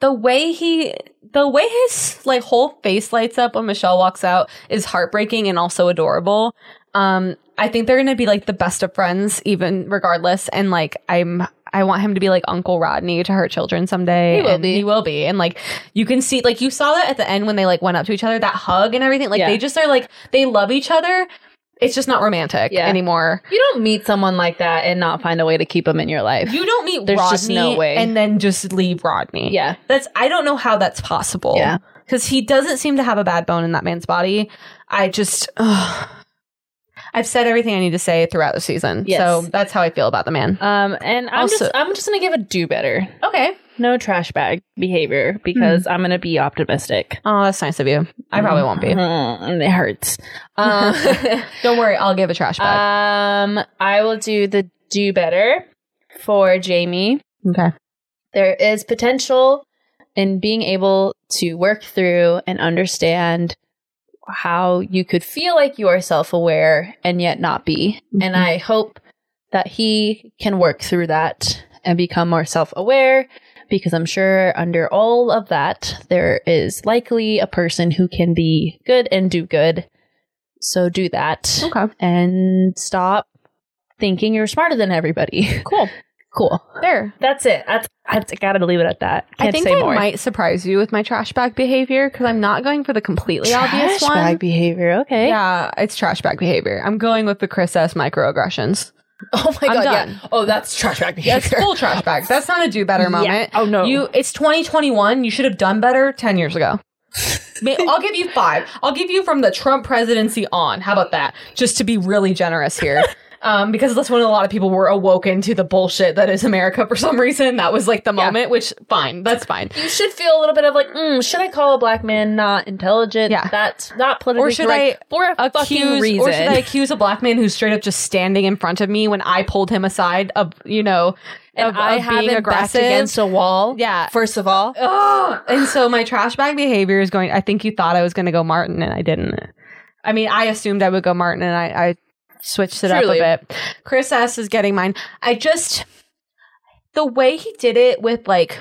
Speaker 3: the way he the way his like whole face lights up when Michelle walks out is heartbreaking and also adorable. Um, I think they're gonna be like the best of friends, even regardless. And like, I'm I want him to be like Uncle Rodney to her children someday.
Speaker 2: He will
Speaker 3: and
Speaker 2: be.
Speaker 3: He will be. And like, you can see like you saw that at the end when they like went up to each other, that hug and everything. Like
Speaker 2: Yeah.
Speaker 3: they just are like they love each other. It's just not romantic
Speaker 2: Yeah.
Speaker 3: anymore.
Speaker 2: you don't meet someone like that and not find a way to keep them in your life.
Speaker 3: You don't meet
Speaker 2: There's
Speaker 3: Rodney
Speaker 2: just no way.
Speaker 3: and then just leave Rodney.
Speaker 2: yeah.
Speaker 3: That's I don't know how that's possible.
Speaker 2: Yeah.
Speaker 3: Cuz he doesn't seem to have a bad bone in that man's body. I just ugh. I've said everything I need to say throughout the season.
Speaker 2: Yes.
Speaker 3: So that's how I feel about the man.
Speaker 2: Um, and I'm
Speaker 3: Also-
Speaker 2: just I'm just gonna give a do better.
Speaker 3: Okay.
Speaker 2: No trash bag behavior because I'm gonna be optimistic.
Speaker 3: Oh, that's nice of you. Hmm. I probably won't be.
Speaker 2: Mm, and it hurts. Um,
Speaker 3: Don't worry, I'll give a trash bag.
Speaker 2: Um, I will do the do better for Jamie.
Speaker 3: okay.
Speaker 2: There is potential in being able to work through and understand how you could feel like you are self aware and yet not be. And I hope that he can work through that and become more self aware because I'm sure under all of that, there is likely a person who can be good and do good. So do that
Speaker 3: Okay.
Speaker 2: and stop thinking you're smarter than everybody.
Speaker 3: Cool.
Speaker 2: cool.
Speaker 3: There.
Speaker 2: That's it. That's I gotta leave it at that. Can't
Speaker 3: I think
Speaker 2: say
Speaker 3: I
Speaker 2: more.
Speaker 3: might surprise you with my trash bag behavior because I'm not going for the completely obvious one.
Speaker 2: bag behavior. Okay.
Speaker 3: Yeah, it's trash bag behavior. I'm going with the Chris S microaggressions.
Speaker 2: Oh my
Speaker 3: I'm
Speaker 2: god.
Speaker 3: done.
Speaker 2: Yeah. Oh, that's trash bag behavior.
Speaker 3: That's full trash bag. That's not a do better moment.
Speaker 2: Oh no.
Speaker 3: You, it's 2021. You should have done better 10 years ago. Ma- I'll give you five. I'll give you from the Trump presidency on. How about that? Just to be really generous here. um, because that's when a lot of people were awoken to the bullshit that is America for some reason. That was like the
Speaker 2: Yeah.
Speaker 3: moment, which fine, that's fine.
Speaker 2: You should feel a little bit of like, mm, should I call a black man not intelligent?
Speaker 3: Yeah.
Speaker 2: That's not politically
Speaker 3: Or should
Speaker 2: correct
Speaker 3: I
Speaker 2: for a fucking
Speaker 3: Accuse,
Speaker 2: reason.
Speaker 3: or should I accuse a black man who's straight up just standing in front of me when I pulled him aside of you know
Speaker 2: and
Speaker 3: of,
Speaker 2: I
Speaker 3: of
Speaker 2: haven't
Speaker 3: being
Speaker 2: backed
Speaker 3: aggressive?
Speaker 2: against a wall.
Speaker 3: yeah,
Speaker 2: First of all,
Speaker 3: Ugh. And so my trash bag behavior is going. I think you thought I was going to go Martin, and I didn't. I mean, I assumed I would go Martin, and I, I switched it
Speaker 2: Truly.
Speaker 3: up a bit. Chris S is getting mine. I just the way he did it with like.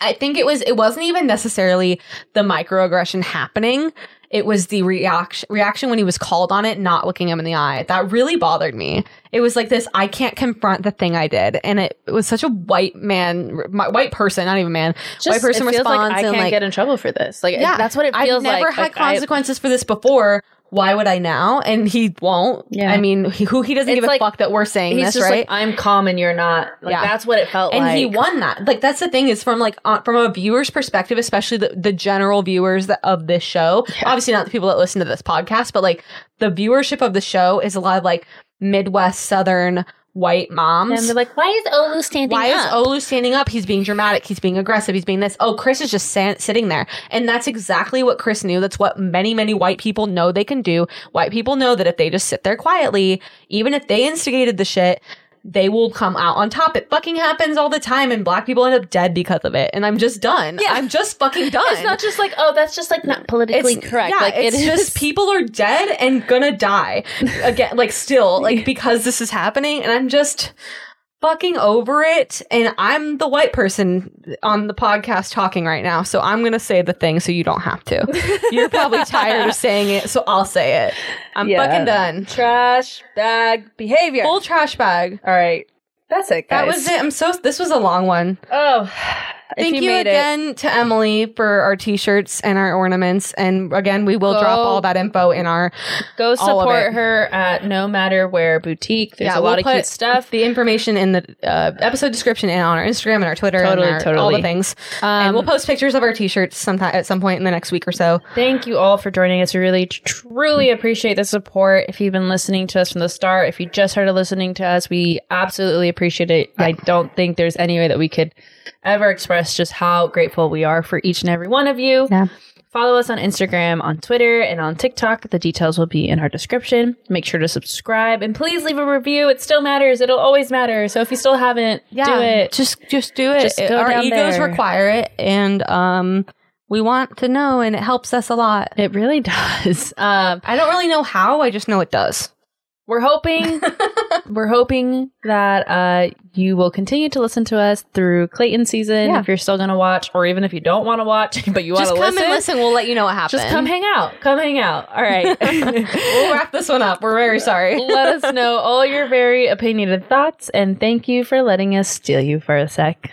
Speaker 3: I think it was. It wasn't even necessarily the microaggression happening. It was the reaction reaction when he was called on it, not looking him in the eye. That really bothered me. It was like this. I can't confront the thing I did, and it, it was such a white man, my, white person, not even man,
Speaker 2: just,
Speaker 3: white person
Speaker 2: it feels
Speaker 3: response.
Speaker 2: like I
Speaker 3: and
Speaker 2: can't
Speaker 3: like,
Speaker 2: get in trouble for this. Like,
Speaker 3: Yeah.
Speaker 2: that's what it
Speaker 3: I've
Speaker 2: feels
Speaker 3: never
Speaker 2: like.
Speaker 3: had
Speaker 2: Like, I-
Speaker 3: consequences for this before. Why would I now? And he won't.
Speaker 2: Yeah.
Speaker 3: I mean, he, who he doesn't
Speaker 2: It's
Speaker 3: give
Speaker 2: like-
Speaker 3: a fuck that we're saying
Speaker 2: he's
Speaker 3: this,
Speaker 2: just
Speaker 3: right?
Speaker 2: like, I'm calm and you're not. Like,
Speaker 3: Yeah.
Speaker 2: that's what it felt
Speaker 3: and
Speaker 2: like.
Speaker 3: he won that. Like that's the thing is from like uh, from a viewer's perspective, especially the, the general viewers that, of this show. Obviously, not the people that listen to this podcast, but like the viewership of the show is a lot of like Midwest Southern white moms.
Speaker 2: and they're like, why is Olu standing
Speaker 3: Why
Speaker 2: up?
Speaker 3: is Olu standing up? He's being dramatic. He's being aggressive. He's being this. Oh, Chris is just san- sitting there. And that's exactly what Chris knew. That's what many, many white people know they can do. White people know that if they just sit there quietly, even if they instigated the shit, they will come out on top. It fucking happens all the time, and black people end up dead because of it. And I'm just done. I'm just fucking done.
Speaker 2: it's not just like, oh, that's just like not politically correct.
Speaker 3: Yeah,
Speaker 2: like,
Speaker 3: it's
Speaker 2: it is
Speaker 3: just people are dead and gonna die again, like still, like because this is happening, and I'm just fucking over it. And I'm the white person on the podcast talking right now, so I'm gonna say the thing so you don't have to. You're probably tired of saying it, so I'll say it. I'm
Speaker 2: Yeah.
Speaker 3: fucking done.
Speaker 2: trash bag behavior.
Speaker 3: Full trash bag.
Speaker 2: All right. That's it,
Speaker 3: That was it. I'm so. This was a long one.
Speaker 2: Oh,
Speaker 3: Thank you, again to Emily for our t-shirts and our ornaments. And again, we will drop
Speaker 2: Go.
Speaker 3: all that info in our
Speaker 2: go
Speaker 3: all of it.
Speaker 2: support her at No Matter Where Boutique. There's a lot
Speaker 3: we'll
Speaker 2: of cute
Speaker 3: put
Speaker 2: stuff.
Speaker 3: The information in the uh, episode description and on our Instagram and our Twitter
Speaker 2: Totally,
Speaker 3: and our, all
Speaker 2: totally.
Speaker 3: the things.
Speaker 2: Um,
Speaker 3: and we'll post pictures of our t-shirts sometime at some point in the next week or so.
Speaker 2: Thank you all for joining us. We really, tr- truly appreciate the support. If you've been listening to us from the start, if you just started listening to us, we absolutely appreciate it. I don't think there's any way that we could ever express just how grateful we are for each and every one of you.
Speaker 3: Yeah.
Speaker 2: Follow us on Instagram, on Twitter, and on TikTok. The details will be in our description. Make sure to subscribe and please leave a review. It still matters. It'll always matter. So if you still haven't, do it.
Speaker 3: Just just do it.
Speaker 2: Just
Speaker 3: It-
Speaker 2: go
Speaker 3: our
Speaker 2: down
Speaker 3: egos
Speaker 2: there.
Speaker 3: require it and um we want to know and it helps us a lot.
Speaker 2: It really does. Um,
Speaker 3: I don't really know how, I just know it does.
Speaker 2: we're hoping we're hoping that uh, you will continue to listen to us through Clayton season
Speaker 3: Yeah.
Speaker 2: if you're still going to watch, or even if you don't want to watch but you want
Speaker 3: Just
Speaker 2: to
Speaker 3: come
Speaker 2: listen.
Speaker 3: and listen. We'll let you know what happens.
Speaker 2: Just come hang out. Come hang out. All right.
Speaker 3: We'll wrap this one up. We're very sorry.
Speaker 2: Let us know all your very opinionated thoughts, and thank you for letting us steal you for a sec.